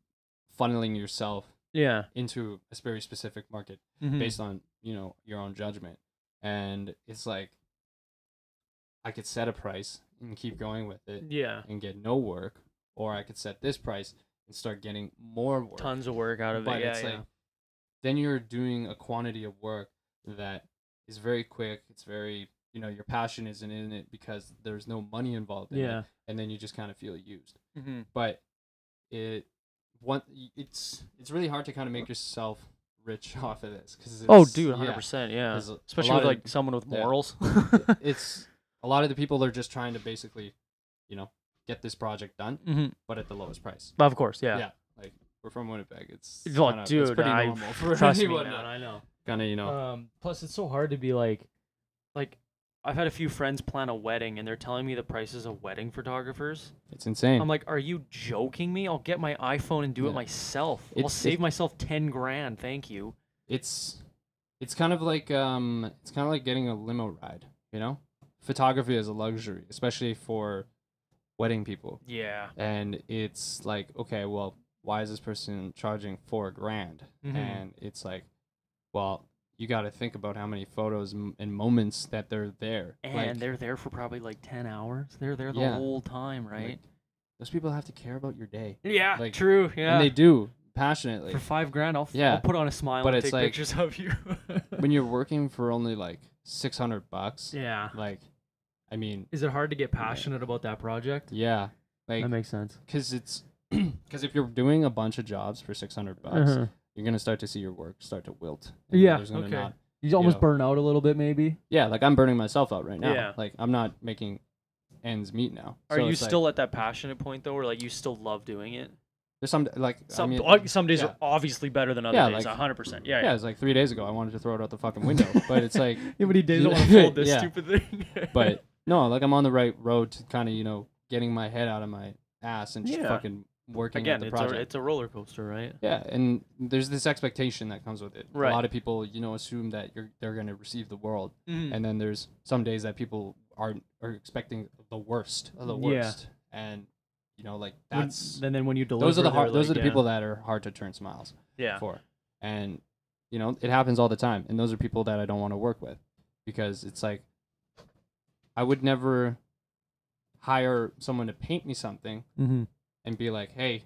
Speaker 9: funneling yourself
Speaker 8: yeah,
Speaker 9: into a very specific market
Speaker 7: Mm-hmm.
Speaker 8: mhm.
Speaker 9: based on you know your own judgment and it's like i could set a price and keep going with it
Speaker 8: yeah,
Speaker 9: and get no work or i could set this price and start getting more work
Speaker 8: tons of work out of it. Yeah, yeah.
Speaker 9: then you're doing a quantity of work that is very quick it's very you know your passion isn't in it because there's no money involved in
Speaker 8: yeah.
Speaker 9: it and then mm-hmm. you just kind of feel used
Speaker 8: Mhm.
Speaker 9: but it one it's it's really hard to kind of make yourself rich off of this because
Speaker 8: Oh, dude, hundred percent. Yeah,
Speaker 9: 'Cause a- a
Speaker 8: especially
Speaker 9: lot
Speaker 8: with
Speaker 9: of-
Speaker 8: like someone with
Speaker 9: yeah.
Speaker 8: morals.
Speaker 9: it's a lot of the people are just trying to basically, you know, get this project done,
Speaker 8: Mhm.
Speaker 9: but at the lowest price.
Speaker 8: Of course, yeah.
Speaker 9: Mm-hmm. Yeah, like we're from Winnipeg. It's
Speaker 8: Well,
Speaker 9: kinda,
Speaker 8: dude,
Speaker 9: it's pretty
Speaker 8: I-
Speaker 9: normal for
Speaker 8: Trust me,
Speaker 9: anyone
Speaker 8: man,
Speaker 9: to
Speaker 8: I know.
Speaker 9: kind of you know.
Speaker 8: Um, plus, it's so hard to be like, like, I've had a few friends plan a wedding, and they're telling me the prices of wedding photographers.
Speaker 9: it's insane.
Speaker 8: I'm like, are you joking me? I'll get my iPhone and do it
Speaker 9: Yeah.
Speaker 8: myself. I'll
Speaker 9: It's-
Speaker 8: save
Speaker 9: it's-
Speaker 8: myself ten grand. Thank you.
Speaker 9: it's it's kind of like um, it's kind of like getting a limo ride. You know, photography is a luxury, especially for wedding people.
Speaker 8: Yeah.
Speaker 9: and it's like okay well why is this person charging four grand
Speaker 8: Mhm.
Speaker 9: and it's like well you got to think about how many photos m- and moments that they're there
Speaker 8: And
Speaker 9: Like,
Speaker 8: they're there for probably like ten hours. They're there the
Speaker 9: Yeah.
Speaker 8: whole time, right?
Speaker 9: those people have to care about your day
Speaker 8: yeah.
Speaker 9: like-
Speaker 8: true. Yeah.
Speaker 9: and they do passionately
Speaker 8: for five grand, I'll, f-
Speaker 9: Yeah.
Speaker 8: I'll put on a smile
Speaker 9: But
Speaker 8: and
Speaker 9: it's
Speaker 8: take
Speaker 9: like-
Speaker 8: pictures of you.
Speaker 9: when you're working for only like 600 bucks
Speaker 8: yeah.
Speaker 9: like i mean
Speaker 8: Is it hard to get passionate about that project?
Speaker 9: yeah like
Speaker 8: That makes sense.
Speaker 9: because it's because if you're doing a bunch of jobs for 600 bucks
Speaker 8: Uh-huh.
Speaker 9: you're gonna start to see your work start to wilt
Speaker 8: Yeah,
Speaker 9: there's gonna
Speaker 8: okay.
Speaker 9: not-
Speaker 8: You almost
Speaker 9: know.
Speaker 8: burn out a little bit, maybe.
Speaker 9: yeah, like I'm burning myself out right now.
Speaker 8: Yeah.
Speaker 9: Like I'm not making ends meet now.
Speaker 8: Are
Speaker 9: So
Speaker 8: you
Speaker 9: it's like-
Speaker 8: still at that passionate point though, where like you still love doing it?
Speaker 9: there's some like
Speaker 8: Some
Speaker 9: I mean,
Speaker 8: uh, some days
Speaker 9: yeah.
Speaker 8: are obviously better than other
Speaker 9: Yeah,
Speaker 8: days.
Speaker 9: like-
Speaker 8: hundred percent. Yeah.
Speaker 9: yeah, it's like three days ago I wanted to throw it out the fucking window, but it's like,
Speaker 8: How many days I
Speaker 9: You-
Speaker 8: want to fold this
Speaker 9: yeah.
Speaker 8: stupid thing?
Speaker 9: but no, like I'm on the right road to kind of you know getting my head out of my ass and just
Speaker 8: Yeah.
Speaker 9: fucking working at
Speaker 8: again,
Speaker 9: the
Speaker 8: it's a,
Speaker 9: project.
Speaker 8: it's a roller coaster, right?
Speaker 9: yeah, and there's this expectation that comes with it.
Speaker 8: Right.
Speaker 9: A lot of people, you know, assume that you're they're gonna receive the world,
Speaker 8: Mm-hmm. Mm.
Speaker 9: and then there's some days that people aren't are expecting the worst of the
Speaker 8: Yeah.
Speaker 9: worst, and you know, like
Speaker 8: When-
Speaker 9: that's
Speaker 8: and then when you deliver,
Speaker 9: those are the
Speaker 8: they're
Speaker 9: hard, those
Speaker 8: like,
Speaker 9: are the
Speaker 8: yeah,
Speaker 9: people that are hard to turn smiles
Speaker 8: Yeah.
Speaker 9: for, and you know it happens all the time. And those are people that I don't want to work with because it's like I would never hire someone to paint me something
Speaker 8: Mhm.
Speaker 9: and be like, "Hey,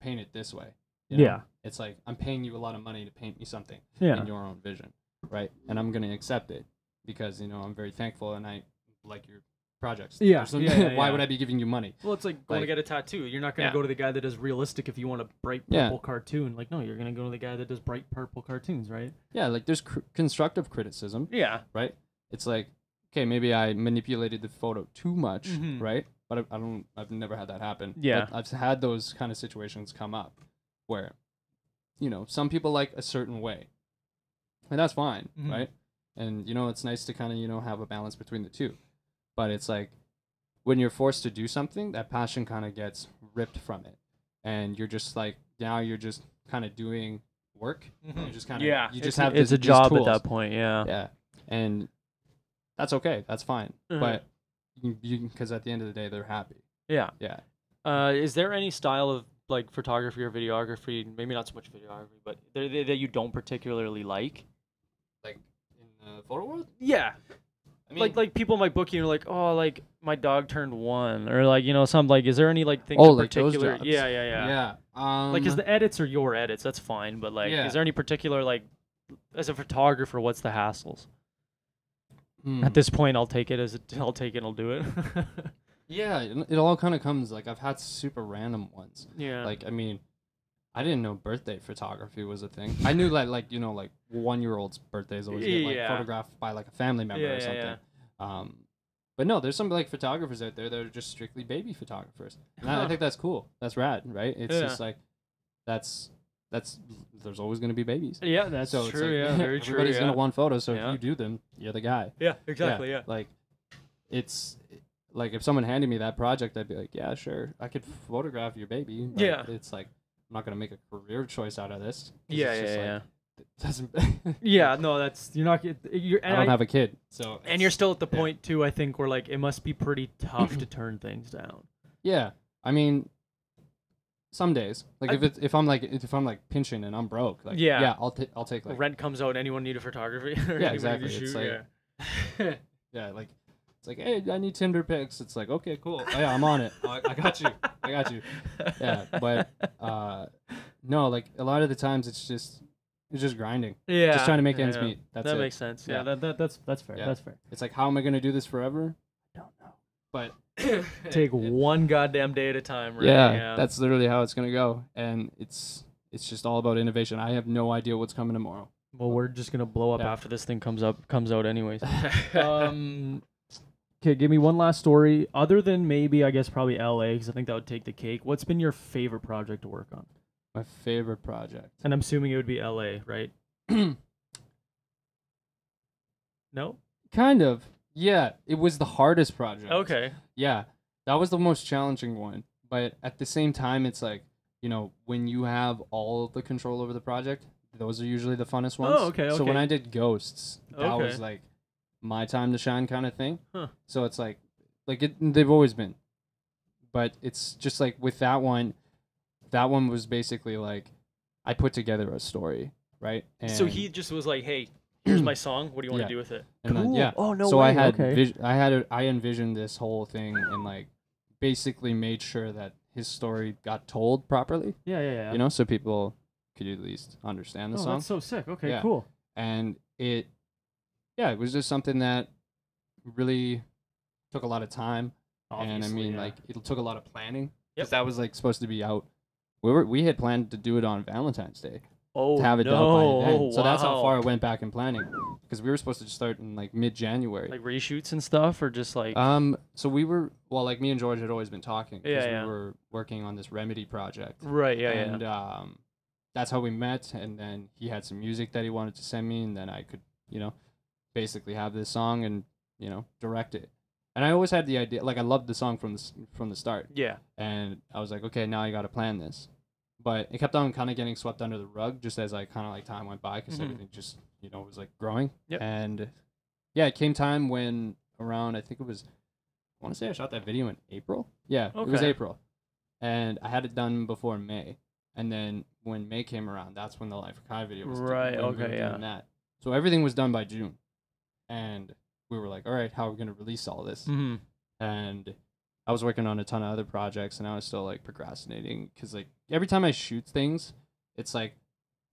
Speaker 9: paint it this way." you know?
Speaker 8: Yeah.
Speaker 9: it's like I'm paying you a lot of money to paint me something
Speaker 8: Yeah.
Speaker 9: in your own vision, right? And I'm gonna accept it because you know I'm very thankful and I like your projects.
Speaker 8: Yeah,
Speaker 9: There's no-
Speaker 8: yeah, yeah,
Speaker 9: why
Speaker 8: yeah.
Speaker 9: would I be giving you money?
Speaker 8: Well, it's like going
Speaker 9: Like-
Speaker 8: to get a tattoo. You're not going to
Speaker 9: Yeah.
Speaker 8: go to the guy that does realistic if you want a bright
Speaker 9: Yeah.
Speaker 8: purple cartoon. Like, no, you're going to go to the guy that does bright purple cartoons, right?
Speaker 9: Yeah, like there's cr- constructive criticism.
Speaker 8: Yeah.
Speaker 9: right? It's like, okay, maybe I manipulated the photo too much,
Speaker 8: Mhm.
Speaker 9: right? But I, I don't, I've never had that happen.
Speaker 8: Yeah.
Speaker 9: But I've had those kind of situations come up where, you know, some people like a certain way, and that's fine,
Speaker 8: Mhm.
Speaker 9: right? And, you know, it's nice to kind of, you know, have a balance between the two. But it's like when you're forced to do something, that passion kind of gets ripped from it. And you're just like, now you're just kind of doing work. You just kind of
Speaker 11: Yeah,
Speaker 9: You
Speaker 8: It's-
Speaker 9: just have
Speaker 8: it's
Speaker 9: this-
Speaker 8: a
Speaker 9: these
Speaker 8: job
Speaker 9: tools.
Speaker 8: at that point. Yeah.
Speaker 9: Yeah, and that's okay. That's fine.
Speaker 11: Uh-huh.
Speaker 9: But you because you, 'cause at the end of the day, they're happy.
Speaker 8: Yeah.
Speaker 9: Yeah.
Speaker 8: Uh, is there any style of like photography or videography, maybe not so much videography, but that, that that you don't particularly like?
Speaker 9: Like in the photo world.
Speaker 8: Yeah.
Speaker 9: I mean,
Speaker 8: like like people might book you and like, "Oh, like my dog turned 1" or like, you know, some like is there any like thing
Speaker 9: Oh,
Speaker 8: in
Speaker 9: like those
Speaker 8: particular?
Speaker 9: jobs.
Speaker 8: yeah, yeah, yeah.
Speaker 9: yeah. Um,
Speaker 8: Like is the edits or your edits, that's fine, but like
Speaker 9: Yeah.
Speaker 8: is there any particular like as a photographer, what's the hassles?
Speaker 9: hmm.
Speaker 8: At this point, I'll take it as it, I'll take it, and I'll do it.
Speaker 9: Yeah, it it all kind of comes like I've had super random ones.
Speaker 8: yeah.
Speaker 9: Like I mean, I didn't know birthday photography was a thing. I knew like like you know like one year olds' birthdays always get like
Speaker 8: Yeah.
Speaker 9: photographed by like a family member
Speaker 8: Yeah,
Speaker 9: or
Speaker 8: yeah,
Speaker 9: something.
Speaker 8: yeah.
Speaker 9: Um, but no, there's some like photographers out there that are just strictly baby photographers, and I, I
Speaker 8: Huh.
Speaker 9: think that's cool. That's rad, right? It's
Speaker 8: Yeah.
Speaker 9: just like that's that's there's always gonna be babies.
Speaker 8: yeah, that's
Speaker 9: so it's
Speaker 8: true.
Speaker 9: like,
Speaker 8: yeah, very true.
Speaker 9: everybody's
Speaker 8: yeah.
Speaker 9: gonna want photos, so
Speaker 8: Yeah.
Speaker 9: if you do them, you're the guy.
Speaker 8: yeah, exactly. Yeah.
Speaker 9: Like, it's like if someone handed me that project, I'd be like, yeah, sure, I could photograph your baby. but
Speaker 8: Yeah.
Speaker 9: It's like I'm not gonna make a career choice out of this. 'cause
Speaker 8: Yeah,
Speaker 9: it's
Speaker 8: yeah,
Speaker 9: just
Speaker 8: yeah.
Speaker 9: like, it doesn't.
Speaker 8: Yeah, no, that's you're not. get- You're,
Speaker 9: I
Speaker 8: and,
Speaker 9: don't
Speaker 8: I-
Speaker 9: have a kid, so
Speaker 8: and you're still at the
Speaker 9: yeah.
Speaker 8: point too. I think where like it must be pretty tough to turn things down.
Speaker 9: yeah. I mean, some days, like
Speaker 8: I-
Speaker 9: if it's if I'm like if I'm like pinching and I'm broke, like
Speaker 8: Yeah.
Speaker 9: yeah, I'll t- I'll take like
Speaker 8: Rent comes out. Anyone need a photography? Or anyone
Speaker 9: yeah,
Speaker 8: need
Speaker 9: exactly.
Speaker 8: To shoot?
Speaker 9: It's like yeah, like. It's like, hey, I need Tinder pics. It's like, okay, cool. Oh, yeah, I'm on it. I, I got you. I got you.
Speaker 8: yeah.
Speaker 9: yeah but uh no like a lot of the times it's just it's just grinding
Speaker 8: yeah,
Speaker 9: just trying to make
Speaker 8: yeah,
Speaker 9: ends
Speaker 8: yeah.
Speaker 9: meet that's
Speaker 8: that
Speaker 9: it
Speaker 8: makes sense. Yeah,
Speaker 9: Yeah.
Speaker 8: That, that that's that's fair.
Speaker 9: Yeah.
Speaker 8: That's fair.
Speaker 9: it's like how am i going to do this forever i don't know but
Speaker 8: Take one goddamn day at a time. Right?
Speaker 9: yeah, that's literally how it's going to go and it's it's just all about innovation i have no idea what's coming tomorrow
Speaker 8: well, we're just gonna blow up
Speaker 9: Yeah.
Speaker 8: after this thing comes up comes out, anyways. um okay give me one last story other than maybe i guess probably la because i think that would take the cake what's been your favorite project to work on
Speaker 9: my favorite project
Speaker 8: and i'm assuming it would be la right no
Speaker 9: kind of yeah it was the hardest project
Speaker 8: okay
Speaker 9: yeah that was the most challenging one but at the same time it's like you know when you have all the control over the project those are usually the funnest ones
Speaker 8: Oh, okay,
Speaker 9: so when
Speaker 8: okay.
Speaker 9: i did ghosts that
Speaker 8: Okay.
Speaker 9: was like my time to shine kind of thing
Speaker 8: Huh.
Speaker 9: so it's like like it, they've always been but it's just like with that one that one was basically like i put together a story right and,
Speaker 8: so he just was like hey here's my song what do you want to
Speaker 9: Yeah.
Speaker 8: do with it
Speaker 9: and then yeah
Speaker 8: oh no
Speaker 9: so I had vis- I had a, I envisioned this whole thing and like basically made sure that his story got told properly,
Speaker 8: yeah yeah yeah
Speaker 9: you know, so people could at least understand the
Speaker 8: oh,
Speaker 9: song.
Speaker 8: that's so sick okay
Speaker 9: Yeah.
Speaker 8: cool
Speaker 9: And it, yeah, it was just something that really took a lot of time, and I
Speaker 8: Obviously,
Speaker 9: mean
Speaker 8: yeah.
Speaker 9: like it took a lot of planning
Speaker 8: Yep.
Speaker 9: because that was like supposed to be out. We were we had planned to do it on Valentine's Day
Speaker 8: oh
Speaker 9: to have it
Speaker 8: no.
Speaker 9: done by then,
Speaker 8: Oh,
Speaker 9: so that's how
Speaker 8: wow.
Speaker 9: far it went back in planning because we were supposed to start in like mid January.
Speaker 8: like reshoots and stuff or just like
Speaker 9: Um, so we were well, like me and George had always been talking because
Speaker 8: Yeah,
Speaker 9: we
Speaker 8: yeah.
Speaker 9: were working on this remedy project,
Speaker 8: right yeah yeah
Speaker 9: and um, that's how we met. And then he had some music that he wanted to send me, and then I could, you know, basically have this song and you know direct it. And I always had the idea, like I loved the song from the s- from the start,
Speaker 8: yeah
Speaker 9: and I was like, okay, now I got to plan this. But it kept on kind of getting swept under the rug just as I kind of like time went by because
Speaker 8: Mhm.
Speaker 9: everything just you know was like growing.
Speaker 8: Yep.
Speaker 9: And yeah, it came time when around I think it was I want to say I shot that video in April. Yeah, it was
Speaker 8: Okay.
Speaker 9: April, and I had it done before May. And then when May came around, that's when the Life of Kai video was done,
Speaker 8: Right,
Speaker 9: when we were
Speaker 8: okay, yeah.
Speaker 9: doing That. So everything was done by June, and we were like, all right, how are we gonna release all this?
Speaker 8: mm-hmm.
Speaker 9: and I was working on a ton of other projects, and I was still like procrastinating because like every time I shoot things, it's like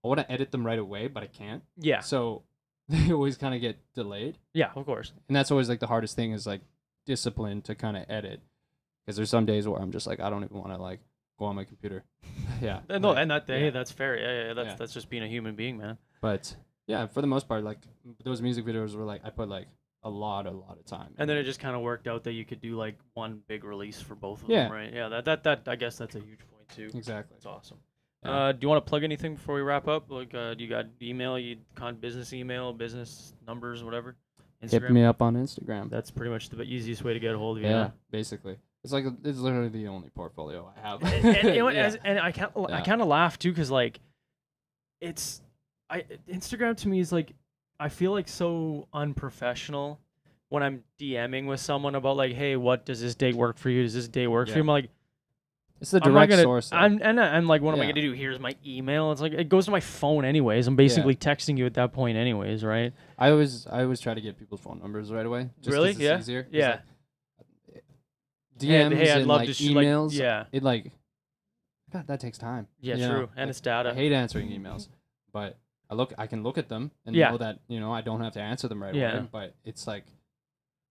Speaker 9: I want to edit them right away, but I can't.
Speaker 8: yeah
Speaker 9: So they always kind of get delayed,
Speaker 8: yeah of course
Speaker 9: and that's always like the hardest thing is like discipline to kind of edit because there's some days where I'm just like I don't even want to like go on my computer. yeah.
Speaker 8: Uh, No,
Speaker 9: like-
Speaker 8: and that hey,
Speaker 9: yeah.
Speaker 8: that's fair. Yeah, yeah, that's
Speaker 9: Yeah.
Speaker 8: that's just being a human being, man.
Speaker 9: But yeah, for the most part, like those music videos were like I put like a lot, a lot of time.
Speaker 8: And then it just kind of worked out that you could do like one big release for both of
Speaker 9: Yeah.
Speaker 8: them, right? Yeah, that that that I guess that's a huge point too.
Speaker 9: exactly.
Speaker 8: That's awesome.
Speaker 9: Yeah.
Speaker 8: Uh, do you want to plug anything before we wrap up? Like, uh, do you got email? You con business email, business numbers, whatever.
Speaker 9: Hit me up on Instagram.
Speaker 8: That's pretty much the easiest way to get a hold of you.
Speaker 9: Yeah,
Speaker 8: huh?
Speaker 9: basically. It's like it's literally the only portfolio I have.
Speaker 8: and, and, you know what,
Speaker 9: Yeah.
Speaker 8: as- and I can't. I
Speaker 9: Yeah.
Speaker 8: kind of laugh too, cause like, it's I Instagram to me is like I feel like so unprofessional when I'm DMing with someone about like, hey, what does this day work for you? Does this day work for
Speaker 9: Yeah.
Speaker 8: you? I'm like,
Speaker 9: It's the
Speaker 8: I'm not
Speaker 9: direct
Speaker 8: gonna,
Speaker 9: source. though.
Speaker 8: I'm and I'm like, what am I
Speaker 9: Yeah.
Speaker 8: gonna do? Here's my email. It's like it goes to my phone anyways. I'm basically texting you at that point anyways, right?
Speaker 9: I always I always try to get people's phone numbers right away. Just 'cause
Speaker 8: Really?
Speaker 9: It's
Speaker 8: Yeah.
Speaker 9: Easier. 'Cause,
Speaker 8: Yeah.
Speaker 9: like,
Speaker 8: Hey,
Speaker 9: DMs
Speaker 8: hey, I'd
Speaker 9: and
Speaker 8: love
Speaker 9: like
Speaker 8: to shoot, like,
Speaker 9: emails.
Speaker 8: yeah.
Speaker 9: It like, God, that takes time.
Speaker 8: Yeah,
Speaker 9: you know?
Speaker 8: true. And
Speaker 9: Like,
Speaker 8: it's data.
Speaker 9: I hate answering emails, but I look I can look at them and
Speaker 8: Yeah.
Speaker 9: know that you know I don't have to answer them right
Speaker 8: Yeah.
Speaker 9: away. But it's like,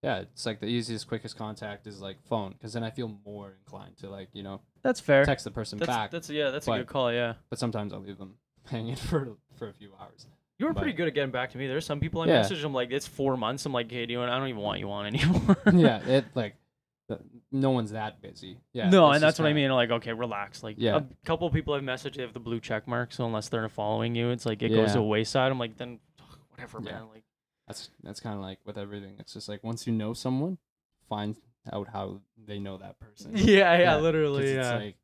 Speaker 9: yeah, it's like the easiest, quickest contact is like phone, because then I feel more inclined to like you know
Speaker 8: That's fair.
Speaker 9: text the person
Speaker 8: that's,
Speaker 9: back.
Speaker 8: that's yeah, that's a
Speaker 9: but-
Speaker 8: good call, yeah.
Speaker 9: but sometimes I'll leave them hanging for for a few hours.
Speaker 8: You were
Speaker 9: But-
Speaker 8: pretty good at getting back to me. There's some people I
Speaker 9: Yeah.
Speaker 8: message. I'm like, it's four months. I'm like, hey, do you want? I don't even want you on anymore.
Speaker 9: yeah, it like, th- no one's that busy. Yeah.
Speaker 8: no, and
Speaker 9: it's just
Speaker 8: that's what I
Speaker 9: kinda-
Speaker 8: mean. Like, okay, relax. Like,
Speaker 9: Yeah.
Speaker 8: a couple people I've messaged, they have the blue check mark. So unless they're following you, it's like it goes to
Speaker 9: Yeah.
Speaker 8: a wayside. I'm like, then ugh, whatever,
Speaker 9: Yeah.
Speaker 8: man. Like,
Speaker 9: That's that's kind of like with everything. It's just like once you know someone, find out how they know that person. 'Cause
Speaker 8: yeah, yeah,
Speaker 9: Yeah,
Speaker 8: literally,
Speaker 9: it's
Speaker 8: yeah.
Speaker 9: like,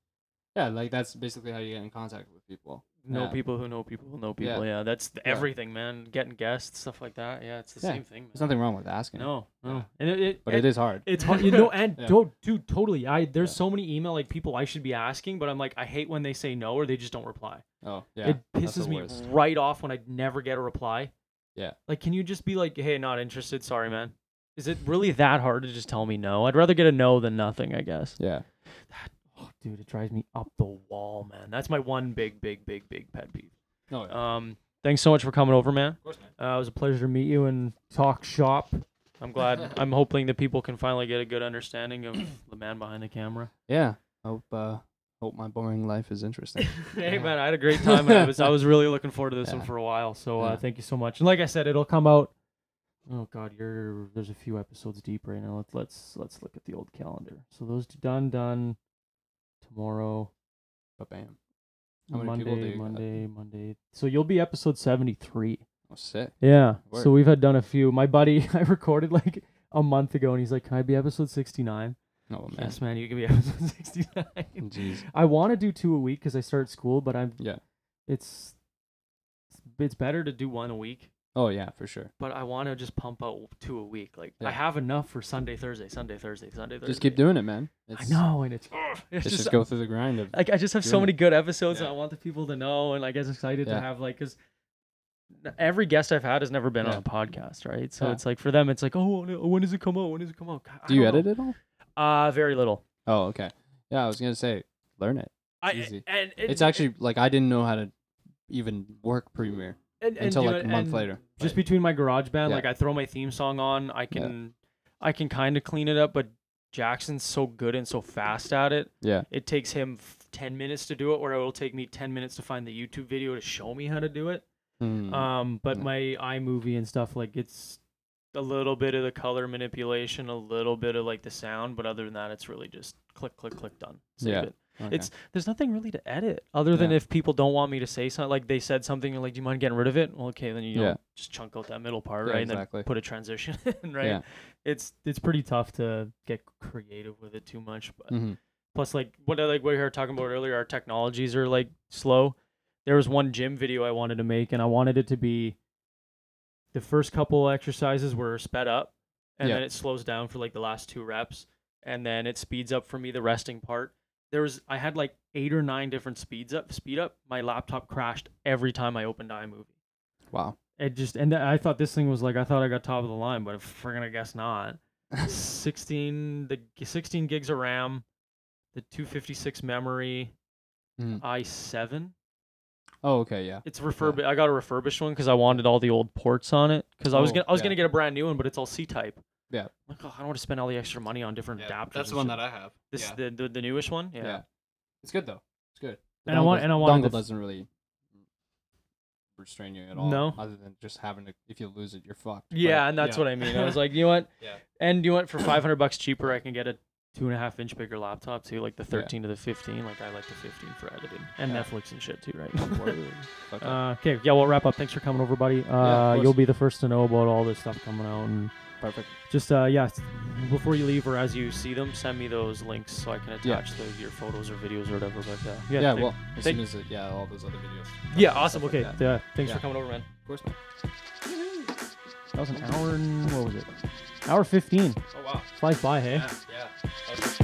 Speaker 9: yeah, like that's basically how you get in contact with people.
Speaker 8: know
Speaker 9: yeah.
Speaker 8: people who know people who know
Speaker 9: Yeah.
Speaker 8: people. Yeah, that's th- everything, man. Getting guests, stuff like that. Yeah, it's the
Speaker 9: Yeah,
Speaker 8: same thing.
Speaker 9: There's
Speaker 8: Man.
Speaker 9: nothing wrong with asking.
Speaker 8: No, no,
Speaker 9: Yeah.
Speaker 8: and it, it
Speaker 9: but it is hard.
Speaker 8: It's hard, you know, and
Speaker 9: Yeah.
Speaker 8: don't, dude, totally. I there's
Speaker 9: Yeah.
Speaker 8: so many email like people I should be asking, but I'm like, I hate when they say no or they just don't reply.
Speaker 9: oh yeah,
Speaker 8: it
Speaker 9: that's the
Speaker 8: pisses me
Speaker 9: worst.
Speaker 8: right off when I never get a reply.
Speaker 9: Yeah.
Speaker 8: Like, can you just be like, hey, not interested? Sorry, man. Is it really that hard to just tell me no? I'd rather get a no than nothing, I guess.
Speaker 9: Yeah,
Speaker 8: Oh, dude, it drives me up the wall, man. That's my one big, big, big, big pet peeve.
Speaker 9: no, yeah.
Speaker 8: Um, thanks so much for coming over, man. Of course, man. Uh, it was a pleasure to meet you and talk shop. I'm glad. I'm hoping that people can finally get a good understanding of the man behind the camera.
Speaker 9: yeah. Hope uh, hope my boring life is interesting.
Speaker 8: Hey man, I had a great time. and I was I was really looking forward to this one
Speaker 9: Yeah.
Speaker 8: for a while. So uh,
Speaker 9: Yeah.
Speaker 8: thank you so much. And like I said, it'll come out. Oh God, you're there's a few episodes deep right now. Let's let's let's look at the old calendar. So those two done done tomorrow.
Speaker 9: but bam. How many
Speaker 8: Monday,
Speaker 9: people do you got?
Speaker 8: Monday, Monday. So you'll be episode seventy three.
Speaker 9: Oh sick.
Speaker 8: Yeah.
Speaker 9: Word.
Speaker 8: So we've had done a few. My buddy, I recorded like a month ago, and he's like, "Can I be episode 69?
Speaker 9: Oh man.
Speaker 8: Yes, man, you can be episode sixty nine.
Speaker 9: Jeez.
Speaker 8: I want to do two a week because I start school, but I'm
Speaker 9: Yeah.
Speaker 8: It's it's better to do one a week,
Speaker 9: Oh yeah, for sure.
Speaker 8: but I want to just pump out two a week. Like I
Speaker 9: Yeah.
Speaker 8: have enough for Sunday, Thursday, Sunday, Thursday, Sunday, Thursday.
Speaker 9: Just keep doing it, man.
Speaker 8: I
Speaker 9: It's,
Speaker 8: know, and it's it's
Speaker 9: It's
Speaker 8: just,
Speaker 9: just go through the grind of
Speaker 8: like I just have so
Speaker 9: doing
Speaker 8: many good episodes,
Speaker 9: Yeah.
Speaker 8: and I want the people to know, and I get excited to
Speaker 9: Yeah.
Speaker 8: have like because. Every guest I've had has never been on
Speaker 9: Yeah.
Speaker 8: a podcast, right? So
Speaker 9: Yeah.
Speaker 8: it's like for them, it's like, oh, when- when does it come out? When does it come out? God, I
Speaker 9: Do you
Speaker 8: don't know.
Speaker 9: edit it all?
Speaker 8: Uh, very little.
Speaker 9: Oh, okay. Yeah, I was gonna say, learn it.
Speaker 8: I
Speaker 9: Easy.
Speaker 8: and, and
Speaker 9: It's actually like I didn't know how to even work Premiere
Speaker 8: and, and,
Speaker 9: until
Speaker 8: you
Speaker 9: like
Speaker 8: know,
Speaker 9: a month
Speaker 8: and-
Speaker 9: later.
Speaker 8: just
Speaker 9: Like,
Speaker 8: between my garage band
Speaker 9: Yeah.
Speaker 8: like i throw my theme song on i can i can kind of clean it up but jackson's so good and so fast at it
Speaker 9: yeah,
Speaker 8: it takes him f- 10 minutes to do it or it will take me 10 minutes to find the youtube video to show me how to do it
Speaker 9: Hmm.
Speaker 8: um but
Speaker 9: Yeah.
Speaker 8: my imovie and stuff like it's a little bit of the color manipulation a little bit of like the sound but other than that it's really just click click click done Save
Speaker 9: Yeah.
Speaker 8: it.
Speaker 9: okay.
Speaker 8: It's there's nothing really to edit other than
Speaker 9: Yeah.
Speaker 8: if people don't want me to say something like they said something and like do you mind getting rid of it? Well, okay, then you know,
Speaker 9: Yeah.
Speaker 8: just chunk out that middle part,
Speaker 9: Yeah,
Speaker 8: right? And
Speaker 9: exactly.
Speaker 8: then put a transition in, right?
Speaker 9: Yeah.
Speaker 8: It's it's pretty tough to get creative with it too much, but
Speaker 9: Mhm.
Speaker 8: plus like what I- like what we were talking about earlier, our technologies are like slow. There was one gym video I wanted to make and I wanted it to be the first couple exercises were sped up and
Speaker 9: Yeah.
Speaker 8: then it slows down for like the last two reps and then it speeds up for me the resting part there was i had like eight or nine different speeds up speed up my laptop crashed every time i opened imovie
Speaker 9: wow.
Speaker 8: it just and i thought this thing was like i thought i got top of the line but friggin' i guess not 16 the g- 16 gigs of ram the 256 memory
Speaker 9: Mm.
Speaker 8: i7
Speaker 9: Oh, okay, yeah.
Speaker 8: it's refurb. I got a refurbished one because I wanted all the old ports on it. Because I was
Speaker 9: Oh,
Speaker 8: gonna, I was
Speaker 9: yeah.
Speaker 8: gonna get a brand new one, but it's all C type.
Speaker 9: Yeah.
Speaker 8: Like, oh, I don't want to spend all the extra money on different adapters.
Speaker 7: That's the
Speaker 8: and
Speaker 7: one
Speaker 8: shit.
Speaker 7: that I have.
Speaker 8: This
Speaker 7: yeah.
Speaker 8: the, the the newest one. Yeah.
Speaker 9: yeah, It's good though. It's good. The
Speaker 8: And I want-
Speaker 9: dongle-
Speaker 8: and I wanted
Speaker 9: dongle
Speaker 8: the f-
Speaker 9: doesn't really restrain you at all.
Speaker 8: No.
Speaker 9: other than just having to. If you lose it, you're fucked. but-
Speaker 8: Yeah, and that's
Speaker 7: yeah.
Speaker 8: what I mean. I was like, you know what?
Speaker 7: Yeah.
Speaker 8: And you want for five hundred bucks cheaper, I can get a two and a half inch bigger laptop too, like the thirteen to the fifteen. Like I like the fifteen for editing and
Speaker 9: Yeah.
Speaker 8: Netflix and shit too,
Speaker 9: Word.
Speaker 8: right?
Speaker 9: Fuck it.
Speaker 8: Uh, okay, yeah, we'll wrap up. Thanks for coming over, buddy. Uh,
Speaker 9: course.
Speaker 8: you'll be the first to know about all this stuff coming out, and
Speaker 9: Perfect.
Speaker 8: just uh, yeah, before you leave or as you see them, send me those links so I can attach those your photos or videos or whatever like that. Yeah.
Speaker 7: yeah,
Speaker 8: thank-
Speaker 7: well, as
Speaker 8: thank-
Speaker 7: soon as it, yeah, all those other videos.
Speaker 8: yeah.
Speaker 7: and
Speaker 8: Awesome.
Speaker 7: stuff
Speaker 8: Okay.
Speaker 7: like that.
Speaker 8: yeah. Thanks
Speaker 7: Yeah.
Speaker 8: for coming over, man.
Speaker 7: Of course. man.
Speaker 8: That was an hour and what was it? Hour fifteen.
Speaker 12: Oh wow.
Speaker 8: Flies by, hey.
Speaker 12: Yeah. yeah. That was-